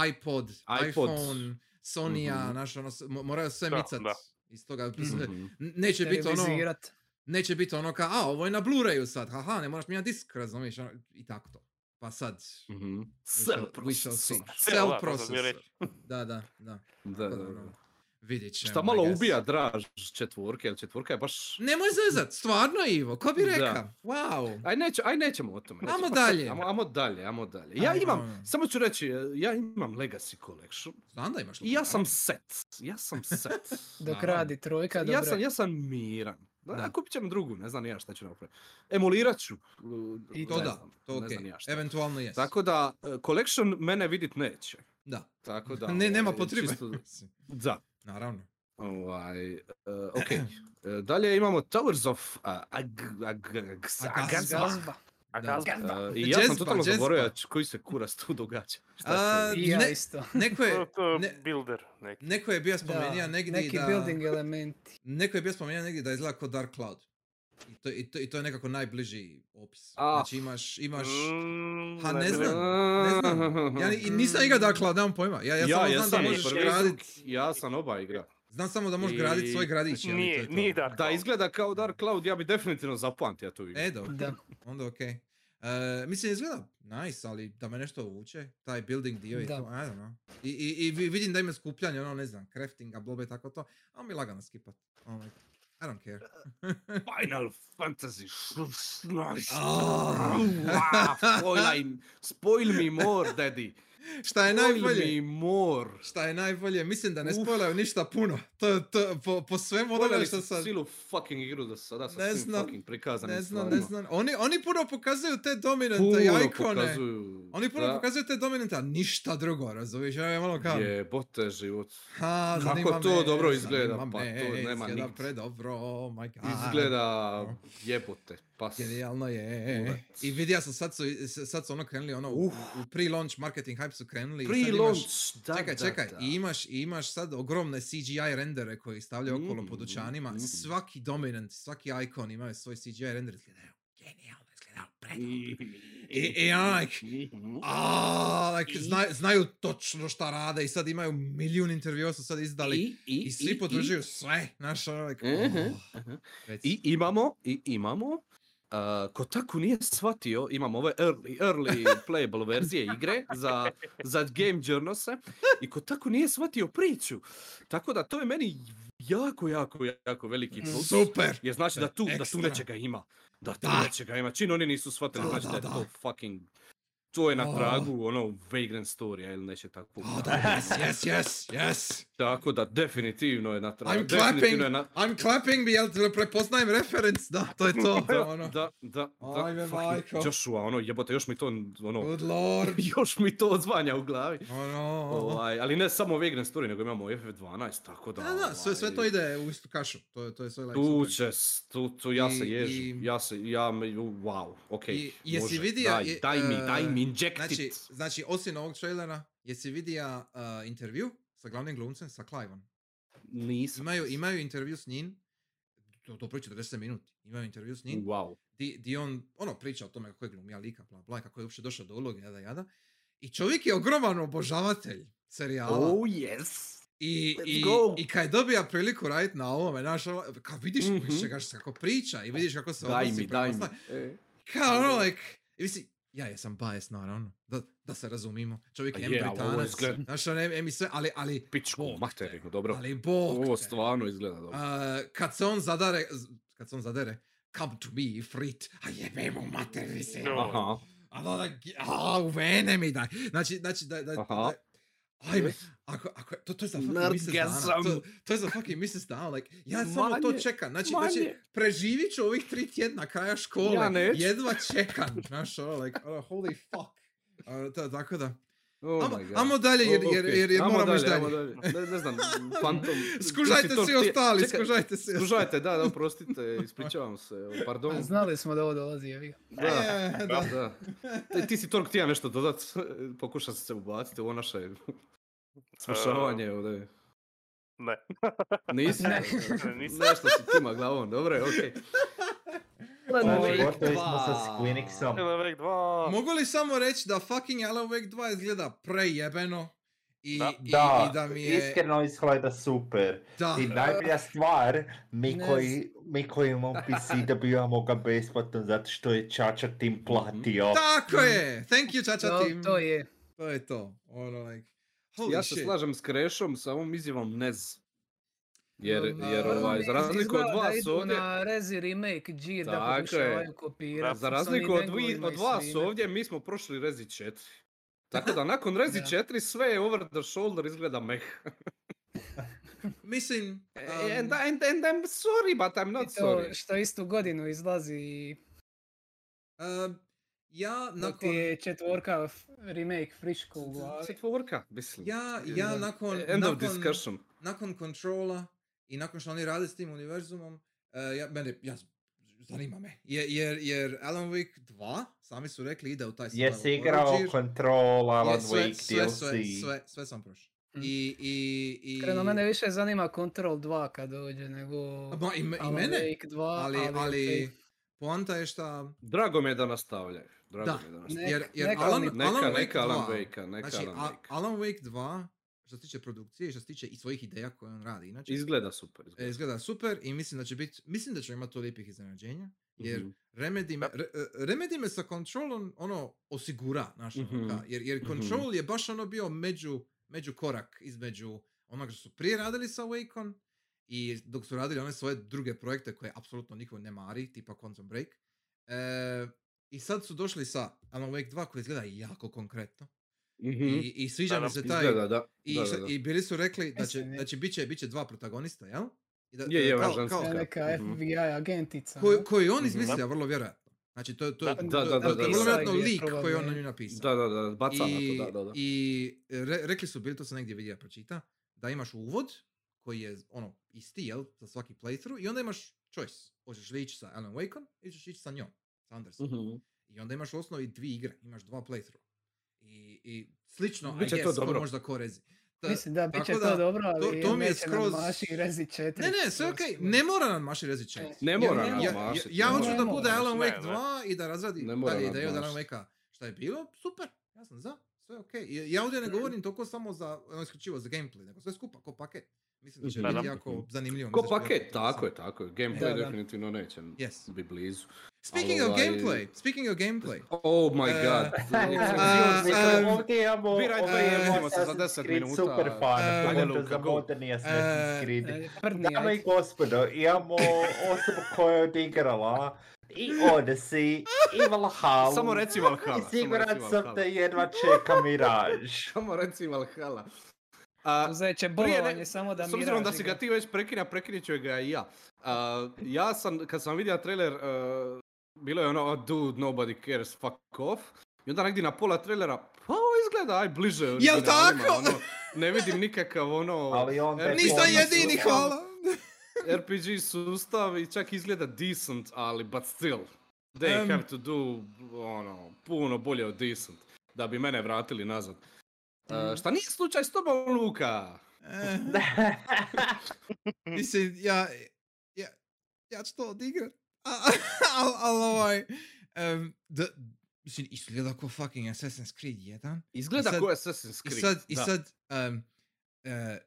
A: iPod,
E: iPod.
A: iPhone, Sonya,
E: Mhm.
A: znaš, ono, s- mo- moraju sve
D: Da,
A: micat
D: da.
A: iz toga.
E: Mhm.
A: N- Neće biti ono,
C: Televizirat.
A: neće biti ono kao, a ovo je na Blu-rayu sad, haha, ne moraš mijenjati disk, razumiješ, ono, i tako to. Pa sad, we
E: Mhm.
A: shall-
E: Cell
A: we shall see.
E: processor.
A: Cell
D: da, to sam htio
A: processor.
D: reći.
A: Da, da, da.
E: Da,
A: Tako
E: da,
A: da,
E: da.
A: ono, Vidjet ćemo.
E: Šta
A: I
E: malo
A: guess.
E: ubija draž četvorke, jer četvorka je baš...
A: Nemoj zezat, stvarno Ivo, ko bi
E: Da. E,
A: rekao? Wow.
E: Aj, neće, aj nećemo o tome. nećemo.
A: Amo
E: Pa sad,
A: dalje.
E: Amo, amo dalje, amo dalje. Ja
A: Ajmo,
E: imam,
A: ono.
E: samo ću reći, e, ja imam Legacy Collection
A: Znam da imaš
E: i ja
A: lokala.
E: sam set. Ja sam set.
C: Dok
A: Naravno.
C: radi trojka, dobro.
E: ja, sam, ja sam miran. Da,
A: Da.
E: ja kupit ćem drugu, ne znam ni ja šta ću napraviti. Emulirat ću.
C: I
A: To
E: ne
A: da,
E: znam,
A: to
E: ne
A: okej.
E: znam ni ja šta.
A: Eventualno jes.
E: Tako da, e, Collection mene vidit neće.
A: Da.
E: Tako da...
A: ne, nema
E: ovaj,
A: potrebe.
E: čisto-
A: Mislim,
E: da.
A: Naravno.
E: Ovaj, e, ok. E, dalje imamo Towers of a, ag, ag, ag, Agazma.
C: Gazba.
D: A
A: Da.
D: Gazba?
E: E, I ja sam
A: Džezba,
E: totalno
A: džezba.
E: zaboravio č- koji se kurac tu događa. Šta je
A: A,
E: to?
C: I ja
A: Ne-
C: isto.
A: Neko
D: To,
A: je,
D: to je
A: ne-
D: builder neki.
A: neko je bio
C: Da,
A: spomenuo negdje
C: neki
A: da...
C: building elementi.
A: Neko je bio spomenuo negdje da izgleda kao Dark Cloud. I to, i to, i to je nekako najbliži opis.
E: Ah.
A: Znači imaš, imaš...
D: Mm,
A: Ha,
D: bi
A: ne
D: rekao.
A: znam, ne znam. Ja ni- i nisam igra Dark Cloud, nemam pojma. Ja, ja, samo znam da
E: i
A: možeš
E: prvi i
A: gradit...
E: drugi. Ja sam oba igra.
A: Znam samo da možeš gradit svoj
E: I-
A: gradić. je li, to je
D: Nije,
A: to.
D: nije
E: Da
D: Dark Cloud.
E: izgleda kao Dark Cloud, ja bi definitivno zapamtio tu igru.
A: E, dobro.
C: Da.
A: onda okej. E, mislim, izgleda nice, ali da me nešto uvuče, taj building dio i
C: Da.
A: to, I don't know. I, i, i vi- vidim da ima skupljanje, ono, ne znam, craftinga, blobe i tako to, a on mi lagano skipat. I'm like, I don't care.
E: Final Fantasy. Nice.
A: Ah.
E: Wow, spoilaj, spoil me more, daddy.
A: šta je
E: Spoil
A: najbolje?
E: me more.
A: Šta je najbolje? Mislim da ne
E: Uf.
A: spojlaju ništa puno. To, to, po, po svemu onome
E: Pogledali
A: što
E: ste
A: sam...
E: silu fucking igru do sada sa
A: Ne
E: svim
A: znam,
E: fucking prikazanim
A: Ne znam, ne
E: stvarima.
A: znam. Oni, oni puno pokazuju te dominante i
E: Puno
A: ikone.
E: pokazuju.
A: Oni puno
E: da.
A: pokazuju te dominante, a ništa drugo, razumiješ? Ja je malo kao...
E: Jebote život.
A: Ha,
E: Kako
A: zanima
E: to
A: me,
E: dobro
A: zanima
E: izgleda, pa
A: me,
E: to nema
A: izgleda
E: nigdje.
A: predobro, oh my god.
E: Izgleda jebote. Pas.
A: Genijalno je.
E: Kurac.
A: I vidio sam, sad su, sad su ono krenuli, ono, u,
E: Uf.
A: u pre-launch marketing hype su krenuli. i sad imaš-
E: Pre-launch, da,
A: čekaj,
E: da,
A: čekaj,
E: da.
A: I, imaš, i imaš sad ogromne CGI rendere koji stavljaju okolo po
E: Mm,
A: dućanima.
E: mm.
A: Svaki dominant, svaki icon imaju svoj CGI render. Izgledaju genijalno, izgledaju predobro. I, i ono, like, a, like, zna- znaju točno šta rade i sad imaju milijun intervjua su sad izdali. I, svi podržuju sve, znaš, ono, like,
E: Mhm,
A: oh,
E: aha.
A: reci.
E: I imamo, i imamo, uh, ko tako nije shvatio, imamo ove early, early playable verzije igre za, za game journalse i ko tako nije shvatio priču. Tako da to je meni jako, jako, jako veliki
C: Mm.
E: plus.
A: Super!
E: Jer znači da tu, da tu
A: Ekstra.
E: nečega ima. Da tu
A: Da.
E: nečega ima. Čim oni nisu shvatili,
A: Da,
E: znači
A: da,
E: da je
A: da.
E: to fucking... To je na
A: Oh.
E: tragu, ono, Vagrant Story ili nešto tako.
A: Oh, da, yes, yes, yes, yes!
E: Tako da, definitivno je na tragu.
A: I'm
E: Definitivno je
A: clapping,
E: na...
A: I'm clapping, jel te prepoznajem reference, da, to je to, to je ono.
E: Da, da,
A: Ajme,
E: da,
A: majko.
E: fucking Joshua, ono, jebote, još mi to, ono,
A: Good lord!
E: još mi to odzvanja u glavi.
A: Ono,
E: Ovaj, ali ne samo Vagrant Story, nego imamo F12, tako da...
A: Da, da, sve, sve to
E: ovaj,
A: ide u istu kašu, to je, to je sve like
E: Tu
A: super.
E: će, s- tu, tu ja se
A: I-
E: ježim,
A: i-
E: ja se, ja, me- wow, okej,
A: I- jesi
E: može,
A: vidio-
E: daj,
A: je-
E: daj mi, daj
A: eh,
E: mi, inject
A: Znači,
E: it.
A: znači, osim ovog trailera, jesi vidio uh, intervju sa glavnim glumcem, sa Clive'om?
E: Nisam.
A: Imaju, imaju intervju s njim, to, to priča 40 minuti, imaju intervju s njim,
E: Wow.
A: di, di on ono priča o tome kako je glumija lika, bla, bla, kako je uopće došao do uloge, jada, jada. I čovjek je ogroman obožavatelj serijala.
E: Oh yes.
A: I,
E: let's
A: i,
E: go.
A: i kad dobija priliku raditi na ovome, znaš, ono, kad vidiš
E: Mhm.
A: čega se- kako priča i vidiš kako se
E: Daj
A: odnosi
E: mi,
A: prema
E: daj mi.
A: stvari,
E: E,
A: Kao ono,
E: Da.
A: like, i mislim, ja jesam bias, naravno, da, da se razumimo. Čovjek
E: A
A: je
E: Pa je, ali ovo
A: Britanac,
E: izgleda-
A: znaš, ono, em, em i sve, ali, ali,
E: Pičku
A: Bog
E: materinu, dobro.
A: ali bog
E: Ovo
A: te.
E: stvarno izgleda dobro.
A: A, kad se on zadare, z- kad se on zadere, come to me, frit, a jebemo mater, mislim.
D: No.
E: Aha.
A: A da, da, a, u vene mi daj. Znači, znači, da, da,
E: Aha.
A: da Ajme, ako, ako, to, to je za fucking mjesec dana,
E: Orgasam.
A: to, to je za fucking mjesec dana, like, ja samo to
E: Manje,
A: čekam, znači, znači,
E: manje.
A: preživit ću ovih tri tjedna kraja škole,
E: Ja neću.
A: jedva čekam, znaš, ono, like, ono, holy fuck, Ono, ta- tako da,
E: Oh
A: amo,
E: my God. Oh,
A: amo dalje, jer, jer,
E: Ok,
A: jer, jer
E: amo
A: moramo ići
E: dalje, amo
A: dalje.
E: dalje. Ne, ne znam, Phantom... ti si
A: Skužajte
E: to
A: svi
E: htije-
A: ostali,
E: čekaj,
A: skužajte svi ostali.
E: Skužajte, da, da, oprostite, ispričavam se, evo, pardon.
C: A Znali smo da ovo dolazi, jebi ga.
E: Da,
A: E, da.
E: da. Ti- Ti si Tork htio nešto dodat, pokuša se ubaciti u ovo
D: E,
E: naše smušavanje ovdje.
D: Ne.
E: Nisi?
C: Ne.
D: Nisam.
E: Nešto si tima glavom, dobro je, okej.
B: Ovo,
C: Znači,
E: Wake
B: Gotovi smo sa
E: dva.
B: Squinixom.
D: Alan Wake 2.
A: Mogu li samo reći da fucking Alan Wake 2 izgleda prejebeno i
D: Da.
A: i,
B: Da,
A: i da mi je...
B: iskreno izgleda super.
A: Da,
B: I najbolja stvar, mi
C: Ne
B: koji, mi koji imamo PC dobivamo ga besplatno zato što je Čača tim platio.
A: tako je! Thank you, Čača
C: To,
A: Tim.
C: to je.
A: To je to. Ono, like, holy
E: Ja se
A: shit.
E: slažem s Krešom sa ovom izjavom nez. Jer,
A: No,
E: jer
A: no,
E: ovaj, za
A: ne,
E: razliku od
C: Izgleda da
E: vas
C: idu
E: ovdje,
C: na Rezi remake Gear da
E: Tako je.
C: pokušavaju kopirati.
E: za
C: s
E: razliku
C: onim
E: od, vi,
C: angle-ima
E: od
C: i
E: vas
C: svime.
E: ovdje, mi smo prošli Rezi 4. Tako da nakon Rezi
C: Da.
E: 4 sve je over the shoulder izgleda meh.
A: Mislim,
C: E,
A: um,
E: and, and, and I'm sorry, but I'm not
C: I to
E: sorry.
C: što istu godinu izlazi i
A: um, ja
C: ti
A: nakon...
C: je četvorka f- remake friško u glavi.
E: Četvorka, mislim.
A: ovaj, Ja,
E: Je,
A: ja
E: da.
A: nakon,
E: End of
A: nakon,
E: discussion.
A: nakon kontrola i nakon što oni rade s tim univerzumom, eh, ja, mene, ja, zanima me. Jer, jer, jer Alan Wake 2, sami su rekli, ide u taj
B: Jesi
A: survival
B: igrao
A: horror.
B: Control, Alan
A: Je, sve-
B: Wake,
A: sve,
B: DLC?
A: sve, sve, sve sam prošao.
C: Mm.
A: I, i, i...
C: Kreno, mene više zanima Control 2 kad dođe nego
A: Ma, i, me- i
C: Alan
A: mene,
C: Wake 2,
A: ali, ali
C: ok.
A: poanta je šta...
E: Drago mi je da nastavljaju. Drago
A: Da.
E: mi je da
C: Ne,
E: nastavljaju.
C: Nek-
A: Jer, jer
C: neka
A: Alan,
C: oni-
E: Neka,
A: Alan Wake
E: neka Alan
A: 2,
E: Wake-a, neka
A: znači,
E: Alan
A: A-
E: Wake-a.
A: Alan Wake 2, što se tiče produkcije i što se tiče i svojih ideja koje on radi, inače,
E: Izgleda super.
A: e,
E: Izgleda.
A: izgleda super i mislim da će biti, mislim da će imati to lijepih iznenađenja, jer
E: Mhm.
A: Remedy, me, re, e, Remedy me sa Controlom ono osigura, znaš, ono,
E: Mhm.
A: ka- jer, jer Control je baš ono bio među, među korak između onog što su prije radili sa Wakeon i dok su radili one svoje druge projekte koje apsolutno niko ne mari, tipa Quantum Break. E, I sad su došli sa Alan Wake 2 koji izgleda jako konkretno
E: Mhm.
A: i, i sviđa
D: Da,
A: mi
D: da,
A: se taj,
E: Izgleda, da.
A: i,
E: da, da,
A: šta-
E: da.
A: i bili su rekli da će,
C: Mislim, je.
A: da će bit će, bit će dva protagonista, jel? I da,
E: Je, je,
A: kao-
E: ona
A: kao-
E: ženska.
C: To je neka
E: Mhm.
C: FBI agentica.
A: koju,
C: ne?
A: koju on
E: Mhm.
A: izmislio, vrlo vjerojatno. Znači, to, to,
D: Da,
A: to,
E: da,
A: to-
E: da,
A: to je
E: da,
A: vrlo
E: da.
A: vjerojatno
C: Inside je
A: lik koji je on na
C: probabno.
A: nju napisao.
E: Da, da, da, baca na to, da, da, da.
A: i re- rekli su, bili to sam negdje vidio, pročita, da imaš uvod, koji je ono isti, jel, za svaki playthrough, i onda imaš choice. Hoćeš li ići sa Alan Wakeom ili ćeš ići sa njom, sa Anderson.
E: Mhm.
A: I onda imaš u osnovi dvije igre, imaš dva playthrough. I, i slično, I
E: Biće to
A: guess, ko
E: dobro.
A: možda korezi. Ta-
C: Mislim da bit
A: tako
C: će
A: da,
C: to dobro,
A: to-
C: ali
A: to mi je
C: neće
A: skroz-
C: nadmašiti Rezi 4.
A: Ne, ne, sve okej, ne mora nam maši Rezi čet.
C: Ne.
E: Ne
A: Ja-
E: mora
A: ja-
E: nam
A: ja-
E: mašiti,
A: Ja
E: ne
A: hoću
E: mora.
A: da
C: Ne
A: bude
D: mora.
A: Alan
D: Ne,
A: Wake
D: ne.
A: 2 i da razradi
E: Ne mora
A: dalje
E: nam
A: ideju od Alan
E: baš.
A: Wakea. Šta je bilo? Super, ja sam za, sve okej. I Ja ovdje ne govorim toliko samo za, ono isključivo za gameplay, nego sve skupa, ko paket. Mislim da će
E: Mhm.
A: biti
D: Da, da.
A: jako zanimljivo.
E: Ko
A: mislim da će
E: paket,
A: biti
E: tako
A: interesantno.
E: je, tako je. Gameplay
C: Da, da.
E: definitivno neće
A: Yes.
E: biti blizu.
A: Speaking
E: Ali
A: of
E: ovaj-
A: gameplay, speaking of gameplay.
E: Oh my
A: E,
E: god.
A: a,
B: Mislim,
A: a,
B: ovdje imamo...
E: Biraj da
B: ovdje
A: jebemo
B: imamo
E: se za
B: Assassin's
E: 10
B: Creed
E: minuta.
B: Super fan,
A: Ajde,
B: pogotovo
E: Luka,
B: za
E: go.
B: moderni Assassin's
A: E,
B: Creed.
C: Prdni,
B: Dame i gospodo, imamo osobu koja je odigrala i Odyssey, i Valhalla.
E: Samo reci Valhalla.
B: I
E: samo
B: siguran
E: reci
B: sam
E: Valhalla.
B: da jedva čeka Mirage.
E: Samo reci Valhalla. A,
C: Uzet će
E: ne-
C: bolovanje samo da
E: S
C: mi
E: obzirom da si ga ti već prekina, prekinit ću ga i ja. A, ja sam, kad sam vidio trailer, e, bilo je ono, oh, dude, nobody cares, fuck off. I onda negdje na pola trailera, pa ovo izgleda, aj, bliže. originalima,
A: tako?
E: ono, ne vidim nikakav ono...
B: Ali onda
E: RPG
A: Nisam
E: sustav,
A: jedini, hvala.
E: RPG sustav i čak izgleda decent, ali but still. They
A: Em.
E: have to do, ono, puno bolje od decent. Da bi mene vratili nazad. E,
A: Mm.
C: Mhm.
E: šta nije slučaj s tobom, Luka?
A: E, Mislim, ja, ja, ja ću to odigrat. Ali al, ovaj, em, da, mislim, izgleda ko fucking Assassin's Creed 1.
E: Izgleda
A: I sad-
E: ko je Assassin's
A: I
E: Creed.
A: sad, i
E: da.
A: sad em, e,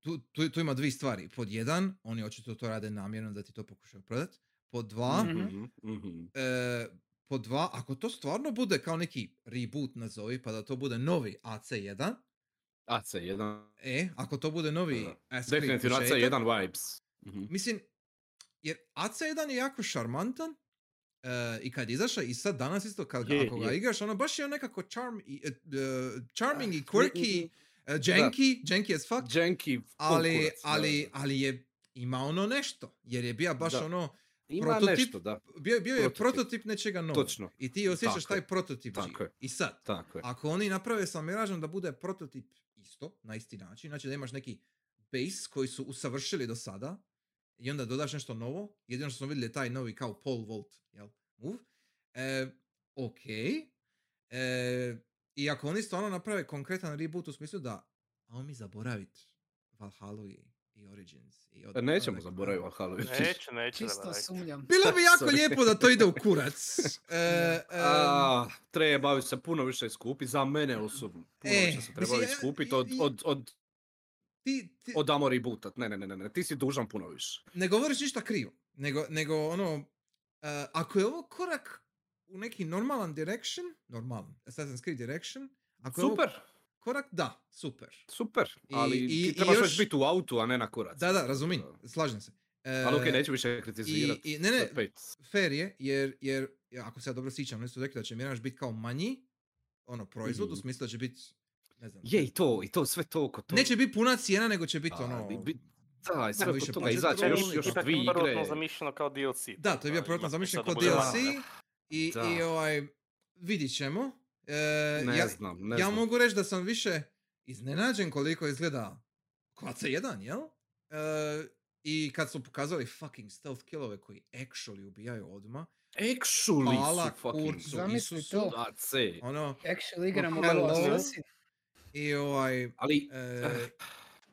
A: tu, tu, tu ima dvije stvari. Pod jedan, oni očito to rade namjerno da ti to pokušaju prodat. Pod dva,
C: Mhm.
A: e, pod dva, ako to stvarno bude kao neki reboot nazovi, pa da to bude novi AC1,
E: AC1.
A: e, ako to bude novi
E: Da,
A: Assassin's Creed
E: Definitivno
A: početak,
E: AC1 vibes. Mhm.
A: Mislim, jer AC1 je jako šarmantan e, i kad izaša i sad danas isto kad ga,
E: Je,
A: ako ga
E: je. Ah,
A: igraš, ono baš je on nekako charm, i, e, e, charming i
E: i-
A: quirky, e, janky, janky as fuck,
E: Janky
A: ali,
E: kurac, da,
A: ali,
E: da.
A: ali je ima ono nešto, jer je bio baš
E: Da.
A: ono,
E: Ima
A: prototip-
E: nešto, da.
A: bio, bio je prototip.
E: Prototip.
A: nečega novog.
E: Točno.
A: I ti osjećaš
E: Tako je.
A: taj prototip
E: Tako
A: živ.
E: je.
A: I sad,
E: Tako je.
A: ako oni naprave sa Miražom da bude prototip isto, na isti način, znači da imaš neki base koji su usavršili do sada i onda dodaš nešto novo, jedino što smo vidjeli je taj novi kao pole vault, jel, move, e, ok, e, i ako oni stvarno naprave konkretan reboot u smislu da, a mi zaboravit Valhalla i, i Origins. I od,
E: Pa E, Nećemo
A: onak-
E: zaboraviti Valhalla.
D: Neće, neće.
C: Čisto
D: zaboraviti.
C: sumnjam.
A: Bilo bi jako
E: Sorry.
A: lijepo da to ide u kurac. E, em,
E: A, Ah, treba se puno više skupiti, za mene osobno. Puno
A: E,
E: više se treba
A: mislim, ja-
E: skupiti od,
A: i-
E: od, od,
A: ti, ti,
E: od Amor i Butat. Ne, ne, ne, ne, ne, ti si dužan puno više.
A: ne govoriš ništa krivo, nego, nego ono, e, ako je ovo korak u neki normalan direction, normalan, Assassin's Creed direction, ako je
E: Super,
A: ovo korak, da, super.
E: super, ali
A: I- i-
E: ti
A: i
E: trebaš
A: još-
E: već biti u autu, a ne na kurac.
A: Da, da, razumijem, slažem se. E,
E: Ali okej, neću više
A: i,
E: kritizirati.
A: i, ne, ne,
E: Sad pet.
A: fair je, jer, jer ja, ako se ja dobro sjećam, oni su rekli da će Mirage biti kao manji, ono, proizvod, u
E: Mhm.
A: smislu da će biti, ne znam,
E: Je, i to, i to, sve to oko to.
A: neće biti puna cijena, nego će biti
E: A,
A: ono...
E: bi- bi- Da, i sve
A: više
E: oko toga
A: plaća,
E: izaći
A: to je
E: još,
A: ono
E: još
A: ipak
E: dvije igre.
D: zamišljeno kao DLC.
A: Da, to je bio
D: tako da
A: prvotno
D: ima
A: zamišljen
D: smisla
A: kod
D: da bude
A: DLC
D: manje.
A: i, i
E: Da.
A: ovaj, vidit ćemo. E,
E: Ne
A: ja,
E: znam, ne
A: ja
E: znam.
A: mogu reći da sam više iznenađen koliko izgleda kvaca jedan, jel? E, I kad su pokazali fucking stealth killove koji actually ubijaju odma,
E: Actually
A: Hvala
E: su fucking
A: kurcu,
C: Zamisli
A: Isusu.
C: to.
E: AC.
A: ono,
C: Actually igramo
A: Hello.
C: kao Assassin.
A: i ovaj, e,
E: Ali,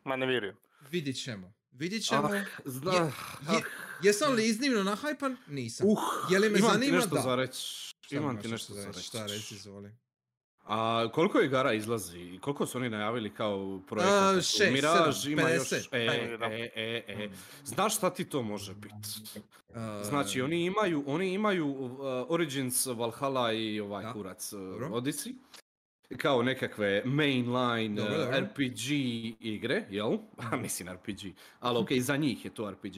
D: Ma ne vjerujem.
A: vidit ćemo. Vidit ćemo.
E: ah, zna, je,
A: Je, jesam li iznimno nahajpan? Nisam.
E: uh,
A: je li me
E: imam ti
A: zanima?
E: nešto
A: Da.
E: za reći.
A: Šta
E: Imam
A: imaš
E: ti nešto za
A: reći?
E: reći.
A: Šta reći, izvoli.
E: A koliko igara izlazi i koliko su oni najavili kao
A: A,
E: projekata?
A: šest,
E: Miraž
A: sedam,
E: ima još...
A: 50.
E: E,
D: Ajde, da.
E: e, e, e. Znaš šta ti to može biti?
A: E,
E: Znači, oni imaju, oni imaju uh, Origins, Valhalla i ovaj
A: Da.
E: kurac uh,
A: Dobro.
E: Odyssey. Kao nekakve mainline
A: Dobro,
E: uh,
A: dobro. Mhm.
E: RPG igre, jel? Ha, Mislim RPG, ali okej, za njih je to RPG.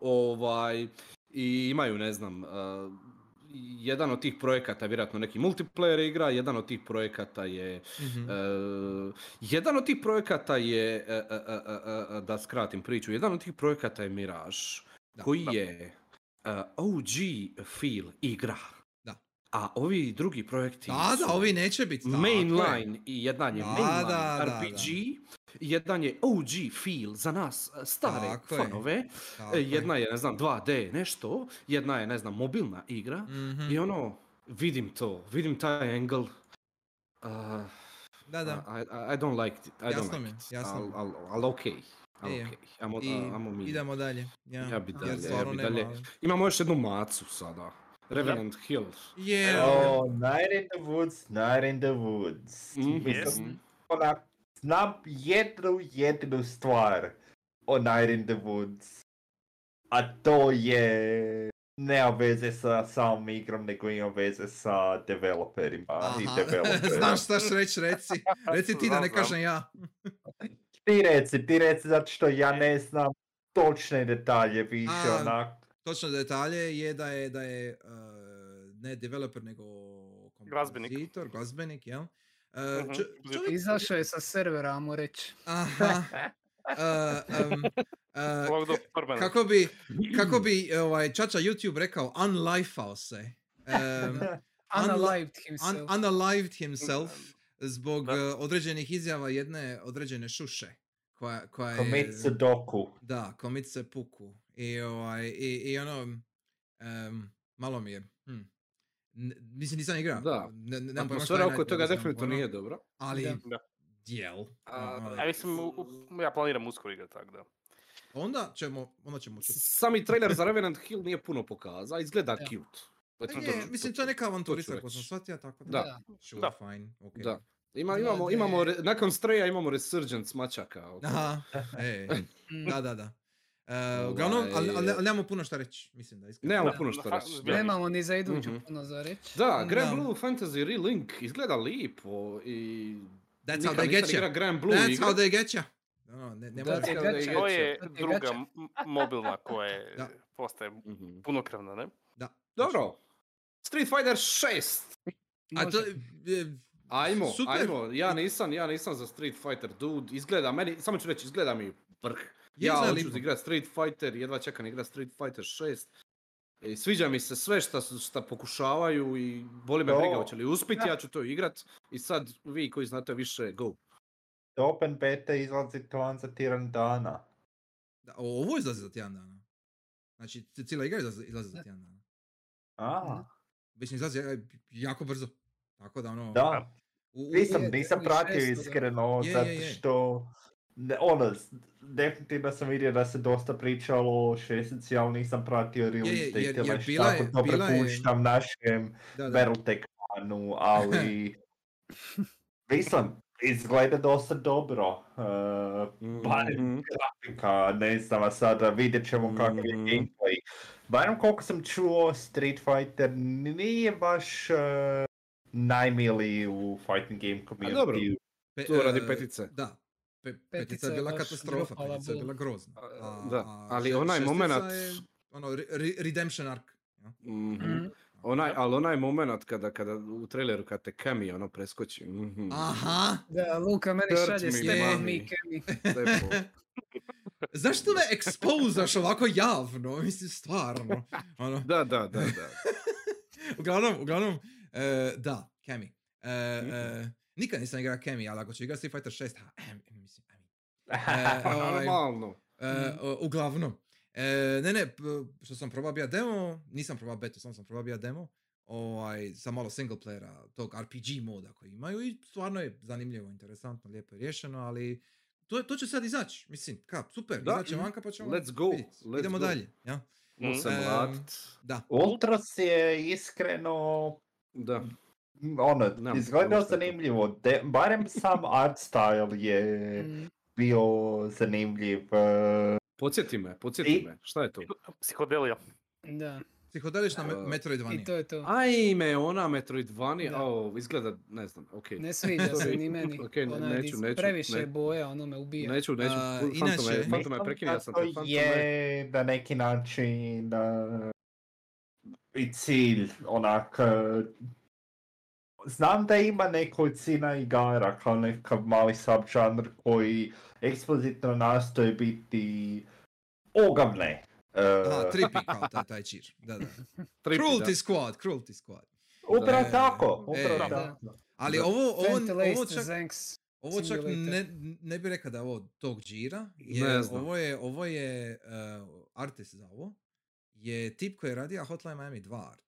E: Ovaj, I imaju, ne znam, uh, jedan od tih projekata je vjerojatno neki multiplayer igra, jedan od tih projekata je
A: mhm.
E: E, jedan od tih projekata je, e, e, e, e, e, da skratim priču, jedan od tih projekata je Mirage,
A: Da.
E: koji
D: Da.
E: je e, OG feel igra.
A: Da.
E: A ovi drugi projekti
A: Da, da,
E: su
A: ovi neće biti. tako je.
E: mainline i jedan je
A: Da,
E: mainline
A: da, da, da.
E: RPG, Jedan je OG feel za nas e, stare
A: Tako je.
E: fanove. e,
A: Tako je.
E: Jedna je, ne znam, 2D nešto. Jedna je, ne znam, mobilna igra.
A: Mhm.
E: I ono, vidim to. Vidim taj angle. Uh,
A: Da, da.
E: I, I, I don't like it. I
A: Jasno
E: don't
A: mi
E: like
A: je,
E: it.
A: jasno mi
E: Al,
A: je.
E: al, al okej. Al
A: Je, je.
E: okej. Ajmo,
A: I
E: ajmo mi.
A: idemo dalje. Ja,
E: Ja bi
A: jer
E: dalje, ja
A: stvarno
E: bi
A: nema, ono.
E: dalje. E,
A: ali-
E: Imamo još jednu macu sada. Revenant Hill.
A: Je, ono. ali-
B: Oh, Night in the Woods, Night in the Woods.
E: Mhm.
B: Mislim,
E: Mhm.
B: ona, znam jednu jedinu stvar o Night in the Woods. A to je... Nema veze sa samom igrom, nego ima veze sa developerima i
A: Aha.
B: developerima.
A: Znaš šta ću reći, reci. Reci ti da ne
D: Znam, znam.
A: kažem ja.
B: ti reci, ti reci, zato što ja ne znam točne detalje više,
A: E. A,
B: onak.
A: Točno detalje je da je, da je uh, ne developer, nego
D: Glazbenik.
A: kompozitor, glazbenik, jel? Uh,
D: Mhm,
A: čo-
D: kompozitor.
A: čovjek-
C: Izašao je sa servera, ajmo reći.
A: aha, uh, um, uh,
D: Walk the Superman.
A: kako bi, kako bi ovaj, čača YouTube rekao, unlifeao se. Um,
C: Unalived
A: un,
C: himself.
A: unalived himself zbog
D: Da.
A: uh, određenih izjava jedne određene šuše koja, koja pa je...
B: Commit Sudoku.
A: Da, komit se puku. I, ovaj, i, i ono, em, malo mi je... Hm. N- mislim, nisam igrao.
E: Da.
A: Ne, ne, nemam pojma šta je
E: Atmosfera oko
A: Nightmare,
E: toga
A: nemam
E: definitivno
A: pojma,
E: nije dobra.
A: ono, Ali,
C: Da.
D: Da.
A: jel.
E: A,
A: ono,
D: Ja, mislim, u- u- ja planiram uskoro igrat, tako da.
A: onda ćemo, onda ćemo čuti.
E: Sami trailer za Revenant Hill nije puno pokaza, izgleda
C: Da.
E: cute. Eto,
A: Pa
E: to
A: je,
E: ću-
A: mislim,
E: to
A: to je
E: ću-
A: neka avanturista
E: reći.
A: koju sam shvatio, tako da.
E: Da.
A: Sure,
D: Da.
A: fine, okej.
E: Da. Ima,
A: Glede-
E: imamo, imamo, re- nakon Streja imamo Resurgence mačaka. oko-
A: Aha, ej,
C: Mm.
A: da, da, da. E, uglavnom, ali, ali,
E: Ovaj-
A: ali nemamo puno šta reći, mislim da iskreno.
E: Nemamo
D: Da,
E: puno što
D: ha,
E: reći.
D: zbilja.
C: Nemamo ni za iduću
E: Mhm.
C: puno za reći.
E: Da,
A: Da.
E: Grand Blue Fantasy Relink izgleda lipo i...
A: That's how
E: nikad
A: they
E: nisam
A: get you.
E: igrao Grand Blue
A: That's
E: igru.
A: how they get you. Ono, ne, ne
E: Da,
A: može-
E: ti
C: Gacha,
E: ga je
D: To
E: gacha.
D: je
C: To ti je
D: druga
C: gacha.
D: m- mobilna koja je-
A: Da.
D: postaje
E: Mhm.
D: punokravna, ne?
A: da, točno.
E: Dobro. Street Fighter 6!
A: A to,
C: Može.
A: e,
E: Ajmo,
A: Super.
E: ajmo, ja nisam, ja nisam za Street Fighter, dude, izgleda meni, samo ću reći, izgleda mi vrh. Ja
A: Izgleda
E: hoću
A: lipo.
E: igrat Street Fighter, jedva čekam igrat Street Fighter 6. I sviđa mi se sve šta, su- šta pokušavaju i boli me
B: To.
E: briga hoće li uspjeti, ja ću to igrat. I sad vi koji znate više, go.
B: Open beta izlazi plan za tiran dana.
A: da, o- ovo izlazi za tjedan dana. Znači, c- cijela igra izlazi, izlazi za
C: Da.
A: tjedan dana.
B: A,
A: Već izlazi e, jako brzo. Tako da ono...
B: da.
A: u- u-
B: Nisam,
A: u-
C: je
B: nisam
C: drugi
B: pratio
C: šestoga.
B: iskreno,
A: Je, je,
B: zato
A: je.
B: što... Ne, ono, s- definitivno sam vidio da se dosta pričalo o šestici, ali nisam pratio release
A: jer-
B: date
A: jer
B: ili
A: bila
B: šta,
A: je-
B: to
A: bila je-
B: prepuštam našem
A: da, da.
B: Battletech klanu, ali... Nisam, izgleda dosta dobro. Uh, Pa,
E: Mhm.
B: grafika, ne znam, a sada vidjet ćemo kakav je
E: Mhm.
B: gameplay. Barem koliko sam čuo, Street Fighter nije baš uh, najmiliji u fighting game
E: A dobro,
B: community.
A: Pe-
E: to radi
A: e,
E: petice.
A: Da. Pe- petica
C: Petica
A: je
C: je
A: bila
C: baš
A: katastrofa,
C: dropala
A: petica je
C: bol.
A: bila grozna.
E: A,
A: A-
E: da,
A: a
E: ali
A: še-
E: onaj
A: šestica
E: momenat-
A: je, Ono, re- re- redemption arc. ja.
E: Mhm.
C: Mhm.
E: Onaj, ali onaj moment kada, kada u traileru kad te Kami ono preskoči. mhm.
A: Aha!
C: Da, Luka meni
E: Dirt
C: šalje
E: mi
C: sve
A: mami.
C: mi kemi.
E: Lepo.
A: Zašto me ekspozaš ovako javno? Mislim, stvarno. Ono,
E: Da, da, da, da.
A: uglavnom, uglavnom, e, da, Kemi. E,
E: Mhm.
A: e, nikad nisam igrao Kemi, ali ako ću igrati Street Fighter 6, ha, em, em, mislim, em.
E: Pa
A: E, ovaj,
E: normalno. Mhm.
A: e, o- uglavnom. E, ne, ne, p- što sam probao bija demo, nisam probao betu, samo sam probao bija demo, ovaj, sa malo single playera, tog RPG moda koji imaju i stvarno je zanimljivo, interesantno, lijepo je riješeno, ali to, to će sad izaći, mislim, ka, super,
E: Da,
A: izaći će
E: mhm.
A: vanka pa ćemo
E: Let's go,
A: vidit.
E: let's
A: Idemo
E: go.
A: dalje, ja?
E: Mo se
A: Mhm.
E: mlatit.
A: Da.
B: Ultras je iskreno
E: Da.
B: m, ono,
E: Nemam
B: izgledao
E: pojma šta je to.
B: zanimljivo. De- barem sam art style je
C: Mm.
B: bio zanimljiv. eh,
E: Podsjeti me, podsjeti
B: I-
E: me. Šta je to?
D: Psihodelija.
C: Da,
A: Psihotelična me-
E: Evo.
A: Metroidvania.
C: i to je to.
E: Ajme, ona Metroidvania,
C: Da.
E: au, izgleda, ne znam, okej.
C: Ne sviđa se
E: Sorry.
C: ni meni.
E: Okej, ne-
C: Ona
E: neću,
C: dis-
E: neću,
C: Previše
E: ne-
C: je boja, ono me ubija.
E: Neću, neću,
A: A,
E: uh, Fantome,
A: inače-
E: Fantome,
B: Mislim
E: prekinuo
B: da
E: sam te,
B: to
E: Fantome.
B: je na neki način eh, i cilj, onak... eh, Znam da ima nekolicina igara kao nekakav mali subžanr koji eksplicitno nastoje biti ogavne. eh,
A: Aha, tripi kao taj, taj čir. Da, da.
E: Tripi, da.
A: cruelty squad, cruelty squad.
B: upravo
A: da.
B: tako,
A: E,
B: upravo
A: da.
B: tako.
A: Ali
E: Da.
A: ovo, ovo, ovo
C: Ventilation,
A: čak,
C: Zanks.
A: Ovo čak
C: Simulator.
A: ne, ne bih rekao da je ovo tog džira.
E: Ne
A: Jer
E: znam.
A: ovo je, ovo je uh, artist za ovo. Je tip koji je radio Hotline Miami 2 art.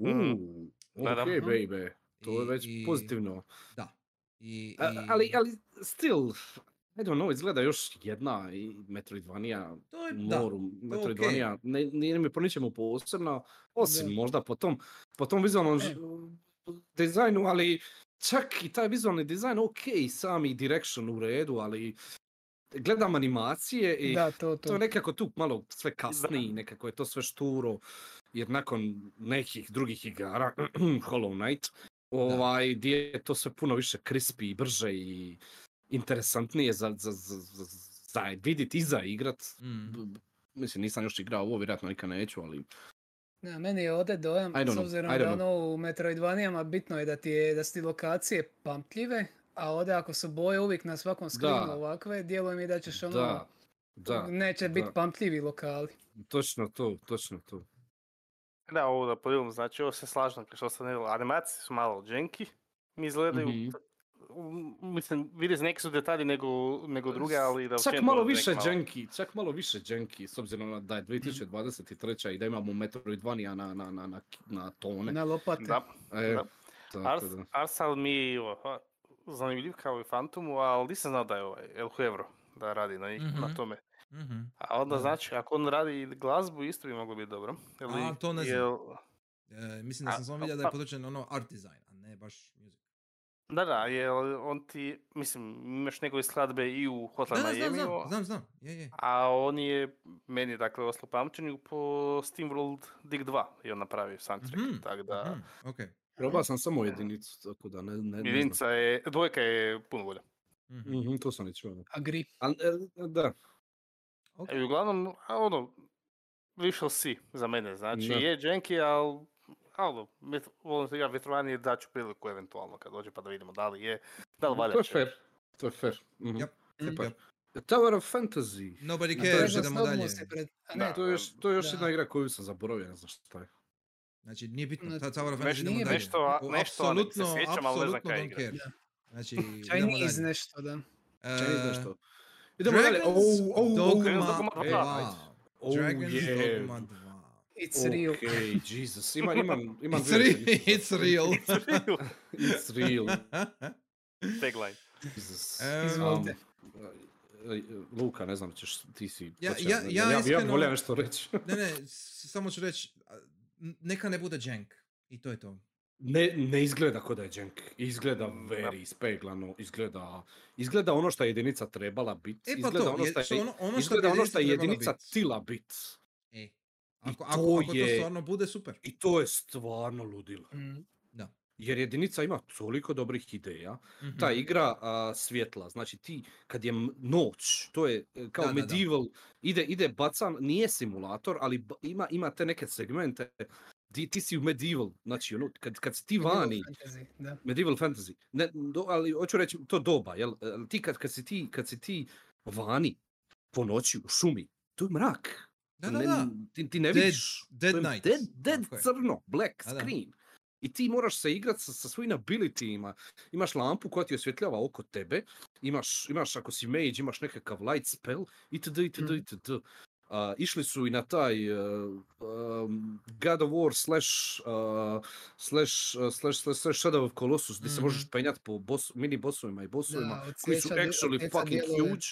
D: Mhm.
E: Uuu,
D: Gledam.
E: okej, baby. To je
A: I-
E: već
A: i-
E: pozitivno.
A: Da. I,
E: A-
A: i-
E: ali, ali, still, I don't know, izgleda još jedna i Metroidvania
A: to je, da,
E: moru, Metroidvania, ne, nije mi po ničemu posebno, osim
C: Da.
E: možda po tom, po tom vizualnom ž- dizajnu, ali čak i taj vizualni dizajn, ok, sami direction u redu, ali gledam animacije i
C: Da, to,
E: to
C: to.
E: je nekako tu malo sve kasniji, nekako je to sve šturo, jer nakon nekih drugih igara, Hollow Knight, ovaj, gdje je to sve puno više krispi i brže i interesantnije za, za, za, za, za vidjeti i za igrat.
A: Mm.
E: B- b- Mislim, nisam još igrao ovo, vjerojatno nikad neću, ali...
C: Ne, meni je ovdje dojam,
E: I don't
C: s
E: know,
C: obzirom
E: I don't
C: da ono u Metroidvanijama bitno je da ti, je, da su ti lokacije pamtljive, a ovdje ako su boje uvijek na svakom screenu
E: Da.
C: ovakve, djeluje mi da ćeš ono,
E: Da, da,
C: neće biti
E: da.
C: pamtljivi lokali.
E: točno to, točno to.
D: Da, ovo da podijelim, znači ovo se slažem, kao što sam rekao, animacije su malo dženki, mi izgledaju,
E: Mhm.
D: t- m- mislim, vidi se neki su detalji nego, nego druge, ali da...
E: Čak
D: općenito
E: malo
D: nek
E: više dženki, čak malo više dženki, s obzirom na da je 2023. i da imamo Metroidvania na, na, na, na, na tone.
C: Na lopate.
D: Da,
E: E,
D: da.
E: tako
D: Ars,
E: da.
D: Arsal mi je evo, ha, zanimljiv kao i Fantomu, ali nisam znao da je ovaj El Huevro da radi na, njih- na
A: Mhm.
D: tome.
A: Mhm.
D: A onda
A: Da.
D: znači, ako on radi glazbu, isto bi moglo biti dobro. Ili,
A: A, to ne znam.
D: jel-
A: E, mislim da
D: A,
A: sam samo
D: a,
A: vidio da
D: pa-
A: je potočen ono art design, a ne baš music.
D: Da, da, jel on ti, mislim, imaš njegove skladbe i u
A: Da,
D: Hotline
A: da, znam,
D: Miami,
A: znam, znam, znam, je, je.
D: a on je meni, dakle, oslo pamćenju po SteamWorld Dig 2 je on napravio soundtrack,
A: Mhm,
D: tako da...
A: Mhm, okej.
E: Probao sam samo jedinicu, tako da ne, ne, ne znam.
D: Jedinica je, dvojka je puno bolja.
A: mhm,
E: Mhm, to sam i čuo.
C: Agri.
E: Al, e, da,
A: okej.
D: I uglavnom, a ono, više si za mene, znači
E: Da.
D: je dženki, ali ono, met- volim se ja vetrovanje daću priliku eventualno kad dođe pa da vidimo da li je, da li valja
E: to je
D: će.
E: fair. To je fair. Mhm.
A: Jap,
E: Super.
A: jap.
E: Tower of Fantasy.
A: Nobody
E: to je
A: cares,
E: za
A: idemo dalje.
C: Pred... A
D: Da.
C: ne,
E: To je još, to je još
C: Da.
E: jedna igra koju sam zaboravio, ne znam šta je.
A: Znači, nije bitno,
C: Ne-
A: ta Tower of
D: Neš-
A: Fantasy idemo
C: nije
A: dalje.
D: nešto, a-
A: O,
D: nešto, ali se
A: apsolutno-
D: sjećam, ali ne znam
A: apsolutno
D: kaj
A: don't
D: igra.
A: care.
C: Da.
A: Znači, idemo
C: Chinese
A: dalje.
C: nešto, da.
E: Čekaj,
A: E,
E: znaš što. Idemo dalje.
A: Dragon's
E: Oh, oh, oh,
A: Dogma
D: Dogma
E: oh,
A: 2.
E: oh,
A: Dragon's
E: yeah.
A: Dogma 2.
C: It's real.
E: Okay, Jesus. Imam, imam, imam
A: It's
E: dvije
A: real,
E: rečenice.
A: it's real.
E: It's real.
D: Tagline.
E: Jesus.
A: Ehm,
C: Izvolite.
E: Um, e, e, Luka, ne znam, ćeš, ti si...
A: Ja-
E: većan,
A: ja-
E: ne znam,
A: ja
E: ja, bi- ja bi
A: iskreno-
E: volio nešto reći.
A: Ne, ne, s- samo ću reći, a, n- neka ne bude jank. I to je to.
E: Ne, ne izgleda kao da je dženk. Izgleda
D: Mm, da.
E: very ispeglano, izgleda, izgleda ono što je jedinica trebala biti,
A: E pa
E: izgleda
A: to,
E: ono
A: je-
E: što
A: što
E: je,
A: ono, ono što bi
E: izgleda ono što je
A: trebalo
E: jedinica
A: bit.
E: tila biti.
A: E, ako,
E: to
A: ako, to, ako to
E: je-
A: stvarno bude, super.
E: I to je stvarno ludilo.
C: Mm.
E: Jer jedinica ima toliko dobrih ideja.
A: Mhm.
E: Ta igra a, svjetla, znači ti kad je m- noć, to je e, kao
A: Da, da, da.
E: medieval, ide ide bacan, nije simulator, ali ba- ima ima te neke segmente di ti si u medieval, znači ono kad kad si ti
C: Medieval
E: vani,
C: fantasy, Da.
E: medieval fantasy. Ne, do, ali hoću reći to doba, jel? E, ali Ti kad, kad si ti, kad si ti vani po noći u šumi, to je mrak.
A: Da, da,
E: Ne-
A: da.
E: Ti, ti ne
A: Dead-
E: vidiš. to
A: Dead е.
E: je
A: Night.
E: Dead, dead
A: Tako je.
E: crno, black
A: Da, da.
E: screen. I ti moraš se igrati sa, sa svojim abilityima. Imaš lampu koja ti osvjetljava oko tebe. Imaš, imaš ako si mage, imaš nekakav light spell. Itd, itd,
A: Mm.
C: Mhm.
E: itd. A, išli su i na taj uh, um, God of War slash uh, slash, uh, slash, slash, slash Shadow of Colossus gdje se
A: Mhm.
E: možeš penjati po boss, mini bossovima i bossovima
C: Da, od
E: koji su
C: sjeća do- od
A: e,
E: actually
C: sjeća
E: fucking
C: dijelove.
E: huge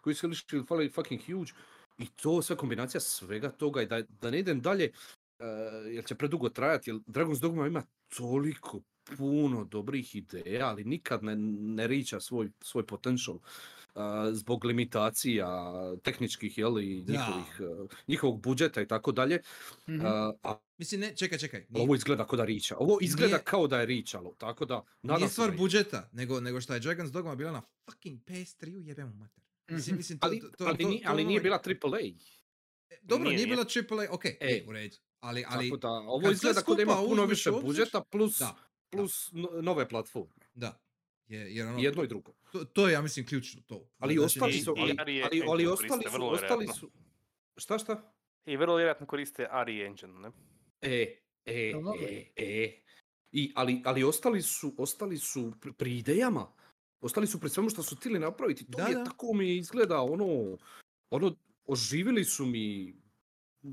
E: koji su actually fali- fucking huge i to sve kombinacija svega toga i da, da ne idem dalje eh, jer će predugo trajati jer Dragon's Dogma ima toliko puno dobrih ideja ali nikad ne, ne riča svoj, svoj potential eh, zbog limitacija tehničkih jel, i
A: Da.
E: njihovih, eh, njihovog budžeta i tako dalje
C: Mhm.
E: Eh, a
A: Mislim, ne, čekaj, čekaj. Nije,
E: ovo izgleda kao da riča. Ovo izgleda
A: Nije-
E: kao da je ričalo, tako da... nadam
A: nije
E: se
A: stvar
E: da je.
A: budžeta, nego, nego što je Dragon's Dogma bila na fucking PS3-u, jebem u mater. Mislim,
C: Mhm.
A: mislim, to,
E: Ali,
A: to, to,
E: ali,
A: to-
E: ni-
A: to
E: ali
A: ono-
E: nije bila AAA.
A: E, Dobro,
D: Nije,
A: nije,
D: nije.
A: bila AAA, ok, e,
E: E.
A: u redu. Ali, ali,
E: tako da,
A: kad
E: ovo
A: sve
E: izgleda kao da ima
A: skupa
E: puno
A: uzmeš
E: više
A: u obzir-
E: budžeta plus,
A: da,
E: plus no- nove platforme.
A: da. Je, jer ono,
E: I jedno i drugo.
A: to, to je, ja mislim, ključno to.
E: Ali
A: Znači,
E: ostali
A: nije-
E: su...
D: i
E: Ali,
D: RE
E: ali,
D: engine
E: ali
D: koriste,
E: ostali su...
D: vrlo
E: Ostali
D: vjerojatno.
E: su... Šta šta?
D: I vrlo vjerojatno koriste RE Engine, ne?
E: E, e,
C: Dobro.
E: e, e. I, ali, ali ostali su, ostali su pri, pri idejama ostali su pri svemu što su htjeli napraviti. To
A: Da,
E: mi je
A: da.
E: tako mi izgleda ono, ono, oživili su mi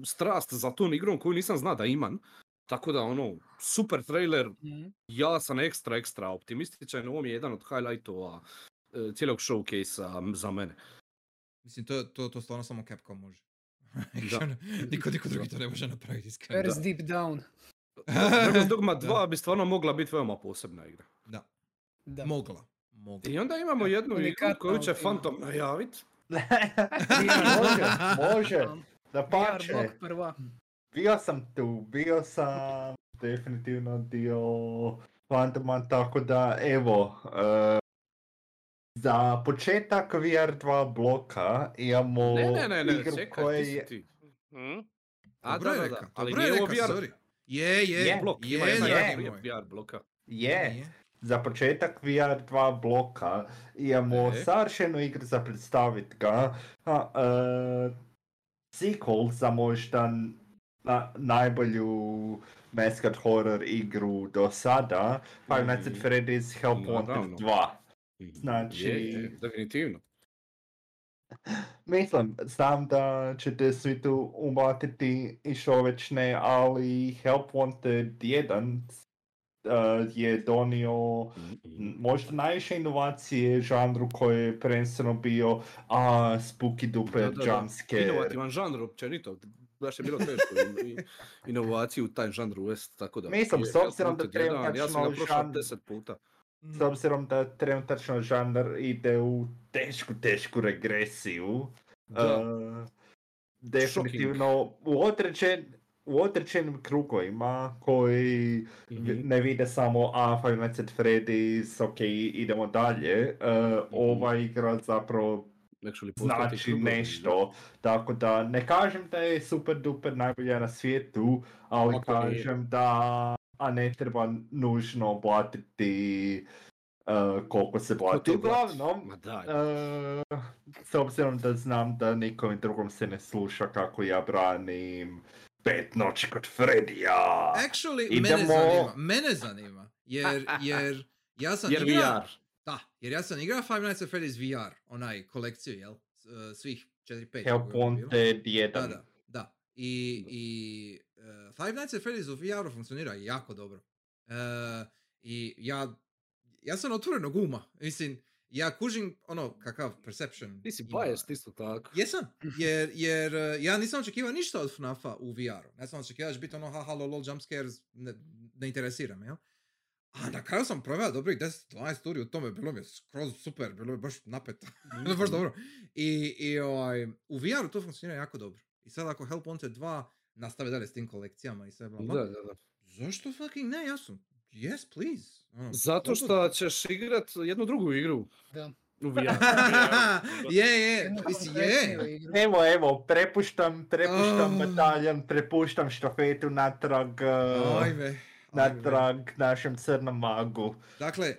E: strast za tom igrom koju nisam zna da imam. Tako da ono, super trailer,
C: Mhm.
E: ja sam ekstra, ekstra optimističan, ovo mi je jedan od highlightova e, cijelog showcase-a m- za mene.
A: Mislim, to, to, to stvarno samo Capcom može.
E: Da.
A: niko, niko drugi to ne može napraviti, iskreno.
C: First Deep Down.
E: Dragon's Dogma
A: Da.
E: 2 bi stvarno mogla biti veoma posebna igra.
C: Da.
A: Mogla. Mogla.
E: I onda imamo jednu igru
C: Unikatna
E: koju će
C: ultima.
E: Phantom najavit. Pa
B: može, može, da
C: VR
B: pače.
C: Bog prva.
B: Bio sam tu, bio sam definitivno dio Fantoma, tako da evo, eh, za početak VR2 bloka imamo
E: Ne, ne, ne, ne,
B: igru
E: čekaj,
B: koja
E: ti
B: je...
E: si ti.
D: Mhm.
E: A,
A: Dobro
E: da,
A: je
E: da, da,
A: reka,
E: ali
A: dobro je
E: nije ovo
A: reka,
E: VR
A: sorry. Je, je,
B: Je,
E: blok,
A: je,
E: ima jedan
B: je.
A: dragi
E: prije
A: moj.
E: VR bloka.
B: Je,
A: Je.
B: za početak VR2 bloka imamo
E: E.
B: savršenu igru za predstavit ga. A, eh, sequel za možda na, najbolju Masked Horror igru do sada. Five Nights at
E: Mhm.
B: Freddy's Hellpointer
E: Naravno.
B: 2. Znači-
E: Je, je, definitivno.
B: Mislim, znam da ćete svi tu umatiti i što već ne, ali Help Wanted 1 uh, je donio m, možda najviše inovacije žanru koji je prvenstveno bio a, spooky duper
E: Da, da, da.
B: jumpscare.
E: Inovativan žanr općenito. Baš je bilo teško i- i- inovaciju u taj žanr uvesti, tako da...
B: Mislim,
E: je
B: s obzirom
E: Hellpointed 1,
B: da
E: Ja sam ga
B: trenutačno ovaj
E: prošao
B: žanr-
E: 10 puta.
B: S obzirom da trenutačno žanr ide u tešku, tešku regresiju,
E: Da,
B: Uh, definitivno u, određen, u određenim krugovima koji vi-
E: mhm.
B: ne vide samo a Five Nights at Freddy's, ok, idemo dalje,
E: Mhm.
B: uh, ova igra zapravo
E: Actually, postoje ti
B: znači
E: krugovi, da.
B: nešto. Tako da ne kažem da je super duper najbolja na svijetu, ali
E: Ako nije.
B: kažem da a ne treba nužno blatiti uh, koliko se
E: Ko
B: blati.
E: te blati?
B: Uglavnom,
E: Ma daj.
B: Eh, s obzirom da znam da nikom drugom se ne sluša kako ja branim pet noći kod Fredija.
A: Actually, mene
B: Idemo-
A: zanima, mene zanima, jer, jer ja sam
E: Jer
A: igra-
E: VR.
A: Da, jer ja sam igrao Five Nights at Freddy's VR, onaj kolekciju, jel? S- e, Svih 4-5.
B: Hellponte
A: Da,
B: 1.
A: da, da. I, i e, Five Nights at Freddy's u VR-u funkcionira jako dobro. E, I ja, ja sam otvorenog uma. Mislim, ja kužim ono kakav perception.
E: Ti si
A: ima-
E: biased isto tako.
A: Jesam,
E: Mhm.
A: jer, jer e, ja nisam očekivao ništa od FNAF-a u VR-u. Ja sam očekivao da će biti ono haha lol jumpscares, ne, ne interesira me, jel? A na kraju sam proveo dobrih 10-12 uri u tome, bilo mi je skroz super, bilo mi je baš napeto, bilo je
E: Mhm.
A: baš dobro. I, i ovaj, u VR-u to funkcionira jako dobro. I sad ako Help Wanted 2 nastave dalje s tim kolekcijama i sve bla
E: Da,
A: bla,
E: da, da.
A: zašto fucking ne, ja sam, yes please. Ono,
E: Zato
A: slobodno.
E: što ćeš igrat jednu drugu igru.
C: Da.
E: U VR.
A: je, je,
C: Jednu
A: mislim,
C: konkretniju
A: je.
C: igru.
B: Evo, evo, prepuštam, prepuštam
A: Ah.
B: bataljan, prepuštam štafetu natrag, eh,
A: Ajme. ajme.
B: natrag našem crnom magu.
A: Dakle,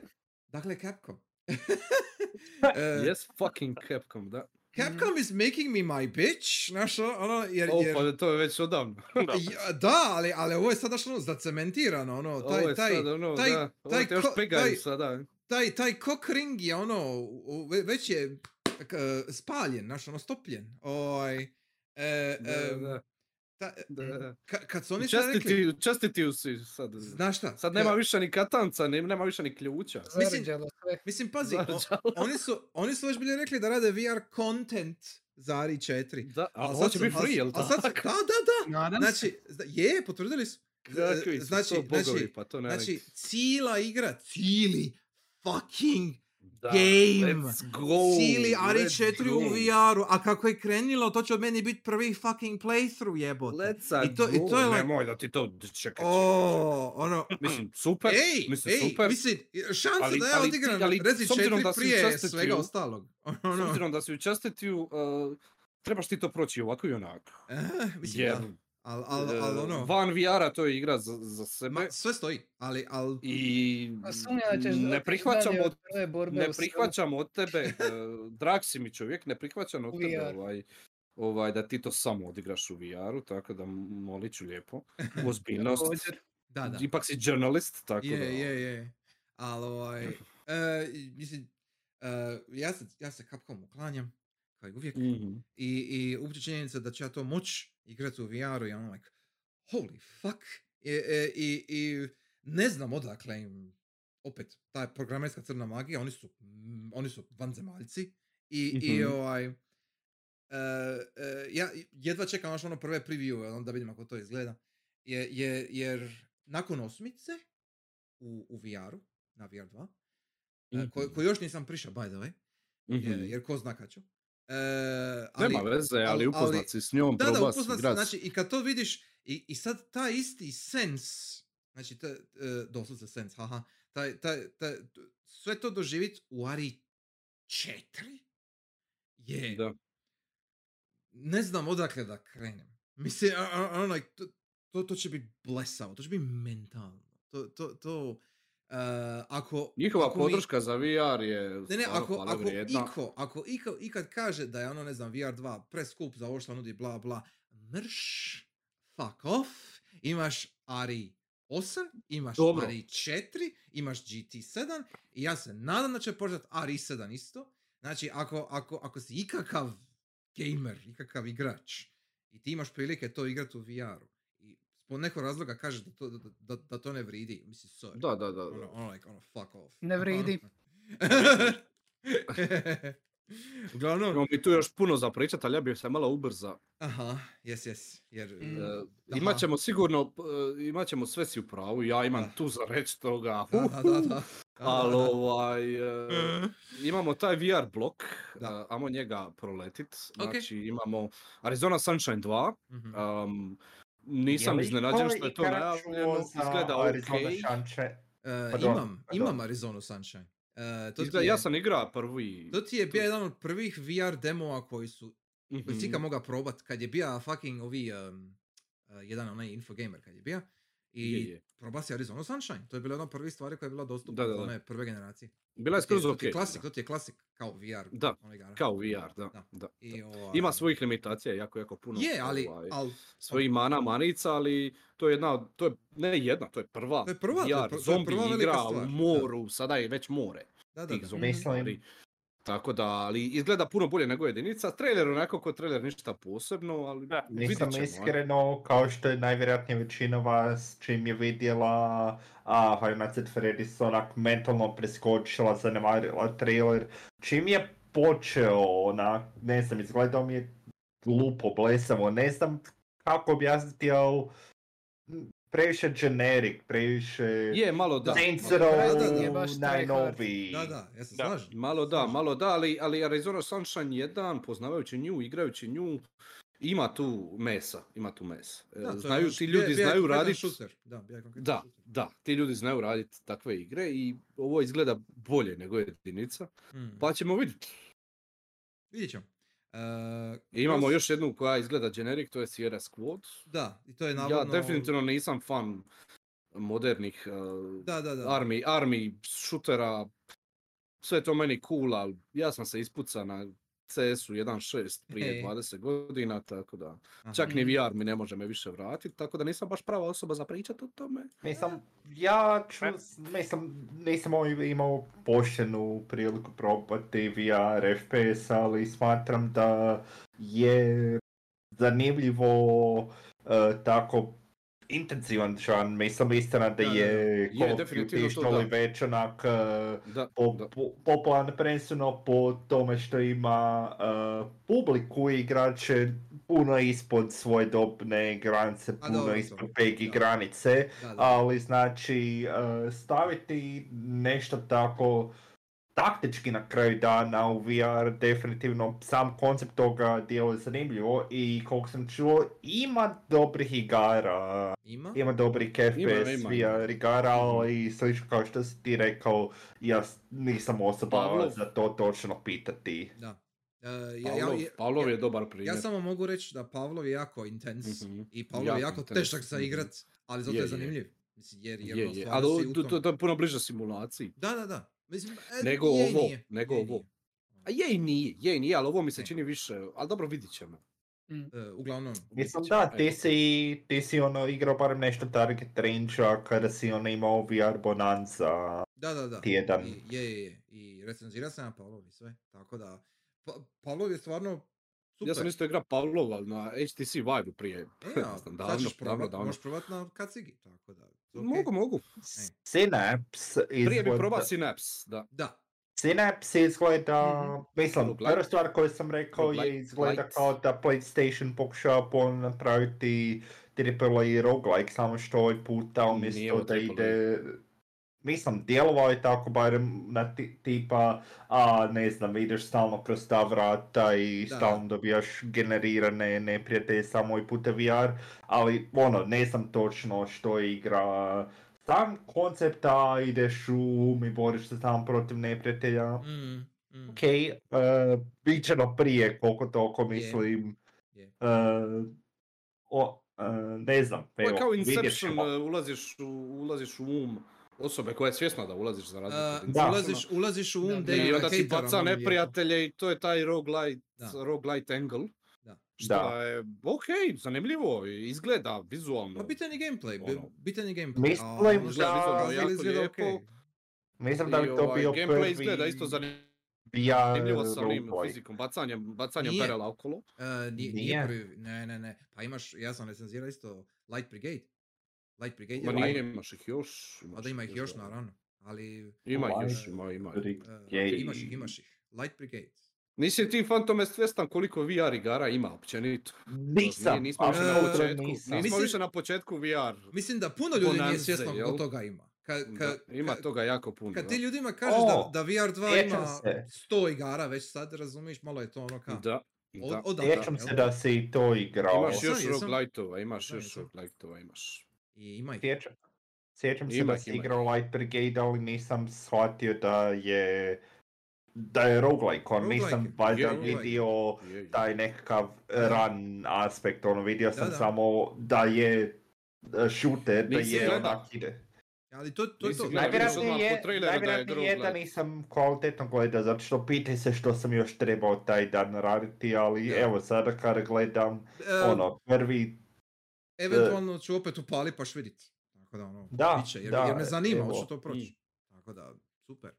A: dakle Capcom. E,
E: Yes fucking Capcom, da.
A: Capcom is making me my bitch, znaš, ono, ono, jer,
E: O,
A: jer
E: pa to je već odavno.
D: Da.
A: Ja, da, ali, ali ovo je sad znaš, ono, zacementirano, ono,
E: Ovo
A: taj,
E: je
A: taj,
E: sad ono,
A: taj-
E: da. Ovo
A: taj
E: te još
A: ko-
E: pegaju
A: taj-
E: sada.
A: taj, taj cock ring je, ono, u- u- ve- već je k- e, spaljen, znaš, ono, stopljen, ovaj, e,
E: Da,
A: em,
E: da,
A: ta- e,
E: da, da.
A: ka- kad su oni sad rekli,
E: Častiti, častitiju si sad.
A: znaš šta,
E: Sad
A: ka-
E: nema više ni katanca, ne- nema više ni ključa.
A: Mislim-
C: Zarđalo sve.
A: mislim, pazi, o-
E: Zarđalo.
A: oni su, oni su već bili rekli da rade VR content za Ari 4.
E: Da, a
A: ali
E: ovo
A: sad
E: će
A: su-
E: biti
A: ali-
E: free, jel
A: ali sad su-
E: tako?
A: Da, da, da.
C: Nadam se.
A: Znači, zna- je, potvrdili su.
E: Kakvi
A: e,
E: su
A: znači-
E: to bogovi,
A: znači-
E: pa to ne
A: Znači,
E: nek-
A: cijela igra, cijeli fucking
E: Da,
A: game,
E: let's go,
A: cijeli Ari
E: let's
A: 4 u
E: go.
A: VR-u, a kako je krenilo, to će od meni biti prvi fucking playthrough jebote.
E: Let's
A: I to- i
E: go.
A: to je like-
E: Nemoj da ti to čekaj.
A: O, ono,
E: Mislim, super.
A: ej,
E: Pa, mislim,
A: ej,
E: super.
A: mislim, šansa
E: Ali-
A: da ja
E: ali ti-
A: odigram
E: ali
A: Rezi
E: s obzirom
A: 4
E: da si u
A: prije
E: Justice
A: svega
E: League-
A: ostalog.
E: S
A: Ono,
E: obzirom da si u častitiju, uh, trebaš ti to proći i ovako i onako.
A: eh, mislim,
E: Jer,
A: da, al, al, al,
E: e,
A: ono,
E: Van VR-a to je igra za, za sebe.
A: ma, sve stoji, ali, al,
E: I
C: A sumnja da ćeš
E: ne
C: otići
E: prihvaćam
C: dalje
E: od,
C: prve borbe
E: ne
C: u svemu.
E: prihvaćam od tebe, e, drag si mi čovjek, ne prihvaćam od
C: U
E: tebe
C: VR.
E: ovaj, ovaj, da ti to samo odigraš u VR-u, tako da molit ću lijepo, ozbiljnost.
C: Također.
A: da, da.
E: ono. Ipak si journalist, tako da...
A: Je, je, je. Ali, ovaj, e, i, mislim, E, ja, se, ja se Capcomu uklanjam, kao i uvijek.
E: Mhm.
A: I, i uopće činjenica da ću ja to moć igrati u VR-u i ono like, holy fuck. I, e, i, i ne znam odakle im, opet, ta programerska crna magija, oni su, mm, oni su vanzemaljci i, i
E: Mhm.
A: ovaj, e, e, ja jedva čekam još ono prve preview, onda da vidim ako to izgleda. Je, je, jer nakon osmice u, u VR-u, na VR2, e, ko-
E: Mhm.
A: koju još nisam prišao, by the way,
E: Mhm.
A: jer, jer ko zna kad ću. E, ali,
E: Nema veze, ali
A: ali-
E: upoznat si s njom,
A: da, da,
E: proba si
A: upoznat,
E: igrat.
A: znači, i kad to vidiš, i, i sad taj isti sens, znači, ta, e, doslovce sens, haha, taj, taj, taj, t- sve to doživit u Ari 4 je,
E: Da.
A: ne znam odakle da krenem. Mislim, a- a- a ono, like, to, to, to će biti blesavo, to će biti mentalno. To, to, to, e, ako...
E: Njihova
A: ako mi-
E: podrška za VR je
A: ne, ne,
E: stvarno
A: ako,
E: hvale
A: ako,
E: vrijedna.
A: iko, ako iko, ikad kaže da je ono, ne znam, VR2 preskup za ovo što nudi, bla, bla, mrš, fuck off, imaš Ari 8, imaš
E: Dobro.
A: Ari 4, imaš GT7 i ja se nadam da će početi Ari 7 isto. Znači, ako, ako, ako si ikakav gamer, ikakav igrač i ti imaš prilike to igrati u VR-u i po nekog razloga kažeš da to, da, da, da to ne vridi, mislim, sorry.
E: Da, da, da.
A: Ono,
E: da.
A: ono, like, ono, fuck off.
C: Ne vridi.
A: Uglavnom,
E: Imamo mi tu još puno za pričat, ali ja bih se malo ubrza.
A: aha, jes, jes, jer...
C: Mm.
E: E,
A: da,
E: imat ćemo sigurno, e, imat ćemo sve si u pravu, ja imam
A: Da.
E: tu za reći toga.
A: Da, da, da, da, da,
E: Ali
A: da.
E: ovaj, e, imamo taj VR blok,
A: Da.
E: da. ajmo njega proletit.
A: Ok.
E: Znači imamo Arizona Sunshine 2,
A: Mhm.
E: um, nisam
B: li
E: iznenađen
B: ko
E: što je to
B: ikad
E: najavljeno,
B: čuo za
E: izgleda
B: Arizona
E: ok.
B: Sunshine?
A: E,
B: pardon,
A: imam,
B: pardon.
A: imam Arizonu Sunshine. E, to, ti
E: pa Izgleda,
A: je,
E: ja sam igra prvi.
A: to ti je bio jedan od prvih VR demova koji su, koji si
E: Mhm.
A: ikad moga probat, kad je bio fucking ovi, um, e, jedan onaj infogamer kad je bio, i
E: Je, je.
A: proba si Arizonu Sunshine, to je bila jedna od prvih stvari koja je bila dostupna
E: Da, da,
A: za
E: da.
A: one prve generacije.
E: Bila je
A: To ti je-
E: skroz
A: to ti je
E: ok.
A: klasik,
E: da.
A: to ti je klasik, kao VR.
E: Da,
A: ono igara.
E: Kao VR, da.
A: Da.
E: da.
A: I, ovaj,
E: Ima svojih limitacija, jako, jako puno.
A: Je, ali,
E: ovaj,
A: ali
E: Svoji mana, manica, ali to je jedna, od- to je, ne jedna, to je prva,
A: To je prva, to je
E: VR,
A: pr- to je
E: zombi
A: prva velika
E: igra
A: stvar, da.
E: u moru, sada je već more.
A: da, da,
E: tih
A: da.
E: zombi
B: Mislim.
E: stvari. Tako da, ali izgleda puno bolje nego jedinica. Trailer onako ko trailer ništa posebno, ali
D: Da.
E: vidit
B: Nisam
E: ćemo, ajde.
B: iskreno, kao što je najvjerojatnije većina vas čim je vidjela a, Five Nights at Freddy's onak mentalno preskočila, zanemarila trailer. Čim je počeo onak, ne znam, izgledao mi je glupo, blesavo, ne znam kako objasniti, ali m, previše generic, previše...
E: Je, malo da.
B: Saints Row
A: Da, da, da.
C: Nije baš try hard.
B: najnoviji.
A: Da, da, ja se
D: Da.
A: slažem.
E: Malo da, malo da, ali, ali Arizona Sunshine 1, poznavajući nju, igrajući nju, ima tu mesa, ima tu mesa. E,
A: Da, to je
E: znaju,
A: baš-
E: ti
A: bio-
E: ljudi
A: bio je
E: znaju
A: konkretan
E: raditi
A: Šuter. Da, bio je konkretan
E: Da,
A: šuter.
E: da, ti ljudi znaju raditi takve igre i ovo izgleda bolje nego jedinica,
A: Mm,
E: pa ćemo vidjeti.
A: Vidjet ćemo. E,
E: I Imamo
A: kroz-
E: još jednu koja izgleda generic, to je Sierra Squad.
A: Da, i to je
E: Ja
A: navodno...
E: definitivno nisam fan modernih eh,
A: Da, da, da.
E: army, army šutera, sve to meni cool, ali ja sam se ispuca na CS-u 1.6 prije
A: Ej.
E: 20 godina, tako da
A: Aha.
E: čak ni VR mi ne može me više vratiti, tako da nisam baš prava osoba za pričat o tome.
B: Mislim, ja ću,
D: E.
B: mislim, nisam ovaj imao poštenu priliku probati VR FPS, ali smatram da je zanimljivo eh, tako intenzivan žan. Mislim, istina da
A: Da, da, da.
B: je Call of
E: definitivno
B: Duty
E: to,
B: što li
E: da.
B: već onak eh,
E: Da,
B: po,
E: da.
B: po, popularan prvenstveno po tome što ima eh, publiku i igrače puno ispod svoje dobne granice,
A: A
B: puno
A: dobro,
B: ispod
A: dobro,
B: PEGI
A: da.
B: granice
A: Da, da.
B: ali znači eh, staviti nešto tako taktički na kraju dana u VR definitivno sam koncept toga djeluje zanimljivo i koliko sam čuo ima dobrih igara
A: Ima?
B: ima dobrih
E: Ima,
B: FPS
E: ima,
B: VR
E: ima. Mhm.
B: igara ali slično kao što si ti rekao ja s- nisam osoba
E: Pavlov.
B: za to točno pitati
A: Da. E, ja, ja,
E: Pavlov,
A: ja-
E: Pavlov
A: ja-
E: je dobar primjer.
A: ja samo mogu reći da Pavlov je jako intens
E: Mhm.
A: i Pavlov je
E: Jako
A: jako
E: intens,
A: težak za
E: mhm.
A: igrat, ali zato
E: Je,
A: je
E: je.
A: zanimljiv. Mislim, jer, jer
E: Je,
A: ono,
E: je.
A: stvarno
E: Ali ovo-
A: si u
E: to, to,
A: tom-
E: to je puno bliže simulaciji.
A: Da, da, da. Mislim, e,
E: Nego
A: je i
E: ovo,
A: nije,
E: nego
A: je i
E: ovo.
A: nije.
E: A je i nije, je i nije, ali ovo mi se
A: Ne.
E: čini više, ali dobro vidit ćemo.
A: E, uglavnom,
B: Mislim
E: Vidit
B: da,
E: ćemo,
B: ti
E: evo.
B: si, ti si ono igrao barem nešto target range-a kada si ono imao VR Bonanza
A: Da, da, da.
B: tjedan.
A: I, je, je, je. I recenzira sam ja Pavlov i sve. Tako da, pa, Pavlov je stvarno super.
E: Ja sam isto igra Pavlov, ali na HTC Vive prije.
A: E, ja,
E: Davno,
A: sad ćeš
E: davno,
A: probat,
E: davno.
A: možeš probat na kacigi, tako da. okej.
E: Mogu, mogu.
B: Synapse
E: Prije bi
B: izgleda-
E: probao Synapse, da.
A: Da.
B: Synapse izgleda, mislim,
E: Roguelike.
B: prva stvar koju sam rekao je
E: Roguelike.
B: izgleda kao da PlayStation pokušava ponovno napraviti triple i roguelike, samo što ovaj puta
E: Nije
B: umjesto
E: ovo
B: da
E: AAA.
B: ide... Mislim, djelovao je tako barem na ti- tipa, a ne znam, ideš stalno kroz ta vrata i
A: Da.
B: stalno dobijaš generirane neprijatelje samo i puta VR, ali ono, ne znam točno što je igra sam koncept, a ideš u um i boriš se sam protiv neprijatelja.
A: Mm, mm.
B: Ok, e, bit će no prije koliko toliko mislim.
A: Je.
B: E, o, e, ne znam,
E: Ovo
B: evo,
E: Pa je kao
B: vidjet
E: Inception,
B: ćemo.
E: e, ulaziš u, ulaziš u um osobe koja je svjesna da ulaziš za razliku
A: A,
E: od
B: Da.
A: E, ulaziš, ulaziš u um
C: Da, da.
A: Davida
E: I onda si
A: Catera,
E: baca
A: ono je-
E: neprijatelje i to je taj roguelite,
A: Da.
E: roguelite angle.
A: Da.
E: Šta
B: Da.
E: je, ok, zanimljivo, i izgleda vizualno.
A: Ma Pa bitan je gameplay, bi-
E: Ono.
A: bitan je gameplay.
B: Mislim
A: a ono
B: da-
A: što vizualno
E: Jako
A: izgleda, izgleda
E: lijepo.
A: okej.
B: Mislim da bi
E: I
B: to
E: ovaj,
B: bio
E: Gameplay
B: prvi e,
E: izgleda isto zanimljivo
B: VR
E: sa onim
B: roleplay.
E: fizikom, bacanjem, bacanjem
A: Nije.
E: perela okolo.
A: E, nije, nije
B: Nije.
A: prvi, ne, ne, ne. Pa imaš, ja sam recenzirao isto Light Brigade. Light Brigade
E: Ma
A: je...
E: nije,
A: light-
E: imaš ih još.
A: A E,
E: imaš
A: ovaj. da ima ih još,
E: da.
A: naravno. Ali
E: Ima ih još,
A: Light
E: ima, ima. ih.
B: Ovaj. Ri-
A: e,
B: Jej.
A: imaš ih, imaš ih. Light Brigade.
E: Nisi ti Fantome svjestan koliko VR igara ima općenito.
B: Nisam,
E: Ni- nismo više na
B: apsolutno
E: početku,
B: nisam.
E: nismo
A: Mislim-
E: više na početku VR.
A: Mislim da puno ljudi nije
E: Bonanze,
A: svjesno
E: jel?
A: od toga ima. Ka, ka,
E: Da, ima
A: ka-
E: toga jako puno.
A: Kad
E: da.
A: ti ljudima kažeš da,
B: O,
A: da VR2
B: sjećam
A: ima
B: se.
A: 100 igara, već sad razumiješ, malo je to ono kao...
E: Da.
A: od-
E: da.
A: odavde,
B: Sjećam
A: jel?
B: se da se i to igrao.
E: Imaš
A: jesam,
E: još
A: jesam.
E: roguelite-ova, imaš
A: Jesam,
E: još
A: jesam.
E: roguelite-ova, imaš.
A: I ima ih.
B: Sjećam, sjećam se
E: Ima
B: da
E: ih,
B: si
E: ima ih.
B: igrao Light Brigade, ali nisam shvatio da je da je roguelike, on
A: Roguelike
B: nisam
A: je,
B: valjda
E: roguelike.
B: vidio
E: Je, je.
B: taj nekakav run aspekt, ono vidio sam
A: da.
B: samo da je e, shooter, da
E: Nisi
B: je
E: gledao?
B: onak ide.
A: Ali to, to je
E: Nisi
A: to.
E: gledao vidio sam
B: Najvjerojatnije
E: odmah
B: je,
E: po traileru da je
B: najvjerojatnije je da
E: roguelike.
B: nisam kvalitetno gledao, zato što pitaj se što sam još trebao taj dan raditi, ali
A: Da.
B: evo sada kada gledam,
A: E,
B: ono, prvi,
A: Eventualno ću opet upali pa ću vidjeti. Tako da ono,
B: Da,
A: bit će, jer,
B: da,
A: jer me zanima,
B: evo,
A: hoću to proći.
E: i-
A: Tako da, super.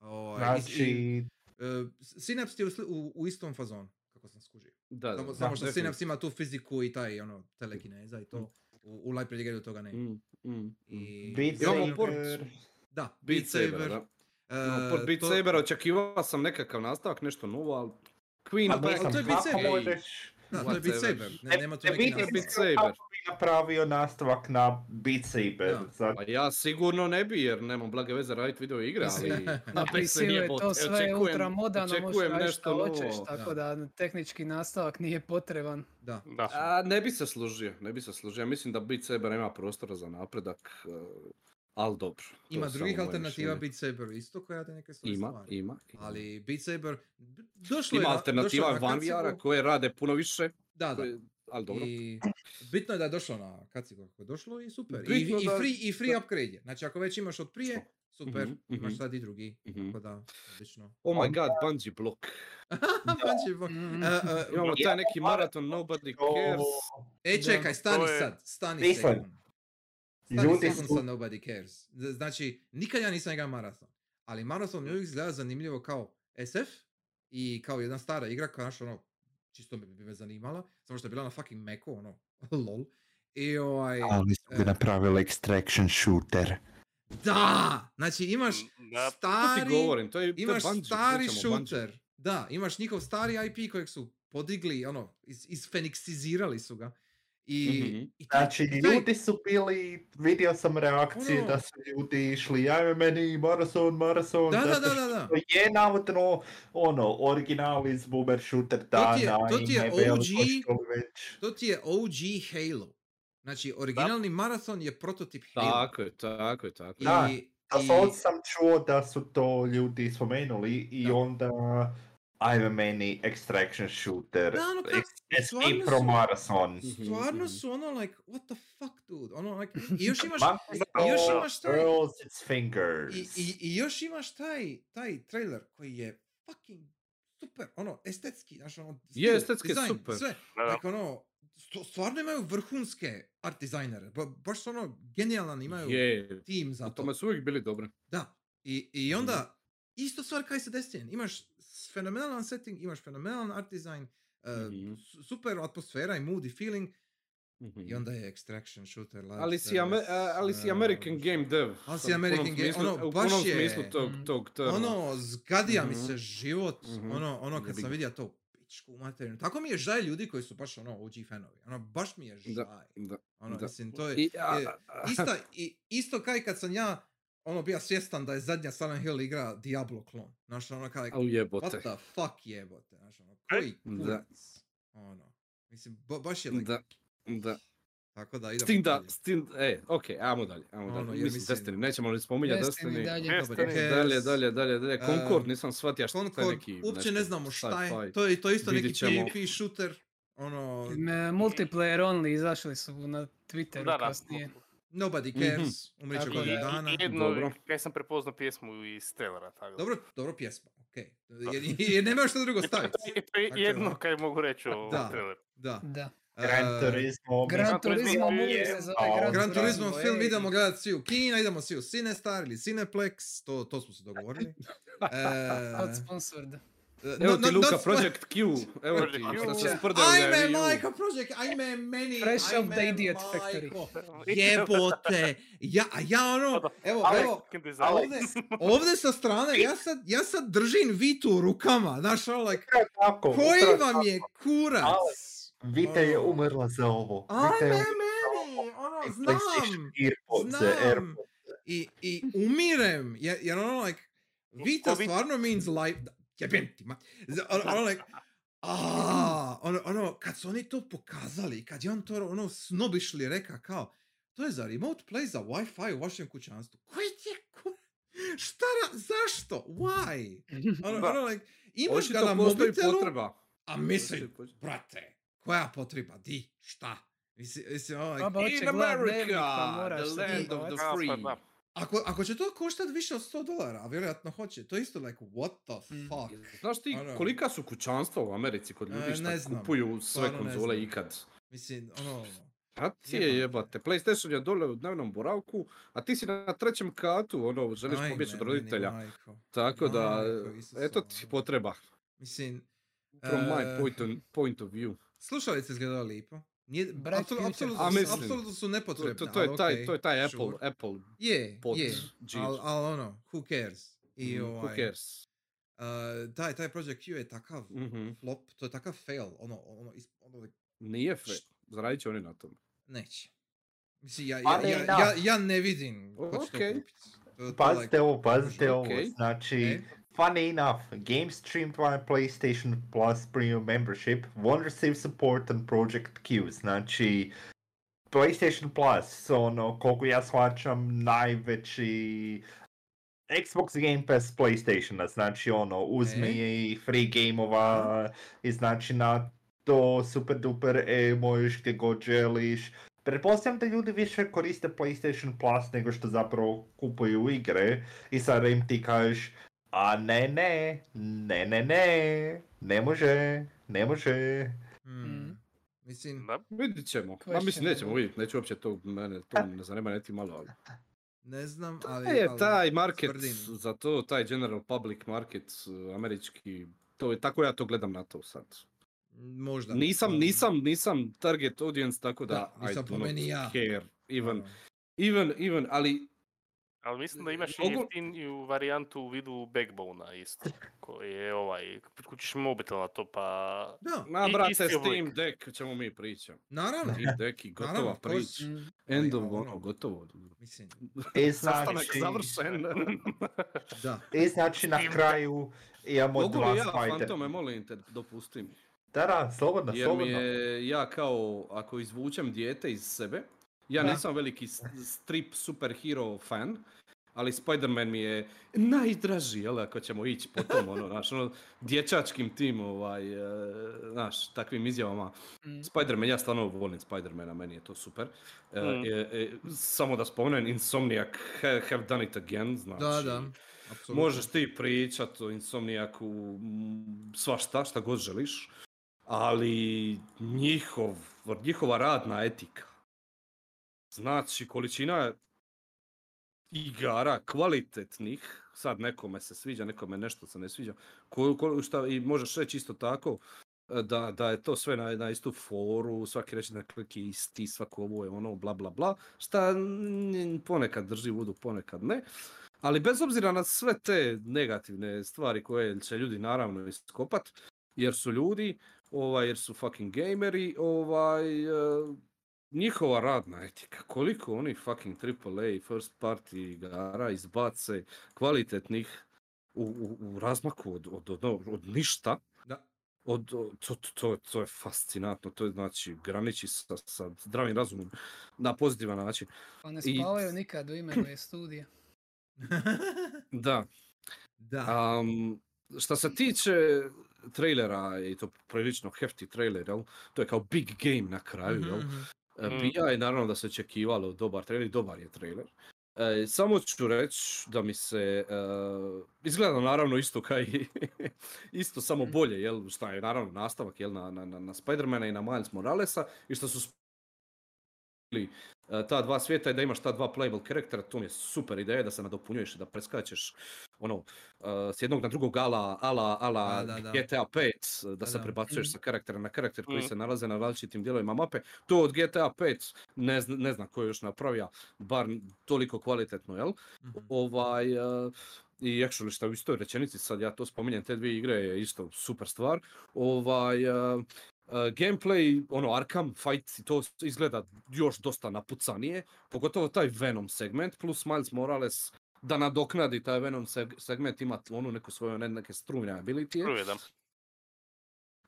A: Ovaj, i- i,
B: znači,
A: e, Synapse ti je u sli- u, u istom fazonu, kako sam skužio.
E: Da,
A: Samo,
E: da,
A: samo što
E: definitivno.
A: Synapse ima tu fiziku i taj ono, telekineza i to. U, u Light Brigade toga nema.
E: Mm, mm, mm.
A: I,
B: Beat
E: Imamo
B: Saber,
E: port.
A: Da,
E: Beat Saber, da. Imamo Port
A: e,
E: Beat
A: to-
E: Saber, očekivao sam nekakav nastavak, nešto novo, ali... Queen
B: pa
E: of
A: ne
E: Back
A: znam,
B: ne
A: to je
B: znam
A: Beat
B: kako
A: Saber.
B: možeš,
A: Da, to je Beat
E: whatever.
A: Saber. Ne,
B: Ne-
A: nema tu
B: ne
A: neki
B: vidim
A: nastavak.
E: E, Beat Saber.
B: napravio nastavak na Beat Saber,
A: Da.
B: zato
E: Pa ja sigurno ne bi, jer nemam blage veze raditi video igre, ali...
C: Na
E: Bez
C: PC-u je
E: jebote,
C: to sve
E: očekujem-
C: ultra moderno, možeš
E: očekujem
C: raditi
E: nešto
C: šta hoćeš,
E: novo.
C: tako da tehnički nastavak nije potreban.
A: Da.
D: Da.
E: A, ne bi se složio, ne bi se složio. Mislim da Beat Saber ima prostora za napredak, eh, ali dobro. to
A: Ima
E: je
A: drugih
E: samo moje
A: alternativa
E: mišljenje.
A: Beat Saberu isto koja rade neke svoje
E: Ima,
A: stvari.
E: ima. ima.
A: Ali Beat Saber, d- došlo je
E: Ima
A: na- došlo
E: alternativa
A: je na
E: van
A: kacigu.
E: VR-a koje rade puno više,
A: Da, da.
E: koje- ali dobro.
A: I bitno je da je došlo na kacigu kako je došlo i super. I,
E: Bitno
A: i
E: da-
A: free, i free
E: da.
A: upgrade je. Znači ako već imaš od prije, super,
E: Mhm,
A: imaš
E: mhm.
A: sad i drugi.
E: Mhm.
A: Tako da, odlično.
E: Oh my god, Bungie Block.
A: Panči, bo-
C: Mm.
A: E, e,
E: Imamo taj neki maraton Nobody Cares.
B: Oh.
A: E, čekaj, stani
D: To je-
A: sad, stani
B: Nisam.
A: sekund. Stani
B: Ljudi
A: sekund
B: su-
A: sa Nobody Cares. Z- Znači, nikad ja nisam igrao maraton. Ali maraton mi uvijek izgleda zanimljivo kao SF i kao jedna stara igra koja naš ono, čisto bi, bi me zanimala, samo što je bila na fucking Macu, ono, lol. I ovaj,
B: Ali su
A: ga
B: napravili extraction shooter.
A: da! Znači imaš
D: Da.
E: To ti
A: stari,
E: govorim, to je, to je
A: imaš
E: Bungie,
A: stari
E: pričamo o Bungie.
A: shooter. Da, imaš njihov stari IP kojeg su podigli, ono, iz, isfeniksizirali su ga. I,
E: Mhm.
A: i taj-
B: Znači,
A: i taj-
B: ljudi su bili, vidio sam reakcije
A: Ono.
B: da su ljudi išli, jajme meni, maraton, maraton,
A: Da, da,
B: zato
A: da,
B: što
A: da, da.
B: je navodno, ono, original iz Boomer Shooter dana
A: ti je- to
B: i
A: ti je
B: nebelo,
A: OG.
B: što li već.
A: To ti je OG Halo. Znači, originalni maraton je prototip Halo.
E: Tako je, tako je, tako je.
B: Da,
A: I,
B: A
A: i-
B: sad sam čuo da su to ljudi spomenuli i
A: Da.
B: onda ajme meni extraction shooter.
A: Da, ono kak-
B: Ex-
A: stvarno
B: SP
A: su-
B: Pro Marathon.
E: Mhm,
A: Stvarno
E: mhm.
A: su ono, like, what the fuck, dude? Ono, like, i još imaš,
B: Mama
A: i još
B: saw
A: imaš taj,
B: Girls it's fingers.
A: i, i, i još imaš taj, taj trailer koji je fucking super, ono, estetski, znaš, ono,
E: Je, estetski je
A: dizajn,
E: super.
A: sve.
D: Da, da.
A: Like, ono, sto- stvarno imaju vrhunske art dizajnere, ba- baš su ono, genijalan imaju
E: Je,
A: tim za
E: u
A: to.
E: tome su uvijek bili dobri.
A: Da, I, I
E: Mhm.
A: onda, isto stvar kaj se desi. Imaš s- fenomenalan setting, imaš fenomenalan art design, e,
E: Mhm.
A: su- super atmosfera i mood i feeling,
E: Mhm.
A: i onda je extraction shooter. live
E: Ali si, Ame-
A: service,
E: a- ali si
A: e,
E: American Game Dev.
A: Ali si
E: sad, u punom
A: American Game-
E: smislu-
A: ono,
E: u
A: baš
E: punom
A: je-
E: smislu tog,
C: Mhm.
E: tog terma.
A: Ono, zgadija mi
E: Mhm.
A: se život,
E: Mhm.
A: ono, ono kad
E: Jebi
A: sam
E: ga.
A: vidio to pičku materinu. Tako mi je žaj ljudi koji su baš ono OG fanovi. Ono, baš mi je žaj.
E: da,
A: ono,
E: da.
A: mislim, to je...
E: I, a-
A: je-
E: a- a-
A: Ista, i, isto kaj kad sam ja ono bio svjestan da je zadnja Silent Hill igra Diablo klon. Znaš, ono kaj,
E: Au jebote. E,
A: what the fuck jebote, znaš, ono, koji
E: Da.
A: kurac, ono. Mislim, ba- baš je like,
E: Da, da.
A: tako da idemo
E: S tim da,
A: dalje.
E: s tim, e, okej, ajmo dalje, ajmo
A: Ono,
E: dalje.
A: jer
E: Mislim,
A: mislim-
E: Destiny, nećemo ni spominjati
C: Destiny
E: Destiny. E,
C: dalje.
D: Jeste,
A: Dobar je.
E: Dalje,
A: Yes.
E: dalje, dalje, dalje.
A: E,
E: Concord, nisam shvatio šta je
A: Concord,
E: neki...
A: uopće ne
E: nešto
A: znamo šta je,
E: sci-fi.
A: to je, to je isto neki
E: Vidit ćemo.
A: PvP shooter, ono,
C: Me- E, Multiplayer only izašli su na Twitteru
D: Da, da.
C: kasnije.
A: nobody
E: Mhm.
A: cares, umrit će
C: Tako
A: godinu
C: je.
A: dana.
D: I jedno,
E: Dobro.
D: kaj sam prepoznao pjesmu iz Telera. Tako. da.
A: Dobro, dobro pjesma, okej. Jer, jer nema što drugo staviti.
D: I to je
A: Tako da.
D: jedno kaj mogu reći o
A: Da.
D: Teleru.
A: Da.
C: Da.
B: Gran
A: e,
B: Turismo.
C: Gran
D: Gran Turismo
C: Turismo
D: je-
C: movie se zove
B: a,
C: Gran,
A: Gran Turismo
C: Turismo,
A: film
C: ej.
A: idemo gledati svi u Kina, idemo svi u Cinestar ili Cineplex, to, to smo se dogovorili. E,
C: Od sponsored.
E: Evo
A: no-
E: ti
A: no-
E: Luka,
A: not-
E: Project Q, evo
D: Project
E: ti,
D: Q.
E: šta se sprdaju na
A: Ajme,
E: Wii U.
A: majka, Project, ajme, meni,
C: Fresh of the
A: ajme,
C: Idiot
A: majko.
C: Factory.
A: Jebote, ja, a ja ono, evo,
D: Ali,
A: evo,
D: kim bi znao?
A: ovdje, ovdje sa strane, ja sad, ja sad držim Vitu u rukama, znaš, ono, like,
B: Tako,
A: koji vam je kurac?
B: Vita je umrla za ovo. Vita
A: Ajme,
B: je
A: meni, ono,
B: umrla za
A: znam,
B: Airpods,
A: znam. I, i umirem, jer, jer ono, like, Vita
D: Covid.
A: stvarno means life, da, jebem ti, ma. Z- Ono, ono, like, a, ono, ono, kad su oni to pokazali, i kad je on to, ono, snobišli reka kao, to je za remote play za Wi-Fi u vašem kućanstvu. Koji ti je ku... Šta, ra- zašto? Why? Ono,
D: Da.
A: ono, like, imaš ga
E: Očito
A: na
E: postoji
A: mobitelu,
E: potreba.
A: a mislim,
E: Očito-
A: brate, koja potreba, di, šta? Mislim, mislim, ono, like,
C: Baba hoće
E: In
C: gledati dnevnik, pa
E: America,
C: moraš
E: the
C: se
E: land of the
C: kupovati.
D: A, pa
E: free.
D: da.
A: Ako, ako će to koštat više od 100 dolara, a vjerojatno hoće, to je isto like, what the
C: Mm.
A: fuck?
E: Znaš ti
A: Ono.
E: kolika su kućanstva u Americi kod
A: E,
E: ljudi
A: ne
E: šta
A: znam,
E: kupuju sve
A: stvarno ne
E: konzole
A: znam.
E: ikad?
A: Mislim, ono,
E: A ti je
A: Jebate.
E: jebate, PlayStation je dole u dnevnom boravku, a ti si na trećem katu, ono, želiš
A: ajme,
E: pobjeći od
A: meni,
E: roditelja.
A: majko.
E: Tako da,
A: majko Isusa,
E: eto ti
A: ono.
E: potreba.
A: Mislim,
E: From
A: E.
E: my point of, point of view.
A: slušalice izgledala lipo. Nije,
C: Bright
A: apsol-
C: future.
A: apsolutno,
E: A,
A: su-
E: mislim,
A: apsolutno su
E: To,
A: nepotrebne.
E: to, to je
A: ali
E: taj,
A: okej,
E: to je taj Apple,
A: sure.
E: Apple
A: Je,
E: pod
A: je,
E: G.
A: ali al, ono, who cares? I
E: Mhm,
A: ovaj,
E: Who cares?
A: uh, taj, taj Project Q je takav
E: Mhm.
A: flop, to je takav fail, ono, ono, is- ono like,
E: Nije fe, zaradit će oni na tom.
A: neće. Mislim, ja, ja,
B: Ali
A: ja,
B: da.
A: ja, ja ne vidim ko će
E: Okej.
A: to kupiti. To- to
B: Pazite
A: like,
B: ovo, pazite ovo.
E: Okej.
B: Znači,
A: E?
B: funny enough, game streamed via PlayStation Plus Premium membership won't receive support on Project Q. Znači, PlayStation Plus, ono, koliko ja shvaćam, najveći Xbox Game Pass PlayStationa, znači ono, uzme
A: E?
B: i free gameova i znači na to super duper e, možeš gdje god želiš. Pretpostavljam da ljudi više koriste PlayStation Plus nego što zapravo kupuju igre i sad im ti kažeš a ne, ne, ne, ne, ne, ne može, ne može.
E: Mhm.
A: hmm, Mislim,
D: Da.
E: Vidit ćemo. Ma
C: Question
E: mislim, nećemo
C: mark.
E: vidjeti, neću uopće to, mene to ne zanima neti malo, ali...
A: ne znam, ali...
E: Ali, je
A: ali
E: E, taj market
A: tvrdim.
E: za to, taj general public market eh, američki, to je tako ja to gledam na to sad.
A: Možda.
E: nisam,
A: ali-
E: nisam, nisam target audience, tako da,
A: Da, nisam,
E: I
A: po
E: do not
A: meni ja.
E: care, even,
A: ono,
E: even, even, ali
D: Ali mislim da imaš i
E: Mogu-
D: jeftiniju varijantu u vidu backbone-a isto. Koji je ovaj, priključiš mobitel na to pa...
A: Da,
E: Na,
D: I-
E: brate,
D: isti oblik.
E: Steam Deck, ćemo mi pričam.
A: naravno.
E: Steam Deck i
A: Naravno,
E: gotova
A: of course.
E: priča.
C: Mm.
A: Ali
E: End
A: ja
E: of, ono,
A: ono-
E: gotovo.
A: Mislim,
B: E,
E: Sastanak
B: znači,
E: završen.
A: da.
B: e, znači na kraju imamo
E: Mogu
B: dva
E: li ja,
B: spider.
E: Fantome, molim te, dopustim.
B: Da, da, slobodno,
E: Jer mi
B: Pa slobodno.
E: je, ja kao, ako izvučem dijete iz sebe, ja
B: Da.
E: nisam veliki s- strip superhero fan, ali Spider-Man mi je najdraži, jel, ako ćemo ići po tom, ono, znaš, ono, dječačkim tim, ovaj, e, znaš, takvim izjavama.
C: Mm.
E: Spider-Man, ja stvarno volim Spider-Mana, meni je to super. E,
D: Mm.
E: e, e, samo da spomenem, Insomniac ha- have done it again, znači.
A: Da, da. Apsolutno.
E: Možeš ti pričat o Insomniaku mm, svašta, šta god želiš, ali njihov, njihova radna etika, znači količina igara kvalitetnih, sad nekome se sviđa, nekome nešto se ne sviđa, ko, ko- šta, i možeš reći isto tako e, da, da je to sve na, na istu foru, svaki reći da klik je isti, svako ovo je ono, bla bla bla, šta mm, ponekad drži vodu, ponekad ne. Ali bez obzira na sve te negativne stvari koje će ljudi naravno iskopat, jer su ljudi, ovaj, jer su fucking gameri, ovaj, e, njihova radna etika, koliko oni fucking AAA i first party igara izbace kvalitetnih u, u, u razmaku od, od, od, od ništa,
A: Da.
E: od, od- to, to- to, je- to je fascinantno, to je znači graniči sa, sa zdravim razumom na pozitivan način.
C: Pa ne
E: I-
C: spavaju nikad u imenuje studije.
E: Da,
A: da.
E: Um, šta se tiče trailera, i to prilično hefti trailer, jel? To je kao big game na kraju, jel?
A: Mhm, mhm.
E: E,
D: Mm.
E: Bija je naravno da se očekivalo dobar trailer, i dobar je trailer. E, samo ću reći da mi se e, izgleda naravno isto kao i isto samo
C: Mm.
E: bolje, jel, šta je naravno nastavak jel, na, na, na, na Spidermana i na Miles Moralesa i što su spojili e, ta dva svijeta i da imaš ta dva playable karaktera, to mi je super ideja da se nadopunjuješ i da preskačeš ono e, s jednog na drugog ala, ala, ala
A: Da, da, da.
E: GTA 5, e, da,
A: Da,
E: se
A: da.
E: prebacuješ sa karaktera na karakter koji
D: Mm.
E: se nalaze na različitim dijelovima mape, to od GTA 5 ne, zna, ne znam ko je još napravio, bar toliko kvalitetno, jel?
A: Mhm.
E: ovaj eh, i actually šta u istoj rečenici sad ja to spominjem te dvije igre je isto super stvar ovaj eh, eh, gameplay ono Arkham fight i to s- izgleda još dosta napucanije pogotovo taj Venom segment plus Miles Morales da nadoknadi taj Venom seg- segment ima onu neku svoju ne, neke strujne abilitije
D: Prvi da.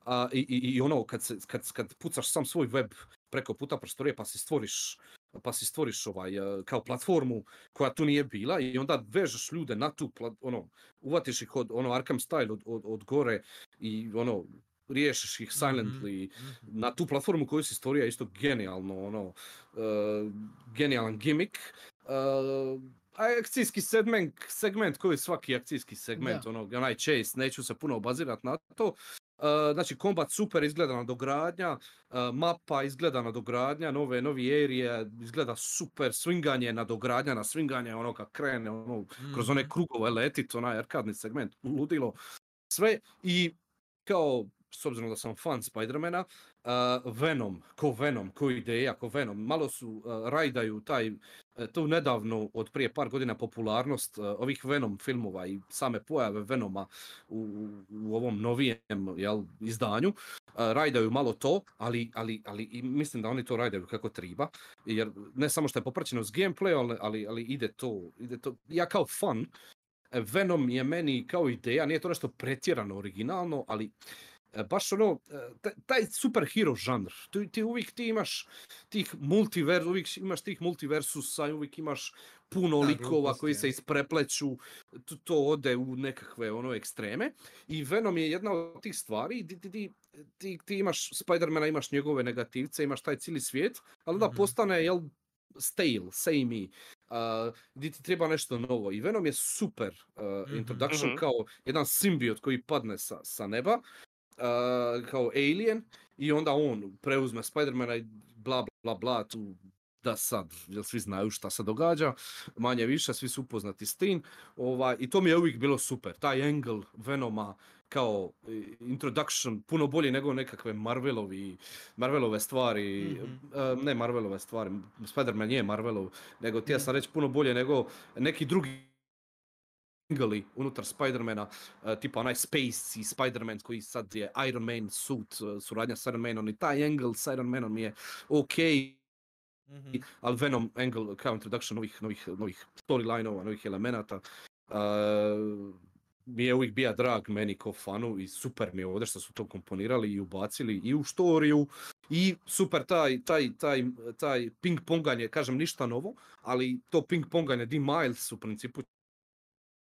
E: a, i, i, i ono kad, se, kad, kad pucaš sam svoj web preko puta prostorije pa si stvoriš pa si stvoriš ovaj, e, kao platformu koja tu nije bila i onda vežeš ljude na tu, plat, ono, uvatiš ih od, ono, Arkham style od, od, od gore i ono, riješiš ih silently
A: Mhm.
E: na tu platformu koju si stvorio je isto genijalno, ono, e, genijalan gimmick. E, a akcijski segment, segment koji je svaki akcijski segment,
C: Da.
E: ono, onaj chase, neću se puno obazirat na to. E, znači, kombat super izgleda na dogradnja, e, mapa izgleda na dogradnja, nove, novi area izgleda super, swinganje na dogradnja, na swinganje, ono, kad krene, ono, kroz one
A: Mhm.
E: krugove letit, onaj arkadni segment, ludilo, sve i kao, s obzirom da sam fan Spidermana, a, Venom, ko Venom, ko ideja, ko Venom, malo su, a, rajdaju taj, e, tu nedavno, od prije par godina popularnost e, ovih Venom filmova i same pojave Venoma u, u ovom novijem jel, izdanju, a, rajdaju malo to, ali, ali, ali i mislim da oni to rajdaju kako triba jer ne samo što je popraćeno s gameplayom, ali, ali, ali ide to, ide to, ja kao fan, e, Venom je meni kao ideja, nije to nešto pretjerano originalno, ali e, baš ono, e, taj- taj superhero žanr, tu- ti, uvijek ti imaš tih multiver, uvijek imaš tih multiversusa i uvijek imaš puno
A: Da,
E: likova
A: gluposti,
E: koji
A: je.
E: se isprepleću, to, to ode u nekakve ono ekstreme i Venom je jedna od tih stvari di, di- di- ti, ti imaš Spidermana, imaš njegove negativce, imaš taj cijeli svijet, ali onda
A: Mhm.
E: postane, jel, stale, samey, uh, gdje ti treba nešto novo. I Venom je super uh,
A: Mhm.
E: introduction,
D: Mhm.
E: kao jedan simbiot koji padne sa, sa neba, uh, kao alien, i onda on preuzme Spidermana i bla bla bla, tu da sad, jel svi znaju šta se događa, manje više, svi su upoznati s tim, ovaj, i to mi je uvijek bilo super, taj angle Venoma, kao e, introduction, puno bolji nego nekakve Marvelovi, Marvelove stvari,
A: Mhm.
E: e, ne Marvelove stvari, Spider-Man je Marvelov, nego ti ja sam reći puno bolje nego neki drugi angeli unutar Spidermana, e, tipa onaj Space i Spider-Man koji sad je Iron Man suit, e, suradnja s Iron Manom i taj angle s Iron Manom je ok,
A: Mhm.
E: ali Venom Angle kao introduction novih, novih, novih storyline-ova, novih elemenata. Uh, mi je uvijek bija drag meni ko fanu i super mi je ovdje što su to komponirali i ubacili i u storiju i super taj, taj, taj, taj ping ponganje, kažem ništa novo, ali to ping ponganje di Miles u principu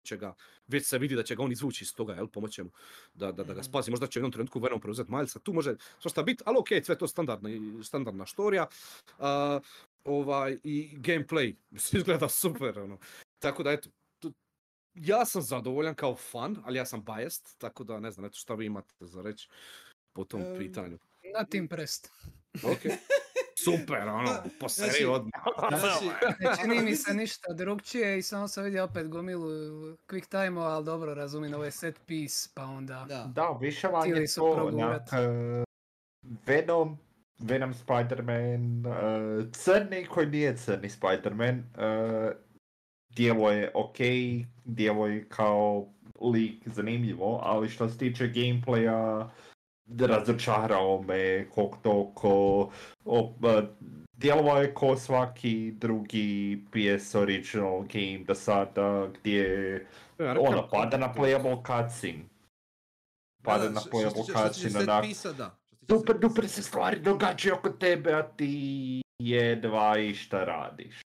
E: će ga, već se vidi da će ga on izvući iz toga, jel, pomoće mu da, da, da ga
A: Mhm.
E: spasi, možda će u jednom trenutku Venom preuzeti Milesa, tu može svašta biti, ali okej, sve to standardna, standardna storija, A, ovaj, i gameplay, mislim, izgleda super, ono, tako da eto, tu- ja sam zadovoljan kao fan, ali ja sam biased, tako da ne znam, eto šta vi imate za reći po tom
A: Em,
E: pitanju.
C: Not impressed.
E: Ok. super,
A: Pa,
E: ono, poseri
C: Znači-
E: odmah.
C: Znači,
D: Znači,
C: ne čini mi se ništa drugčije i samo sam vidio opet gomilu quick time-ova, ali dobro, razumijem, ovo je set piece, pa onda...
B: Da, više
C: Htjeli
B: manje
C: su
B: to,
C: progurat.
B: onak, eh, Venom, Venom Spider-Man, eh, crni koji nije crni Spider-Man, eh, djelo je ok, djelo je kao lik zanimljivo, ali što se tiče gameplaya, razočarao me kog toliko, o, eh, djelovao je ko svaki drugi PS original game do sada, gdje ono, pada na playable cutscene. Pada na playable cutscene, onak.
A: Pisa, da. Što se tiče
B: Super,
A: set
B: duper
A: pisa.
B: se stvari događaju oko tebe, a ti jedva išta radiš.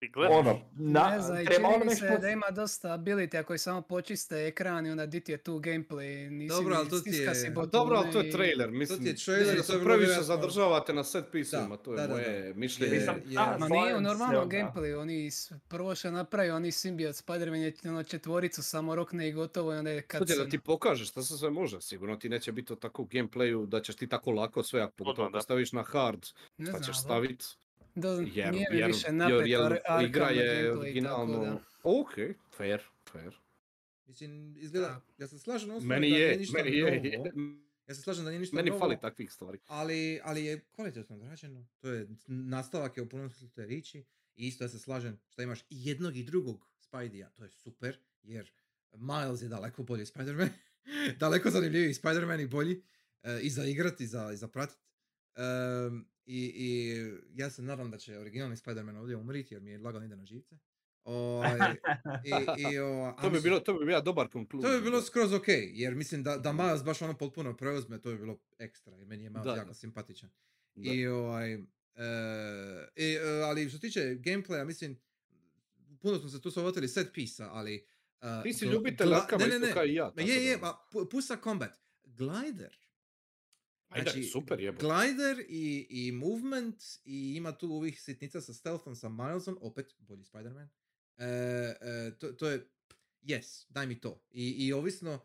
D: ti gledaš.
B: Ono, na,
C: ne znam, i
B: prema
E: ono
C: čini mi
B: onome
C: se
B: što-
C: da ima dosta ability koji samo počiste ekran i onda di ti je tu gameplay, nisi
A: Dobro,
C: ni
A: ali to ti
C: stiska
A: je-
C: si
A: Pa
E: Pa
C: botone
E: dobro, ali to
C: i-
E: je trailer, mislim.
A: ti je trailer i
E: da
A: to
E: se
A: je vrlo
E: previše
A: vjerojatno-
E: zadržavate na set pisima,
A: Da,
E: to je
A: da, da,
E: moje mišljenje.
A: Jer-
B: Nisam-
A: jer-
B: a,
C: Ma
B: Fire
C: nije u
B: and
C: normalnom
B: Zelda.
C: gameplayu, oni s- prvo što napravi, oni simbiot Spider-Man je ono četvoricu samo rokne i gotovo i onda je kad
E: Sad je da ti pokažeš šta se sve može, sigurno ti neće biti to tako u gameplayu da ćeš ti tako lako sve, ako pogotovo
D: Odmah,
E: ako
D: da.
E: staviš na hard,
C: ne
E: pa
C: znam,
E: ćeš
C: ali
E: staviti,
C: do-
E: jer,
C: nije mi
E: jer,
C: više
E: jer,
C: napet
E: jer
C: ar,
E: igra
C: arkadan
E: je
C: gameplay,
E: originalno.
C: tako da.
E: Ok, fair, fair.
A: Mislim, izgleda,
C: Da.
A: ja se slažem osnovno
E: Meni
A: da nije
E: je,
A: ništa
E: meni
A: novo.
E: je, je,
A: Ja se slažem da nije ništa
E: meni
A: novo,
E: fali takvih stvari.
A: ali, ali je kvalitetno odrađeno. To je nastavak je u punom smislu te riči. I isto ja se slažem što imaš i jednog i drugog Spidey-a. To je super, jer Miles je daleko bolji Spider-Man. daleko zanimljiviji Spider-Man i bolji. e, I za igrat i za, i za pratit. Em, i, I ja se nadam da će originalni Spider-Man ovdje umriti jer mi je lagano ide na živce. Ovaj, i, i, ovaj, a
E: To bi
A: mislim-
E: bilo, to bi bio dobar konkluz.
A: to bi bilo skroz ok, jer mislim da, da Miles baš ono potpuno preuzme, to bi bilo ekstra i meni je Miles
E: Da,
A: jako
E: da.
A: simpatičan. I ovaj, e, i, e, ali što se tiče gameplaya, mislim, puno smo se tu sovatili set pisa, ali... e,
E: Ti si
A: gla-
E: ljubitelj
A: gla-
E: Arkama
A: ne, ne,
E: isto
A: ne,
E: kao i ja.
A: Ma
E: tako
A: je, je,
E: da- ono.
A: ma pu- pusa combat. Glider.
E: Ajde,
A: znači,
E: super je.
A: Glider i, i movement i ima tu ovih sitnica sa stealthom, sa Milesom, opet bolji Spider-Man. E, e, to, to je, yes, daj mi to. I, i ovisno,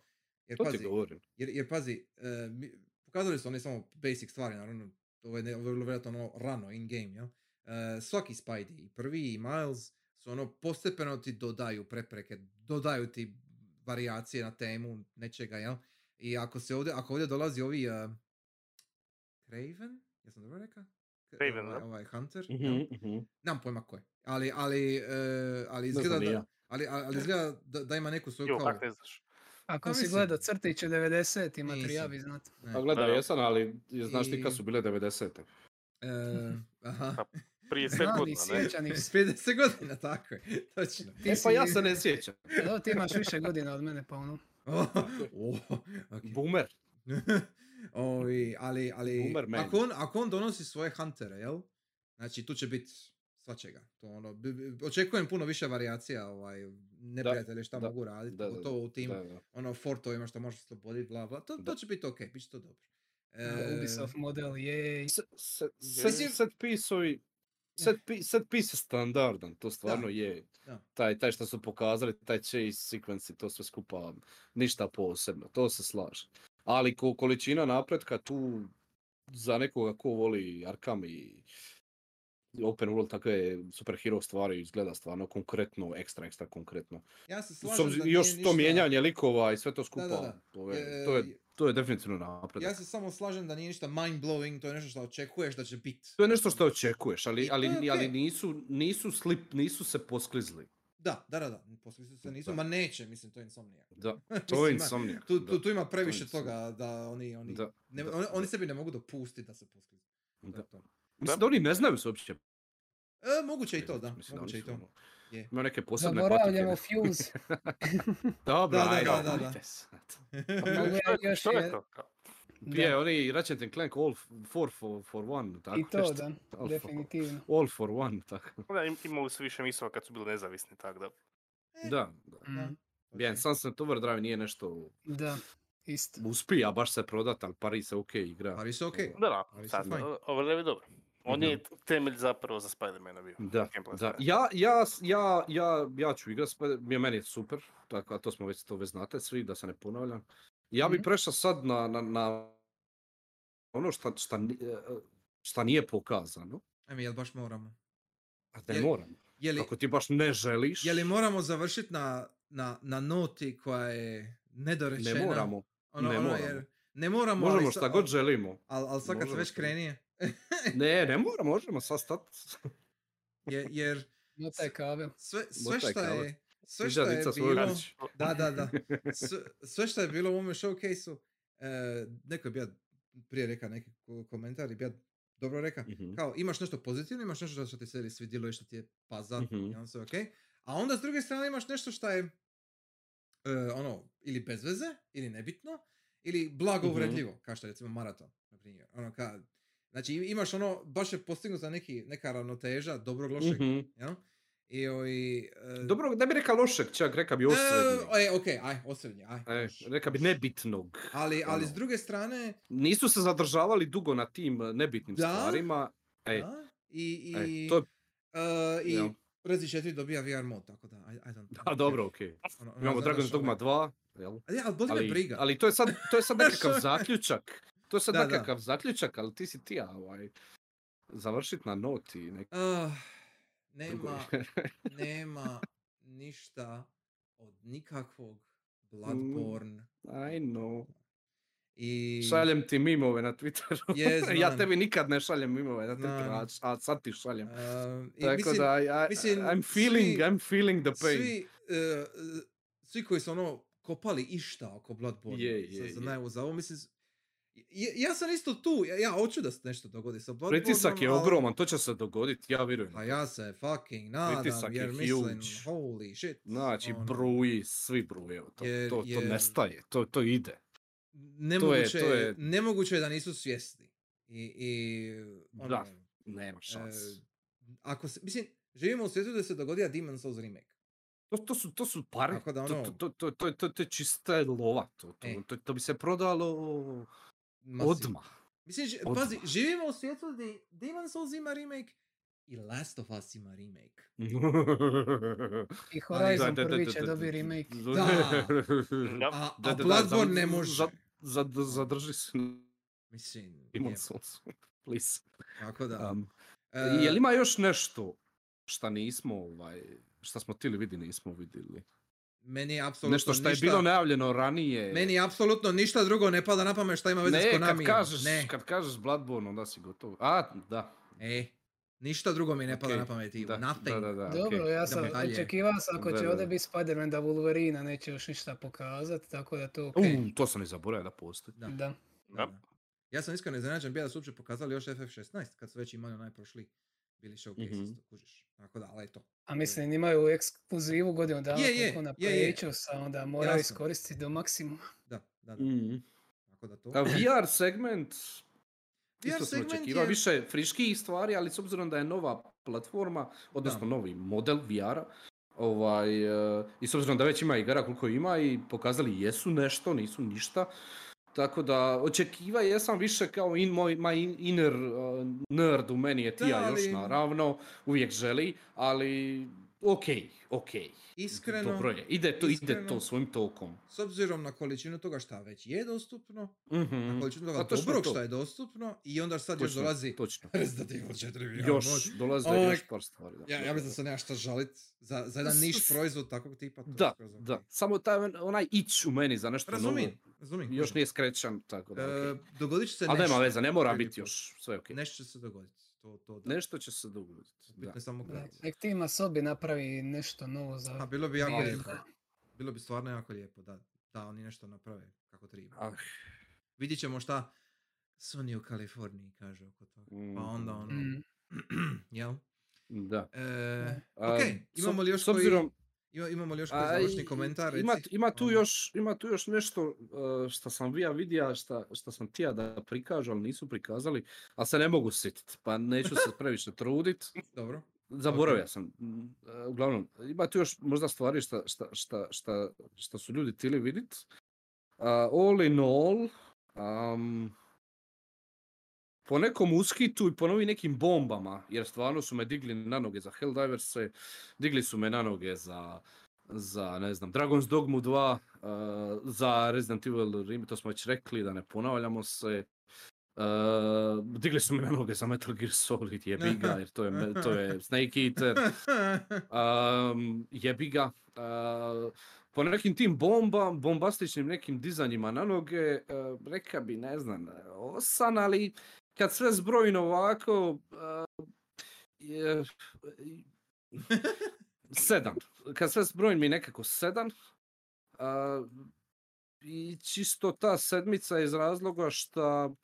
A: jer
E: To ti
A: pazi,
E: govorim.
A: jer, jer pazi, e, mi- pokazali su one samo basic stvari, naravno, ovo je ne- ovo je vrlo vjerojatno ono rano, in game, jel? E, svaki Spidey, i prvi i Miles, su ono postepeno ti dodaju prepreke, dodaju ti varijacije na temu nečega, jel? I ako se ovdje, ako ovdje dolazi ovi e, Craven, ja sam dobro rekao? K-
D: Craven,
A: ovaj,
D: da.
A: ovaj Hunter, jel?
E: Mhm, mhm.
A: nemam pojma ko je, ali, ali, e, ali
E: znam
A: izgleda
E: ni
A: da,
E: ja.
A: ali, ali ali izgleda da, da ima neku svoju
D: Jo,
A: kao...
D: kak ne znaš.
A: Pa
C: Ako si
A: mislim-
C: gledao crtiće 90
A: Nisam.
C: materijavi, znate.
A: ne,
E: Pa gledaj,
D: Evo.
E: jesam, ali je- znaš ti kad
A: I-
E: su bile 90-te.
A: e, aha.
D: Pa, Prije sve
C: Znam i
D: godina, ne?
C: sjećan ih se.
A: 50 godina, tako je, točno.
C: Ti
E: E,
C: si
E: pa ja
C: vi-
E: se ne sjećam.
C: Evo, ti imaš više godina od mene, pa ono.
A: O,
E: Tako je.
A: o, ok.
E: Boomer.
A: Ovi, ali, ali
E: Boomer man.
A: ako, on, ako on donosi svoje huntere, jel? Znači, tu će biti svačega. To ono, bi- bi- očekujem puno više varijacija, ovaj, neprijatelje šta
E: da,
A: mogu raditi,
E: da, da,
A: pogotovo u tim
E: Da, da.
A: ono, fortovima što možeš sloboditi, bla, bla. To, to
E: Da.
A: će biti okej, bit će to dobro. E,
C: Uh, Ubisoft model, jej.
E: Se- se-
A: Mislim-
E: Set, set pisovi, set, pi, set pis je standardan, to stvarno je.
A: Eh. da.
E: Taj, taj što su pokazali, taj chase sequence i to sve skupa, ništa posebno, to se slaže. Ali ko, količina napretka tu za nekoga ko voli Arkham i Open World takve superhero stvari izgleda stvarno konkretno, ekstra, ekstra konkretno.
A: ja se
E: S
A: slažem
E: obzi-
A: da nije
E: još to
A: ništa-
E: mijenjanje likova i sve to skupa,
A: da, da.
E: to je-
A: E,
E: to, je, to je definitivno napredak.
A: Ja se samo slažem da nije ništa mind blowing, to je nešto što očekuješ da će biti.
E: To je nešto što očekuješ,
A: I
E: ali,
A: to
E: ali,
A: je
E: ali
A: okej.
E: nisu, nisu slip, nisu se posklizli.
A: Da, da, da, da. Poslušali se nisu,
E: Da.
A: ma neće, mislim, to je insomnija.
E: Da, to je
A: Mislim, ma,
E: insomnijak.
A: Tu, tu, tu ima previše
E: insomnija.
A: toga da oni, oni,
E: Da,
A: ne,
E: da,
A: oni, oni
E: da.
A: sebi ne mogu dopustiti da se poslušaju.
E: da. Mislim da oni ne znaju se uopće.
A: E, moguće i to, da.
E: Mislim
A: Moguće
E: oni
A: i
E: su
A: to.
E: ono-
A: Je.
E: Imaju neke posebne
C: Zaboravljamo
E: patike.
C: Fuse.
E: Dobro,
A: Da, da,
E: ajde,
A: da, da, da.
E: oprite se.
C: Mogu ja
D: Što je-
C: još
D: Što je
C: je-
D: to? kao?
E: Prije
C: Da.
E: oni Ratchet and Clank All f- Four for, for One, tako
C: I to,
E: nešto. Oh,
C: da,
E: All for-
C: definitivno.
E: All for One, tako.
D: Da, im- imali su više misova kad su bili nezavisni, tako da.
A: E,
E: Da, da.
A: Da.
C: Mm,
E: Bijan, Sunset Overdrive nije nešto
C: Da, isto.
E: uspija baš se prodat, ali Paris se okej igra.
A: Ali su okej.
E: Ovo-
D: Da,
A: Ali
D: da,
A: su
D: sad,
A: fajn.
D: o- Overdrive je dobro. On
E: Da.
D: je temelj zapravo za Spider-mana bio.
E: Da,
D: gameplay
E: da.
D: stvari.
E: Ja, ja, s- ja, ja, ja ću igrat, Spider- mi- meni je super, tako, a to smo već, to već znate svi, da se ne ponavljam. Ja bi
C: Mhm.
E: prešao sad na, na, na ono šta, šta, ni- e, e, šta nije pokazano,
A: Ajme, jel baš moramo?
E: a da je
A: Je-
E: moram.
A: Je li,
E: Ako ti baš ne želiš,
A: je li moramo završiti na, na, na noti koja je nedorečena? Ono,
E: ne moramo. ne moramo.
A: ne moramo. ali
E: Možemo
A: sa-
E: šta god želimo.
A: Al, al sad kad se
E: Možemo
A: već
E: šta god.
A: krenije,
E: Ne, ne moramo, možemo sastat.
A: je- jer
C: No taj kabel.
A: sve, sve
E: Motaj
A: šta
E: kava.
A: je, sve šta je bilo,
E: Kaži.
A: da, da, da, sve, sve šta je bilo u ovome showcase-u, e, neko je bio prije rekao neki ko- komentar i bio dobro rekao,
E: Mhm.
A: kao imaš nešto pozitivno, imaš nešto što ti se svidjelo i što ti je paza,
E: Mhm.
A: i on sve okej. A onda s druge strane imaš nešto što je e, ono, ili bez veze, ili nebitno, ili blago
E: Mhm.
A: uvredljivo, kao što je recimo maraton, na primjer. Ono ka, znači im- imaš ono, baš je postignuta neki, neka ravnoteža dobrog lošeg,
E: Mhm.
A: jel? I ovi... e,
E: Dobro, ne bi rekao lošeg čak, reka bi
A: e,
E: osrednji.
A: E, okej, aj, osrednji, aj.
E: E,
A: može.
E: reka bi nebitnog.
A: Ali, ali s
E: ono.
A: druge strane,
E: Nisu se zadržavali dugo na tim e, nebitnim
A: Da?
E: stvarima. E,
A: da, i,
E: e,
A: i,
E: to je,
A: e, i
E: jel?
A: Rezi 4 dobija VR mod, tako da, I, I don't
E: a
A: care.
E: dobro, okej.
A: Ono- ono,
E: Imamo
A: znaš,
E: Dragon's
A: ono-
E: Dogma 2, jel?
A: Ali, ali boli me
E: Ali,
A: briga.
E: ali to je sad, to je sad nekakav
A: Znaš, ono-
E: zaključak. To je sad
A: Da, da.
E: nekakav zaključak, ali ti si ti, ja, ovaj, završit na noti. Nek...
A: Ah, nema,
E: drugoj.
A: nema ništa od nikakvog
E: Mm.
A: Bloodborne
E: I know.
A: i...
E: Šaljem ti mimove na Twitteru.
A: Je,
E: ja
A: znam.
E: tebi nikad ne šaljem mimove na Twitteru, a,
A: Znam.
E: a sad ti šaljem.
A: eh, i
E: Tako
A: mislim,
E: da, I, I,
A: mislim,
E: I'm feeling,
A: svi-
E: I'm feeling the pain.
A: svi, eh, svi koji su ono kopali išta oko Bloodborne
E: Je,
A: za-
E: je,
A: za,
E: je.
A: najavu za ovo, mislim, s- ja, ja sam isto tu, ja, ja hoću da se nešto dogodi sa Bloodborne.
E: Pritisak je ogroman, to će se dogoditi, ja vjerujem.
A: A ja se fucking nadam,
E: Pritisak je
A: jer mislim,
E: huge.
A: holy shit.
E: Znači,
A: ono,
E: bruji, svi bruje. To,
A: Jer-
E: to, to
A: jer-
E: nestaje, to, to ide.
A: Nemoguće,
E: to je-
A: je, nemoguće je da nisu svjesni. I, i ono,
E: Da, Nema šans.
A: E, ako se, mislim, živimo u svijetu da se dogodija Demon Souls remake.
E: To, to, su, to su pare,
A: Tako da
E: to,
A: ono-
E: to, to, to, to, to je čista lova, to, to,
A: E.
E: to, to bi se prodalo
A: Masiv.
E: odmah.
A: Mislim, ži-
E: odmah.
A: pazi, živimo u svijetu da Demon Souls ima remake i Last of Us ima remake.
C: I Horizon
E: da, da,
C: prvi
E: da,
C: će
E: da, da,
C: dobiti
E: da.
C: remake.
D: Da.
A: A,
E: Da,
A: a
E: da, da,
A: Bloodborne
E: zam-
A: ne
E: zam-
A: može.
E: Zad- zadrži se na
A: Mislim,
E: Demon
A: je,
E: Souls, please.
A: tako da.
E: Um,
A: e,
E: Jel ima još nešto šta nismo, ovaj, šta smo tili vidi, nismo vidjeli?
A: meni je apsolutno
E: Nešto šta je bilo najavljeno ranije.
A: Meni apsolutno ništa drugo ne pada na pamet šta ima veze s
E: ne, kad
A: Konami.
E: kažeš,
A: ne,
E: kad kažeš Bloodborne, onda si gotov. A, da.
A: e, ništa drugo mi ne pada
E: okej,
A: na pamet. Ivo,
E: Da,
A: Nothing.
E: da, da, da, okej.
C: Dobro, ja sam
A: Idemo dalje.
C: očekivao sam ako
E: Da,
C: će
E: da,
C: ovdje
E: da.
C: biti Spider-Man da Wolverina neće još ništa pokazati, tako da to ok.
E: U, to sam i zaboravio da postoji.
A: Da.
C: Da.
A: Da,
D: Da.
A: da. Ja sam iskreno iznenađen bio da su uopće pokazali još FF16 kad su već imali onaj prošli bili showcase
E: Mhm.
A: isto, kužiš. Tako da, ali to.
C: A mislim, imaju ekskluzivu godinu dana
A: Je, je,
C: koliko na
A: je, je.
C: Play-u, sa onda moraju
A: Jasno.
C: iskoristiti do maksimuma.
A: Da, da, da.
E: Mhm.
A: Tako da to.
E: A VR segment,
A: VR
E: isto smo
A: segment
E: očekivali,
A: je-
E: više friških stvari, ali s obzirom da je nova platforma, odnosno novi model VR-a, ovaj, e, i s obzirom da već ima igara koliko ima i pokazali jesu nešto, nisu ništa, tako da očekiva jesam više kao in moj, my in- inner e, nerd u meni je
A: Da,
E: tija
A: ali-
E: još naravno, uvijek želi, ali okej, okej,
A: Iskreno,
E: dobro je, ide to, ide
A: iskreno.
E: to svojim tokom.
A: s obzirom na količinu toga šta već je dostupno, na
E: Mhm,
A: količinu toga
E: Pa točno
A: dobrog
E: to.
A: šta je dostupno i onda sad još
E: Točno,
A: dolazi
E: točno.
A: Resident Evil 4 VR mod.
E: Još, dolaze
A: Ovaj,
E: još par stvari. Da.
A: Ja, ja mislim da se nema šta žalit za, za jedan
E: S-
A: niš
E: s-
A: proizvod takvog tipa. to je
E: Da,
A: skroz
E: da.
A: okej.
E: Samo taj on- onaj ić u meni za nešto
A: Razumijem, razumijem.
E: novo. Još
A: kužim.
E: nije skrećan, tako da okej.
A: E, dogodit će se
E: Ali nema
A: nešto.
E: veze, ne mora
A: drugi
E: biti
A: put.
E: još, sve okej.
A: Nešto će se dogoditi. To, to, da.
E: Nešto će se dogoditi.
A: Bitno
E: Da.
A: je samo
C: Da.
A: kad.
C: Nek ti ima sobi napravi nešto novo
A: A
C: za
A: bilo bi jako
C: VR,
A: lijepo.
C: da.
A: Bilo bi stvarno jako lijepo da, da oni nešto naprave kako treba.
E: Ah,
A: Vidjet ćemo šta Sony u Kaliforniji kaže oko toga. Pa onda ono,
C: Mm.
A: jel?
E: Da.
A: E,
E: A,
A: ok,
E: s-
A: imamo li još
E: s obzirom,
A: ima, imamo li još
E: a,
A: koji završni
E: i-
A: komentar?
E: Ima,
A: reci?
E: ima, tu
A: Ono,
E: još, ima tu još nešto uh, što sam ja vidio, šta, šta sam tija da prikažu, ali nisu prikazali, a se ne mogu sjetiti, pa neću se previše trudit.
A: Dobro.
E: Zaboravio sam. m, e, Uglavnom, ima tu još možda stvari šta, šta, šta, šta, šta su ljudi tili vidit. A, all in all, am, po nekom uskitu i po novim nekim bombama, jer stvarno su me digli na noge za Helldivers, digli su me na noge za, za ne znam, Dragon's Dogmu 2, e, za Resident Evil Remake, to smo već rekli, da ne ponavljamo se. Uh, digli su me na noge za Metal Gear Solid, jebi ga, jer to je, me- to je Snake
A: E,
E: Eater, um, jebi ga. Uh, po nekim tim bomba, bombastičnim nekim dizanjima na noge, uh, reka bi, ne znam, osan, ali kad sve zbrojno ovako, uh, je, sedam. Kad sve zbrojim mi nekako sedam. Uh, I čisto ta sedmica iz razloga što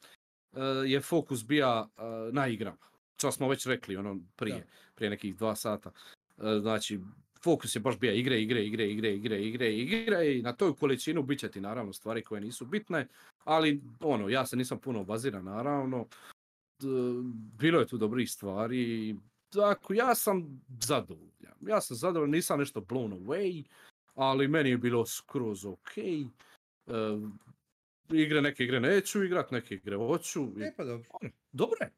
E: je fokus bija uh, na igrama. Što smo već rekli ono prije,
A: Da.
E: prije nekih dva sata. Uh, znači, fokus je baš bija igre, igre, igre, igre, igre, igre, igre i na toj količinu bit će ti naravno stvari koje nisu bitne, ali ono, ja se nisam puno obaziran naravno. D- Bilo je tu dobrih stvari, tako ja sam zadovoljan. Ja sam zadovoljan, nisam nešto blown away, ali meni je bilo skroz ok. igre, neke igre neću igrat, neke igre hoću. i
A: E pa dobro.
E: Dobro je.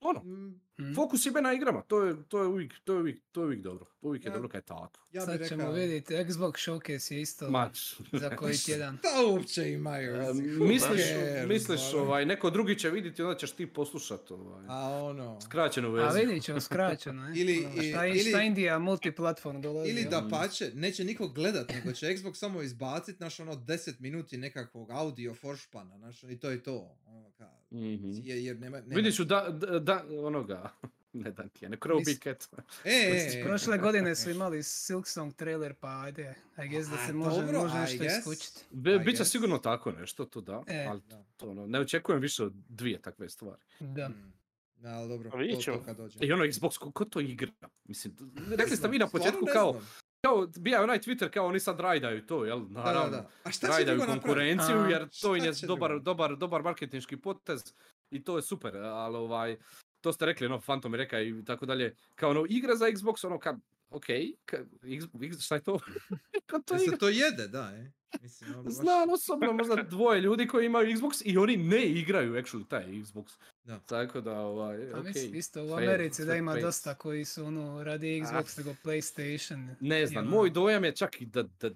E: Ono,
A: Mm,
C: Mhm.
E: fokus je bio na igrama, to je, to je uvijek, to je uvijek, to je uvijek dobro. Uvijek je
A: Ja-
E: dobro kad je tako.
A: Ja bih
C: Sad ćemo
A: rekao,
C: vidjeti, Xbox Showcase je isto
E: Mač.
C: za koji tjedan.
A: šta uopće imaju?
E: E,
A: mislim, who
E: misliš,
A: cares,
E: misliš
A: ono?
E: ovaj, neko drugi će vidjeti, onda ćeš ti poslušat ovaj,
A: A ono...
E: skraćenu
C: A
E: verziju.
C: vidit ćemo skraćeno, ne?
A: Ili-
C: Ono, šta,
A: i-
C: šta
A: ili-
C: Indija multiplatform dolazi?
A: Ili
C: ono?
A: da pače, neće niko gledat, nego će Xbox samo izbacit, naš ono 10 minuti nekakvog audio foršpana, znaš, i to je to. Ono, ka,
E: Mhm.
A: jer, jer nema, nema.
E: Vidiš u da, da, da- onoga, ne dan ti je, ne Crow
C: Mis-
E: Big Cat.
A: E, e, e,
C: Prošle godine su imali Silksong trailer, pa ajde, I guess da
A: A,
C: se može,
A: dobro,
C: može
A: I
C: nešto
A: guess.
C: iskučiti.
E: Bi-
A: I
E: Biće
A: guess.
E: sigurno tako nešto, to da,
C: E.
E: ali
A: Da.
E: to ono, ne očekujem više od dvije takve stvari.
C: Da.
A: Mm. Da, ali dobro,
D: A vidit
A: to,
D: ćemo.
A: to kad dođe.
E: I ono Xbox, ko, ko to igra? Mislim, rekli ste
A: Stvarno
E: vi na početku
A: ne
E: kao,
A: znam.
E: kao, bija onaj Twitter kao oni sad rajdaju to, jel?
A: Da, da,
E: Naravno.
A: da. A šta će
E: rajdaju
A: drugo napraviti?
E: konkurenciju,
C: A,
E: jer to im
A: šta
E: je
A: će
E: dobar,
A: drugo?
E: dobar, dobar marketinški potez i to je super, ali ovaj, to ste rekli, ono, Phantom je reka i tako dalje, kao ono, igra za Xbox, ono, ka, ok, ka, X- X- šta je to? Kao to
A: Jel
E: igra?
A: se to jede, da, e. Mislim, ono, baš-
E: Znam osobno možda dvoje ljudi koji imaju Xbox i oni ne igraju actually taj Xbox.
A: Da.
E: Tako da, ovaj,
C: Pa
E: okej.
C: mislim, isto u
E: fair,
C: Americi da
E: fair
C: ima
E: play.
C: dosta koji su ono, radi Xbox nego PlayStation.
E: Ne znam,
C: Jel,
E: moj
A: ono-
E: dojam je čak i da, da,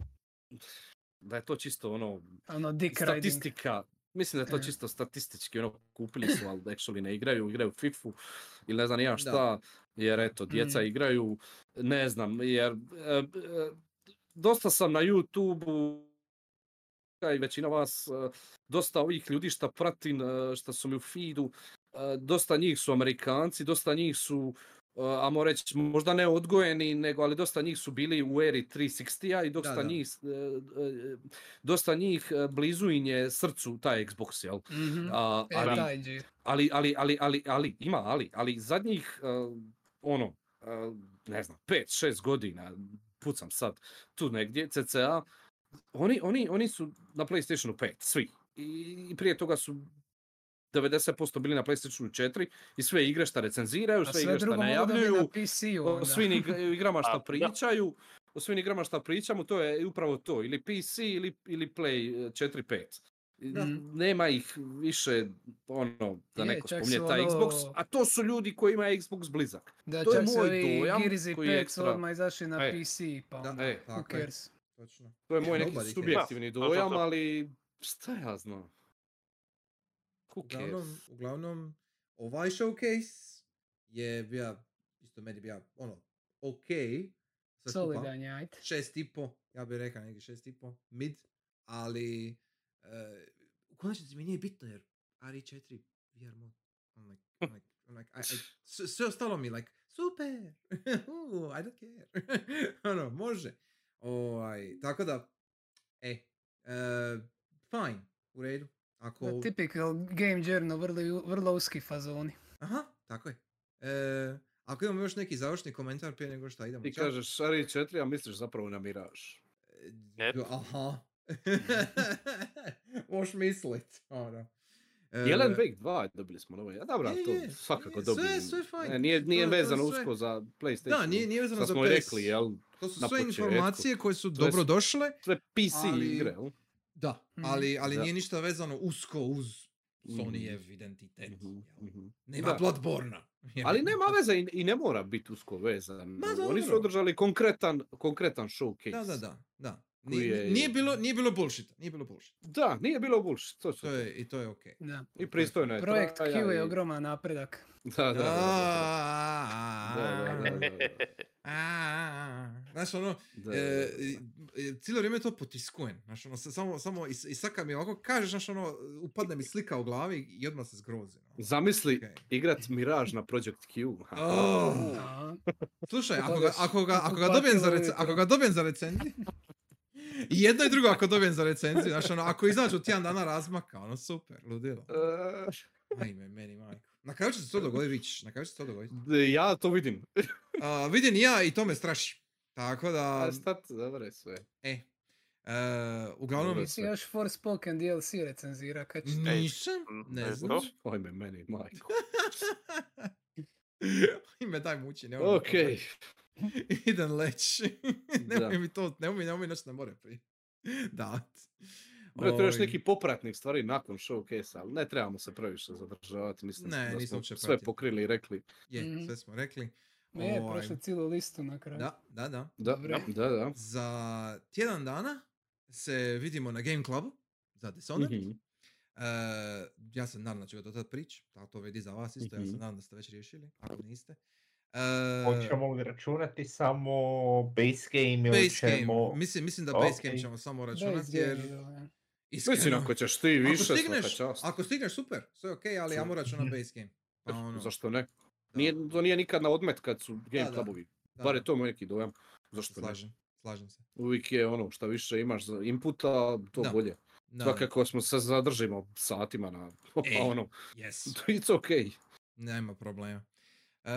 E: da je to čisto ono,
C: Ono, dick riding.
E: statistika. Mislim da je to
C: E.
E: čisto statistički, ono, kupili su, ali actually ne igraju, igraju FIFA ili ne znam ni ja šta, jer eto, djeca
C: Mm.
E: igraju, ne znam, jer e, e, dosta sam na YouTube-u a i većina vas, e, dosta ovih ljudi šta pratim, e, šta su mi u feedu, e, dosta njih su Amerikanci, dosta njih su, e, amo reći, možda ne odgojeni, nego, ali dosta njih su bili u eri 360-a i dosta
A: da.
E: njih, s- e, e, dosta njih e, blizu im je srcu taj Xbox, jel?
C: Mhm.
E: A,
C: E,
E: ali,
C: taj G.
E: ali, ali, ali, ali, ali, ima ali, ali zadnjih, uh, ono, uh, ne znam, 5-6 godina, pucam sad tu negdje, CCA, oni, oni, oni su na Playstationu 5, svi. I, i prije toga su 90% bili na Playstationu 4 i sve igre šta recenziraju,
C: A
E: sve,
C: sve
E: igre šta
C: drugo mora da bi na
E: najavljuju,
C: PC-u
E: o
C: onda.
E: svim ig- igrama
D: Pa,
E: šta
D: da.
E: pričaju, o svim igrama šta pričamo, to je upravo to, ili PC ili, ili Play eh, 4-5. I
C: Da.
E: Nema ih više, ono, da
C: Je,
E: neko
C: čak
E: spominje
C: su
E: taj Xbox,
C: ono-
E: a to su ljudi koji imaju Xbox blizak.
C: Da,
E: to je
C: čak su
E: moj
C: ovi
E: dojam
C: Gears i
E: koji je
C: 5 su
E: ekstra.
C: odmah izašli na
E: E.
C: PC, pa
A: Da,
C: onda,
E: E,
C: who
A: tako je,
C: cares.
A: točno.
E: to je moj
A: Nobody
E: neki
A: cares.
E: subjektivni
D: Da, to je to.
E: dojam, ali šta ja znam. Who cares?
A: Uglavnom, uglavnom, ovaj showcase je bio, isto meni bio, ono, ok. sve skupa.
C: Solidan je, ajde.
A: šest i po, ja bih rekao neki šest i po, mid, ali eh, u konačnici mi nije bitno jer RE4 VR mod, I'm like, I'm like, I'm like, I, I, sve- sve ostalo mi like, super, Uu, I don't care, ono, može, ovaj, tako da, e, eh, fine, u redu, ako,
C: Da, Typical game journal, vrlo, vrlo uski fazoni.
A: aha, tako je, Eh, ako imamo još neki završni komentar prije nego što idemo
E: Ti
A: ča-
E: kažeš Shari 4, a misliš zapravo na Mirage.
A: E,
D: Yep.
A: do- Aha. Moš mislit. Ono. E,
E: Jelen Wake 2 dobili smo novo. Ja dobro,
A: je,
E: to
A: je,
E: svakako
A: je, sve-
E: dobili.
A: sve fajn.
E: Ne, nije, nije
A: To- to je
E: vezano
A: sve-
E: usko za PlayStation.
A: Da, nije, nije vezano
E: Šta
A: za
E: smo i
A: PES.
E: rekli, jel?
A: To su
E: na
A: sve
E: početku.
A: informacije koje su
E: To je s-
A: dobro došle.
E: Sve PC
A: Ali-
E: igre, jel?
A: Da,
C: Mhm.
A: ali, ali
E: Da.
A: nije ništa vezano usko uz
E: Mhm.
A: Sonyjev identitet.
E: Mhm,
A: jel?
E: mhm.
A: Nema
E: Da.
A: Bloodborne-a.
E: Ali nema veze i, i ne mora biti usko vezan.
A: Ma
E: Oni su
A: dobro.
E: održali konkretan, konkretan showcase.
A: Da, da, da. da.
E: koji
A: Nije,
E: je-
A: nije bilo, nije bilo bullshita, nije bilo bullshita.
E: Da, nije bilo bullshit,
A: To
E: točno.
A: je, I to je okej.
C: Da.
E: I pristojno E, je.
C: Projekt
E: traja
C: Q
E: i-
C: je ogroman napredak.
E: Da, da, da, da.
A: Da,
E: Da, da, da, da, da.
A: A, Znaš, ono,
E: Da, da,
A: e,
E: da, da.
A: i- i cijelo vrijeme je to potiskujem. Znaš, ono, s- samo, samo i, s- i saka mi ovako kažeš, znaš, ono, upadne mi slika u glavi i odmah se zgrozi. no.
E: Zamisli
A: Okej.
E: igrat Mirage na Project Q.
A: Oh,
C: A,
A: slušaj,
C: To
A: ako ga,
C: odeš
A: ako ga, ako ga
C: u
A: dobijem za
C: patilo
A: rec-
C: ujutro.
A: ako ga dobijem za recenziju, i jedno i drugo ako dobijem za recenziju, znaš, ono, ako izađu tjedan dana razmaka, ono, super, ludilo.
E: E,
A: Ajme, meni, majko. Na kraju će se to dogoditi, vidiš, na kraju će se to dogoditi.
E: d- E, ja to vidim.
A: A, vidim i ja i to me straši. Tako da,
E: A šta ti zavre sve?
A: e, e, uglavnom,
E: Dobro.
C: nisi još Forspoken DLC recenzira, kad će...
A: nisam,
D: Mm,
A: ne
D: ne
A: znam.
D: znam.
E: Ojme, meni, majko.
A: Ime daj muči, nemoj. mi to
E: Okej.
A: daj. Idem leć. nemoj
E: Da.
A: mi to, nemoj mi, nemoj mi noć na more prije. Da.
E: Bro, trebaš
A: Ovaj,
E: neki popratnik stvari nakon showcase, ali ne trebamo se previše zadržavati, mislim
A: Ne,
E: da
A: nisam
E: smo
A: uopće
E: sve
A: pratio.
E: pokrili i rekli.
A: Ovaj, Je,
C: Mhm.
A: sve smo rekli.
C: Ne, je
A: Ovaj,
C: prošlo cijelu listu na kraju.
A: Da, da, da.
E: Da,
C: Dobro.
E: da, da.
A: Za tjedan dana se vidimo na Game Clubu za Dishonored.
E: Mhm.
A: E, ja se nadam da će ga do tad prići, tako to vidi za vas isto, ja se
E: Mhm.
A: nadam da ste već riješili, ako niste. E,
B: Hoćemo li računati samo base game ili
A: Eh, base game,
B: ćemo...
A: mislim, mislim da base game
B: Ok.
A: ćemo samo
C: Da, ovaj.
A: računati,
C: izgleda,
A: jer
C: da, ja.
E: Mislim,
A: iskreno,
E: ako ćeš ti više,
A: ako
E: svaka
A: stigneš,
E: čast.
A: ako stigneš, super, sve ok, ali ja
E: Sve.
A: moram računati base game. Pa ono,
E: Zašto ne? Nije, to nije nikad na odmet kad su game
A: da,
E: clubovi.
A: da,
E: Bar
A: da,
E: je to moj neki dojam. Zašto ne?
A: Slažem, slažem se.
E: Uvijek je ono, šta više imaš za inputa, to
A: Da.
E: bolje.
A: Da, E, da,
E: Svakako smo se zadržimo satima na
A: Ej.
E: pa ono,
A: yes,
E: it's okay.
A: nema problema. E,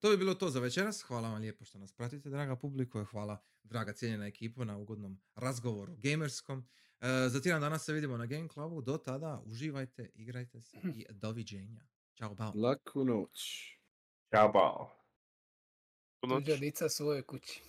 A: to bi bilo to za večeras, hvala vam lijepo što nas pratite, draga publiko, hvala draga cijenjena ekipa na ugodnom razgovoru gamerskom. E, za tjedan danas se vidimo na Game Clubu. Do tada uživajte, igrajte se i doviđenja. Ćao, bao.
E: Laku noć.
B: Čabao.
D: Noć.
C: Uđa dica svojoj kući.